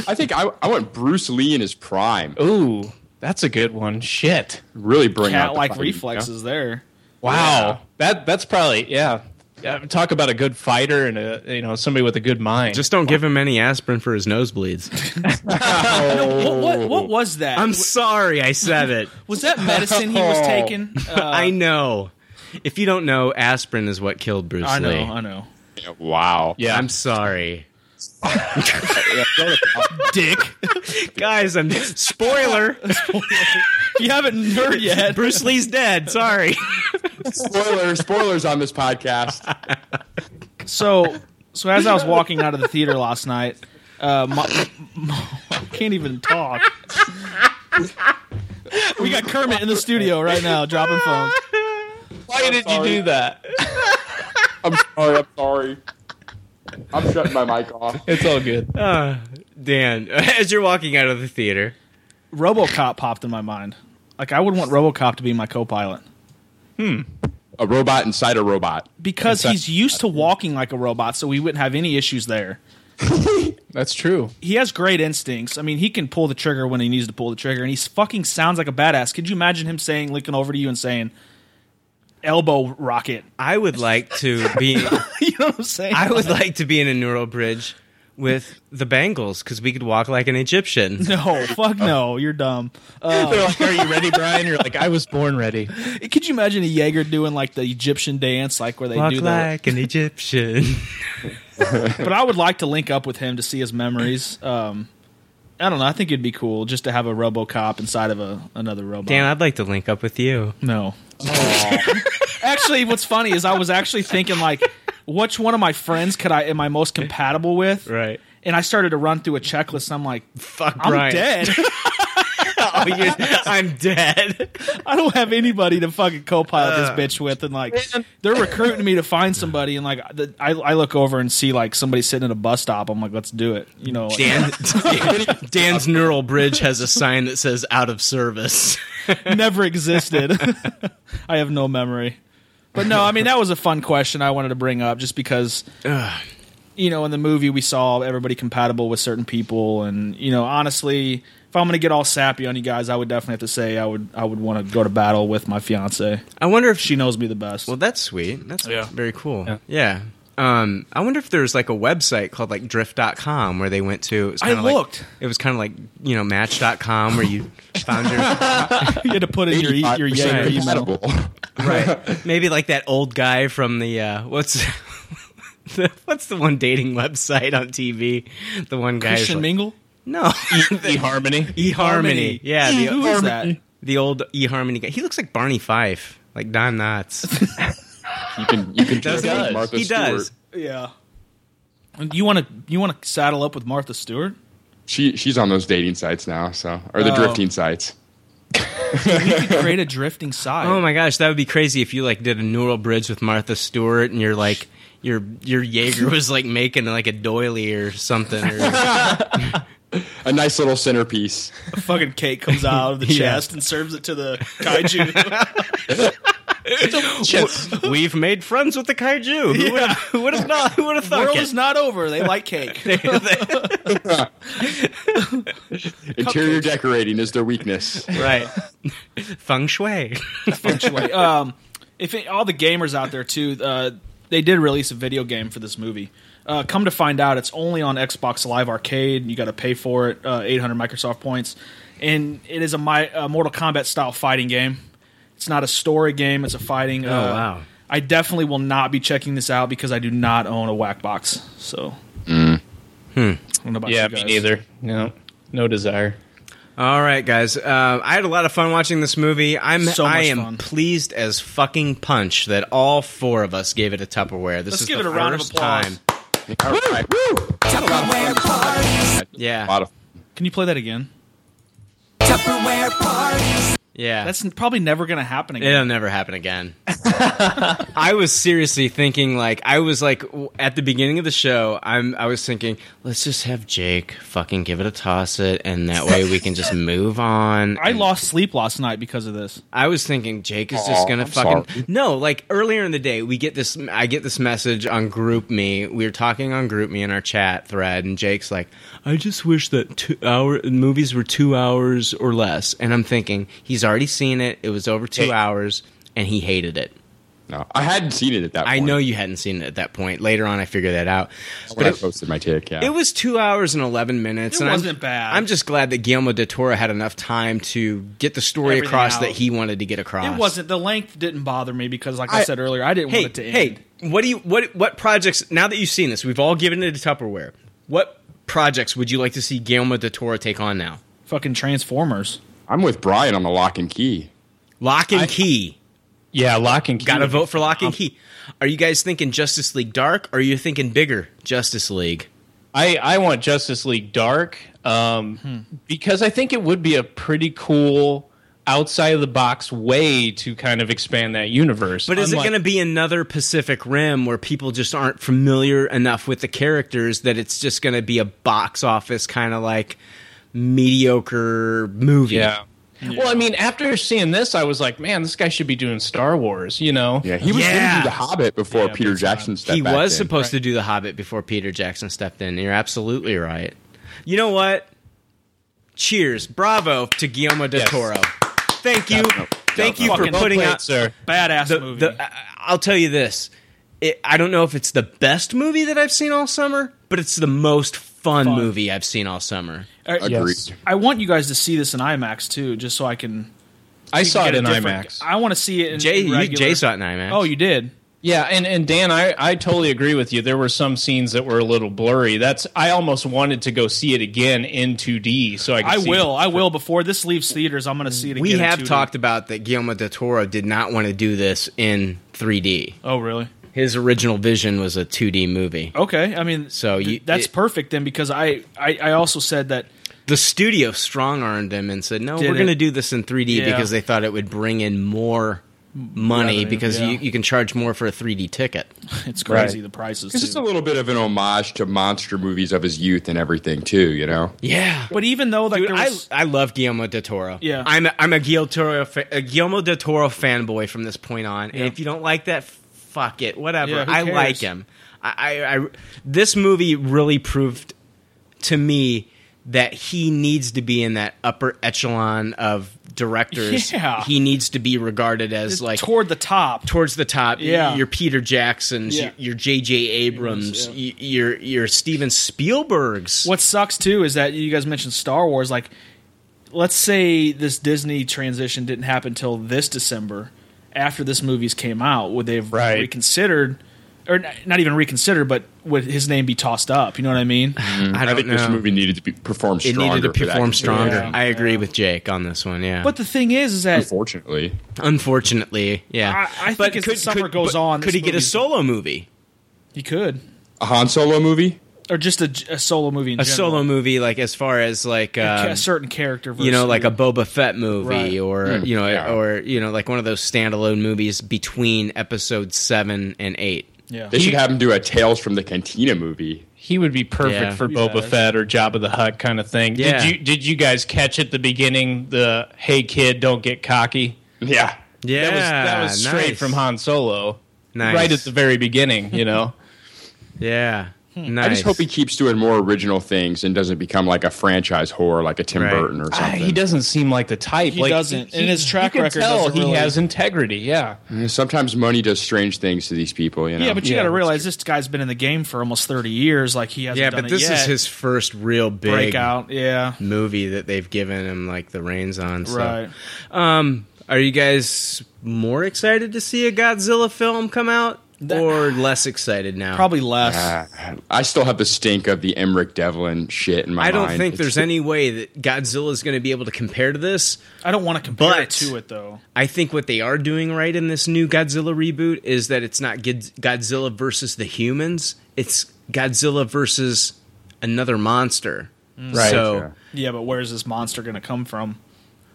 Speaker 5: I think I, I want Bruce Lee in his prime.
Speaker 4: ooh, that's a good one. Shit,
Speaker 5: Really bring out the
Speaker 3: cat-like
Speaker 5: fucking-
Speaker 3: reflexes there.
Speaker 4: wow, that that's probably yeah. Yeah, Talk about a good fighter and a you know somebody with a good mind.
Speaker 2: Just don't give him any aspirin for his nosebleeds.
Speaker 3: What, what, what was that?
Speaker 2: I'm sorry, I said it.
Speaker 3: was that medicine he was taking? Uh,
Speaker 2: I know. If you don't know, aspirin is what killed Bruce
Speaker 3: I know,
Speaker 2: Lee.
Speaker 3: I know.
Speaker 5: Yeah, Wow.
Speaker 4: yeah,
Speaker 2: I'm sorry,
Speaker 3: Dick,
Speaker 2: guys. I'm spoiler.
Speaker 3: you haven't heard yet.
Speaker 2: Bruce Lee's dead. Sorry.
Speaker 5: Spoilers, spoilers on this podcast.
Speaker 3: So, so as I was walking out of the theater last night, uh, my, I can't even talk. We got Kermit in the studio right now, dropping phones.
Speaker 4: Why did you do that?
Speaker 5: I'm sorry. I'm sorry. I'm shutting my mic off.
Speaker 4: It's all good.
Speaker 2: Dan, as you're walking out of the theater,
Speaker 3: RoboCop popped in my mind. Like I would want RoboCop to be my co-pilot
Speaker 5: A robot inside a robot.
Speaker 3: because he's used to walking like a robot, so we wouldn't have any issues there.
Speaker 4: That's true.
Speaker 3: He has great instincts. I mean, he can pull the trigger when he needs to pull the trigger, and he fucking sounds like a badass. Could you imagine him saying, looking over to you and saying, "Elbow rocket"?
Speaker 2: I would like to be.
Speaker 3: you know what I'm saying?
Speaker 2: I would like to be in a neural bridge with the Bengals because we could walk like an Egyptian.
Speaker 3: No, fuck no, you're dumb.
Speaker 4: They're like, "Are you ready, Brian?" You're like, "I was born ready."
Speaker 3: Could you imagine a Jaeger doing like the Egyptian dance, like where they
Speaker 2: Walk
Speaker 3: do that?
Speaker 2: like an Egyptian.
Speaker 3: But I would like to link up with him to see his memories. Um, I don't know. I think it'd be cool just to have a RoboCop inside of a another robot.
Speaker 2: Dan, I'd like to link up with you.
Speaker 3: No. actually, what's funny is I was actually thinking like, which one of my friends could I am I most compatible with?
Speaker 2: Right.
Speaker 3: And I started to run through a checklist. and I'm like,
Speaker 2: Fuck
Speaker 3: I'm
Speaker 2: Brian.
Speaker 3: dead.
Speaker 2: you're- Oh, I'm dead.
Speaker 3: I don't have anybody to fucking co-pilot this bitch with, and like they're recruiting me to find somebody, and like the, I, I look over and see like somebody sitting at a bus stop. I'm like, let's do it, you know. like-
Speaker 2: Dan, Dan's neural bridge has a sign that says "out of service."
Speaker 3: never existed. I have no memory. But no, I mean that was a fun question I wanted to bring up just because you know, in the movie we saw everybody compatible with certain people and you know, honestly, if I'm going to get all sappy on you guys, I would definitely have to say I would I would want to go to battle with my fiance.
Speaker 2: I wonder if
Speaker 3: She knows me the best.
Speaker 2: Well, that's sweet. That's very cool. Yeah. Um, I wonder if there's like a website called like drift.com where they went to. It was
Speaker 3: I
Speaker 2: kinda like-
Speaker 3: looked.
Speaker 2: it was kind of like, you know, match.com where you found your.
Speaker 3: you had to put in your e- your yeah your email.
Speaker 5: compatible.
Speaker 2: right. Maybe like that old guy from the. Uh, what's. The, what's the one dating website on TV? The one guy. who's
Speaker 3: Christian
Speaker 2: like-
Speaker 3: Mingle?
Speaker 2: No.
Speaker 4: eHarmony.
Speaker 2: eHarmony. Yeah. The,
Speaker 3: Who is that?
Speaker 2: the old eHarmony guy. He looks like Barney Fife, like Don Knotts.
Speaker 5: You can you can
Speaker 2: Doesn't
Speaker 5: check out
Speaker 2: he?
Speaker 5: Martha
Speaker 2: he
Speaker 5: Stewart.
Speaker 2: does.
Speaker 3: Yeah. You want to you want to saddle up with Martha Stewart?
Speaker 5: She she's on those dating sites now, so or the
Speaker 3: Oh.
Speaker 5: drifting sites.
Speaker 3: Create a drifting side.
Speaker 2: Oh my gosh, that would be crazy if you like did a neural bridge with Martha Stewart and you're like your your Jaeger was like making like a doily or something. Or,
Speaker 5: A nice little centerpiece.
Speaker 3: fucking cake comes out of the chest and serves it to the kaiju.
Speaker 2: We've made friends with the kaiju. Who would have who would have thought? Who would have thought?
Speaker 3: World
Speaker 2: it?
Speaker 3: is not over. They like cake.
Speaker 5: Interior decorating is their weakness.
Speaker 2: right. Feng Shui.
Speaker 3: Actually, um, if it, all the gamers out there too, uh, they did release a video game for this movie. Uh, come to find out, it's only on Xbox Live Arcade. You got to pay for it. Uh, 800 Microsoft points, and it is a, my, a Mortal Kombat style fighting game. It's not a story game. It's a fighting. Oh
Speaker 2: wow.
Speaker 3: I definitely will not be checking this out because I do not own a whack box. So. I don't know about
Speaker 4: Mm. Yeah,
Speaker 3: you
Speaker 4: me
Speaker 3: guys.
Speaker 4: neither. No, no desire.
Speaker 2: All right, guys. Uh, I had a lot of fun watching this movie. I'm
Speaker 3: So much
Speaker 2: I am
Speaker 3: fun.
Speaker 2: pleased as fucking punch that all four of us gave it a Tupperware. This
Speaker 3: Let's
Speaker 2: is
Speaker 3: give
Speaker 2: the
Speaker 3: it a round of
Speaker 2: first
Speaker 3: applause.
Speaker 2: Time.
Speaker 5: All right.
Speaker 7: Tupperware parties.
Speaker 2: Yeah.
Speaker 5: A lot of
Speaker 3: Can you play that again?
Speaker 7: Tupperware parties.
Speaker 2: Yeah.
Speaker 3: That's probably never going to happen again.
Speaker 2: It'll never happen again. I was seriously thinking, like, I was like, w- at the beginning of the show, I'm, I was thinking, let's just have Jake fucking give it a toss it, and that way we can just move on.
Speaker 3: I lost sleep last night because of this.
Speaker 2: I was thinking Jake is just
Speaker 5: Aw,
Speaker 2: gonna
Speaker 5: I'm
Speaker 2: fucking
Speaker 5: sorry.
Speaker 2: no. Like earlier in the day, we get this. I get this message on Group Me. We were talking on Group Me in our chat thread, and Jake's like, "I just wish that two hour movies were two hours or less." And I'm thinking he's already seen it. It was over two hours, and he hated it.
Speaker 5: no. I hadn't seen it at that
Speaker 2: I
Speaker 5: point.
Speaker 2: know you hadn't seen it at that point. Later on, I figured that out.
Speaker 5: when
Speaker 2: But
Speaker 5: I
Speaker 2: it,
Speaker 5: posted my tick, yeah.
Speaker 2: it was two hours and eleven minutes.
Speaker 3: It
Speaker 2: and I'm,
Speaker 3: wasn't bad.
Speaker 2: I'm just glad that Guillermo de Toro had enough time to get the story
Speaker 3: Everything
Speaker 2: across
Speaker 3: out.
Speaker 2: that he wanted to get across.
Speaker 3: It wasn't the length didn't bother me because, like I,
Speaker 5: I-
Speaker 3: said earlier, I didn't
Speaker 2: Hey,
Speaker 3: want it to end.
Speaker 2: hey, what do you what what projects? Now that you've seen this, we've all given it a Tupperware. What projects would you like to see Guillermo de Toro take on now?
Speaker 3: Fucking Transformers.
Speaker 5: I'm with Brian on the lock and key.
Speaker 2: Lock and key.
Speaker 4: Yeah, lock and key.
Speaker 2: Got to vote for Lock and Key. Are you guys thinking Justice League Dark, or are you thinking bigger Justice League?
Speaker 4: I, I want Justice League Dark um, because I think it would be a pretty cool outside of the box way to kind of expand that universe.
Speaker 2: But is it
Speaker 4: Unlike-
Speaker 2: going to be another Pacific Rim where people just aren't familiar enough with the characters that it's just going to be a box office kind of like mediocre movie?
Speaker 4: Yeah. Well, I mean, after seeing this, I was like, man, this guy should be doing Star Wars, you know?
Speaker 5: Yeah, he was
Speaker 2: Yeah.
Speaker 5: going to do The Hobbit before Peter Jackson stepped
Speaker 2: he
Speaker 5: back
Speaker 2: was
Speaker 5: in.
Speaker 2: supposed to do the Hobbit before Peter Jackson stepped in. You're absolutely right. You know what? Cheers, bravo to Guillermo del
Speaker 4: Yes.
Speaker 2: Toro. Thank you, thank you for
Speaker 4: Fucking well
Speaker 2: putting
Speaker 4: played,
Speaker 2: out.
Speaker 4: sir.
Speaker 3: Badass
Speaker 2: the,
Speaker 3: movie.
Speaker 2: the- I- I'll tell you this. It, I don't know if it's the best movie that I've seen all summer, but it's the most fun, movie I've seen all summer.
Speaker 3: All right,
Speaker 5: Agreed.
Speaker 3: Uh, I want you guys to see this in IMAX too, just so I can.
Speaker 4: I saw
Speaker 3: get a
Speaker 4: it in
Speaker 3: different-
Speaker 4: IMAX.
Speaker 3: I want to see it in,
Speaker 2: Jay,
Speaker 3: in
Speaker 2: you,
Speaker 3: regular.
Speaker 2: Jay saw it in IMAX.
Speaker 3: Oh, you did.
Speaker 4: Yeah, and, and Dan, I, I totally agree with you. There were some scenes that were a little blurry. That's I almost wanted to go see it again in 2D so I could
Speaker 3: I
Speaker 4: see
Speaker 3: will. I will. Before this leaves theaters, I'm going to see it again.
Speaker 2: we
Speaker 3: in
Speaker 2: have
Speaker 3: 2D.
Speaker 2: talked about that Guillermo del Toro did not want to do this in 3D.
Speaker 3: Oh, really?
Speaker 2: His original vision was a 2D movie.
Speaker 3: Okay. I mean,
Speaker 2: So you-
Speaker 3: th- that's
Speaker 2: it-
Speaker 3: perfect then, because I, I I also said that
Speaker 2: the studio strong armed them and said, "No,
Speaker 3: Did
Speaker 2: we're
Speaker 3: it.
Speaker 2: going to do this in 3D
Speaker 3: Yeah.
Speaker 2: because they thought it would bring in more money
Speaker 3: Revenue,
Speaker 2: because
Speaker 3: yeah.
Speaker 2: you, you can charge more for a 3D ticket."
Speaker 3: It's crazy the prices.
Speaker 5: It's just
Speaker 3: Too.
Speaker 5: a little bit of an homage to monster movies of his youth and everything too. You know,
Speaker 2: Yeah,
Speaker 3: but even though like
Speaker 2: dude,
Speaker 3: there was,
Speaker 2: I I love Guillermo del Toro.
Speaker 3: Yeah.
Speaker 2: I'm a, I'm a Guillermo del Toro fa- a Guillermo del Toro fanboy from this point on, and if you don't like that, fuck it, whatever.
Speaker 3: Yeah, who
Speaker 2: I
Speaker 3: cares?
Speaker 2: like him. I, I, I this movie really proved to me that he needs to be in that upper echelon of directors.
Speaker 3: Yeah.
Speaker 2: He needs to be regarded as like
Speaker 3: toward the top.
Speaker 2: towards the top. y-
Speaker 3: Yeah.
Speaker 2: your Peter Jacksons,
Speaker 3: Yeah.
Speaker 2: your J.J. Abrams, y- your your Steven Spielbergs.
Speaker 3: What sucks too is that you guys mentioned Star Wars. Like, let's say this Disney transition didn't happen till this December, after this movie's came out, would they have
Speaker 4: Right.
Speaker 3: reconsidered, or n- not even reconsidered, but would his name be tossed up? You know what I mean?
Speaker 2: I don't
Speaker 5: Mm. think
Speaker 2: know.
Speaker 5: this movie needed to be performed
Speaker 2: it
Speaker 5: stronger.
Speaker 2: needed to
Speaker 5: for that
Speaker 2: perform
Speaker 5: consideration.
Speaker 2: stronger.
Speaker 3: Yeah.
Speaker 2: I agree with Jake on this one. Yeah,
Speaker 3: But the thing is, is that
Speaker 5: Unfortunately,
Speaker 2: unfortunately, yeah.
Speaker 3: I- I think
Speaker 2: but
Speaker 3: as the summer goes
Speaker 2: but
Speaker 3: on,
Speaker 2: could
Speaker 3: this
Speaker 2: he get a
Speaker 3: movie's-
Speaker 2: solo movie?
Speaker 3: he could,
Speaker 5: a Han Solo movie.
Speaker 3: or just a, a solo movie, in
Speaker 2: A
Speaker 3: general.
Speaker 2: solo movie, like as far as like
Speaker 3: Ca-
Speaker 2: um,
Speaker 3: a certain character, versus
Speaker 2: you know, like a Boba Fett movie,
Speaker 3: Right.
Speaker 2: or you know,
Speaker 5: yeah.
Speaker 2: or you know, like one of those standalone movies between episode seven and eight.
Speaker 3: yeah.
Speaker 5: They should have him do a Tales from the Cantina movie.
Speaker 4: He would be perfect
Speaker 2: Yeah.
Speaker 4: for
Speaker 3: Be
Speaker 4: Boba
Speaker 3: badass.
Speaker 4: Fett or Job of the Hutt kind of thing.
Speaker 2: Yeah.
Speaker 4: Did you did you guys catch at the beginning the hey kid don't get cocky?
Speaker 5: Yeah,
Speaker 2: Yeah,
Speaker 4: that was that was straight
Speaker 2: nice.
Speaker 4: from Han Solo.
Speaker 2: Nice.
Speaker 4: Right at the very beginning, you know.
Speaker 2: Yeah, Hmm. nice.
Speaker 5: I just hope he keeps doing more original things and doesn't become like a franchise whore like a Tim
Speaker 2: Right.
Speaker 5: Burton or
Speaker 4: Ah,
Speaker 5: something.
Speaker 4: he doesn't seem like the type.
Speaker 3: He
Speaker 4: like,
Speaker 3: doesn't. And his track
Speaker 4: you can
Speaker 3: record
Speaker 4: tell
Speaker 3: doesn't really-
Speaker 4: he has integrity. Yeah,
Speaker 5: Sometimes money does strange things to these people. You know.
Speaker 3: yeah, but you
Speaker 4: Yeah,
Speaker 3: got to
Speaker 4: that's
Speaker 3: realize this guy's been in the game for almost thirty years. Like he hasn't
Speaker 2: yeah,
Speaker 3: done
Speaker 2: but
Speaker 3: it
Speaker 2: this is
Speaker 3: yet.
Speaker 2: his first real big
Speaker 3: breakout. Yeah,
Speaker 2: movie that they've given him like the reins on. So.
Speaker 3: right.
Speaker 2: Um, are you guys more excited to see a Godzilla film come out, or less excited now?
Speaker 3: Probably less.
Speaker 2: uh,
Speaker 5: I still have the stink of the Emmerich Devlin shit in my
Speaker 2: I
Speaker 5: mind.
Speaker 2: don't think
Speaker 5: It's-
Speaker 2: there's any way that Godzilla is going to be able to compare to this.
Speaker 3: I don't want to compare
Speaker 2: But-
Speaker 3: it to it though.
Speaker 2: I think what they are doing right in this new Godzilla reboot is that it's not Gid- Godzilla versus the humans; it's Godzilla versus another monster.
Speaker 4: Right.
Speaker 2: So
Speaker 5: Yeah.
Speaker 3: Yeah, but where's this monster going to come from?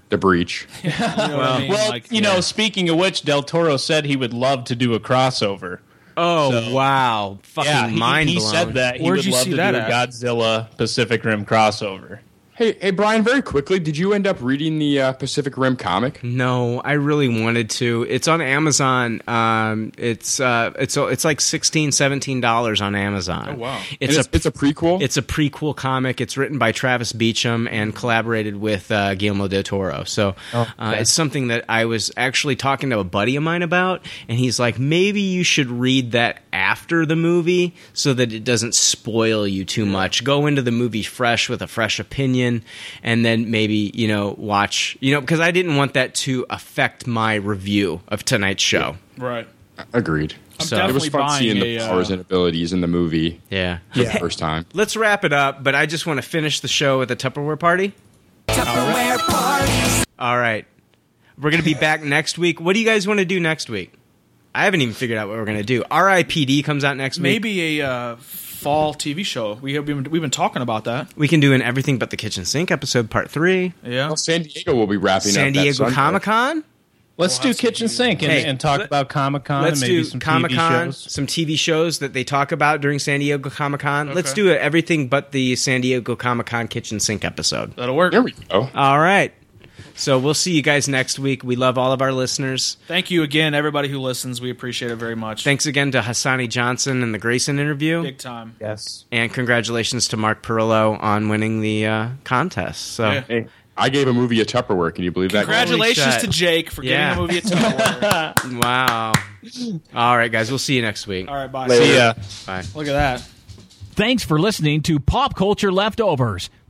Speaker 5: the breach.
Speaker 3: You know well, what I mean?
Speaker 4: Well,
Speaker 3: Like,
Speaker 4: you know, speaking of which, Del Toro said he would love to do a crossover.
Speaker 2: oh wow, fucking
Speaker 4: Yeah,
Speaker 2: mind
Speaker 4: he, he
Speaker 2: blown.
Speaker 4: said that he
Speaker 3: Where'd
Speaker 4: would
Speaker 3: you
Speaker 4: love
Speaker 3: see
Speaker 4: to
Speaker 3: that
Speaker 4: do
Speaker 3: at?
Speaker 4: a Godzilla Pacific Rim crossover.
Speaker 5: Hey, hey, Brian. Very quickly, did you end up reading the uh, Pacific Rim comic?
Speaker 3: Mm.
Speaker 2: No, I really wanted to. It's on Amazon. Um, it's uh, it's it's like 16 dollars on Amazon. Oh
Speaker 3: wow.
Speaker 2: It's,
Speaker 5: it's,
Speaker 2: a
Speaker 5: it's a prequel.
Speaker 2: it's a prequel comic. It's written by Travis Beecham and collaborated with uh, Guillermo del Toro. So uh, it's something that I was actually talking to a buddy of mine about, and he's like, maybe you should read that after the movie so that it doesn't spoil you too much. Go into the movie fresh with a fresh opinion, and then maybe you know watch you know because I didn't want that to affect my review of tonight's show.
Speaker 3: right.
Speaker 5: agreed.
Speaker 3: I'm
Speaker 2: So-
Speaker 5: It was
Speaker 3: definitely
Speaker 5: fun
Speaker 3: buying
Speaker 5: seeing
Speaker 3: a,
Speaker 5: the
Speaker 3: uh,
Speaker 5: powers and abilities in the movie
Speaker 2: Yeah.
Speaker 5: for the first time.
Speaker 2: Let's wrap it up, but I just want to finish the show with a Tupperware party.
Speaker 7: Tupperware parties.
Speaker 2: All right. We're going to be back next week. What do you guys want to do next week? I haven't even figured out what we're going to do. RIPD comes out next week.
Speaker 3: maybe a uh, fall TV show. We have been, we've been talking about that.
Speaker 2: We can do an Everything But the Kitchen Sink episode part three.
Speaker 3: Yeah.
Speaker 5: Well, San Diego will be wrapping
Speaker 2: San
Speaker 5: up. that
Speaker 2: Diego
Speaker 5: Sunday.
Speaker 2: Comic Con.
Speaker 4: Let's do Kitchen Sink and,
Speaker 2: Hey,
Speaker 4: and talk
Speaker 2: let-
Speaker 4: about Comic Con and
Speaker 2: Let's
Speaker 4: maybe
Speaker 2: do
Speaker 4: some
Speaker 2: Comic
Speaker 4: TV
Speaker 2: Con,
Speaker 4: shows.
Speaker 2: some TV shows that they talk about during San Diego Comic Con. Let's
Speaker 3: Okay.
Speaker 2: do a Everything But the San Diego Comic Con Kitchen Sink episode.
Speaker 3: That'll work.
Speaker 5: There we go.
Speaker 2: All right. So we'll see you guys next week. We love all of our listeners.
Speaker 3: Thank you again, everybody who listens. We appreciate it very much.
Speaker 2: Thanks again to Hassani Johnson and the Grayson interview.
Speaker 3: Big time.
Speaker 4: Yes.
Speaker 2: and congratulations to Mark Perillo on winning the uh, contest. So
Speaker 3: Yeah.
Speaker 5: Hey, I gave a movie a Tupperware. Can you believe that?
Speaker 2: Holy
Speaker 3: Congratulations
Speaker 2: shit.
Speaker 3: to Jake for
Speaker 2: Yeah.
Speaker 3: getting a movie at Tupperware.
Speaker 2: wow. All right, guys, we'll see you next week.
Speaker 3: All right, bye.
Speaker 4: See ya.
Speaker 3: Look at that.
Speaker 11: Thanks for listening to Pop Culture Leftovers.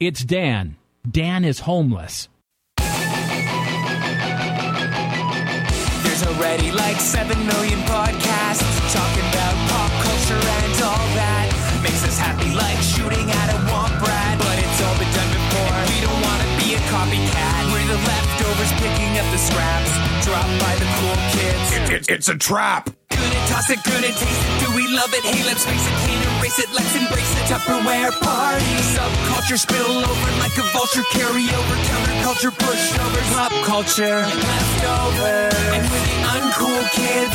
Speaker 11: It's Dan.
Speaker 4: Dan is homeless.
Speaker 7: There's already like 7 million podcasts talking about pop culture and all that. Makes us happy like shooting at a womp rat. But it's all been done before. and we don't want to be a copycat. We're the leftovers picking up the scraps dropped by the cool kids.
Speaker 12: it's a trap.
Speaker 7: Gonna toss it, gonna taste it. Do we love it? Hey, let's face it, can't erase it. Let's embrace the Tupperware party. Subculture spill over like a vulture. Carry over counterculture, pushovers, pop culture, leftovers. And we're the uncool kids.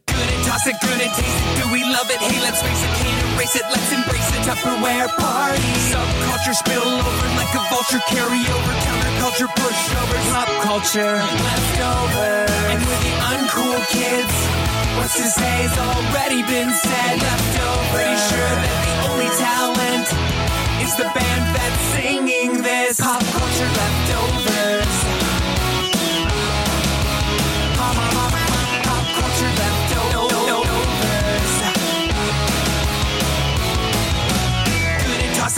Speaker 7: Gonna toss it, gonna taste it. Do we love it? Hey, let's face it, can't erase it. Let's embrace the Tupperware party. Subculture spill over like a vulture. Carry over counterculture, pushovers, pop culture, leftovers. And we're the uncool kids. What's to say has already been said. Leftovers. Pretty sure that the only talent is the band that's singing this. Pop culture leftovers. Pop, pop, pop, pop culture leftovers. Gonna toss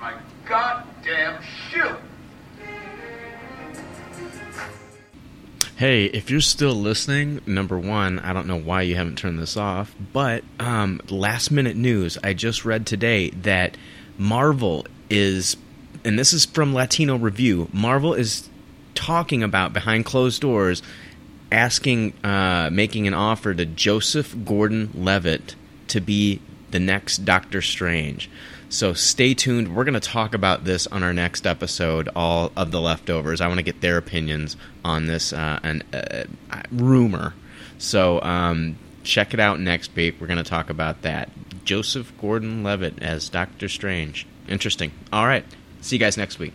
Speaker 13: my goddamn shoe?
Speaker 2: Hey, if you're still listening, number one, I don't know why you haven't turned this off, but um, last minute news I just read today that Marvel is, and this is from Latino Review, Marvel is talking about behind closed doors asking, uh, making an offer to Joseph Gordon Levitt to be the next Doctor Strange. So stay tuned. We're going to talk about this on our next episode, all of the leftovers. I want to get their opinions on this uh, an, uh, uh, rumor. So um, check it out next week. We're going to talk about that. Joseph Gordon Levitt as Doctor Strange. Interesting. All right. See you guys next week.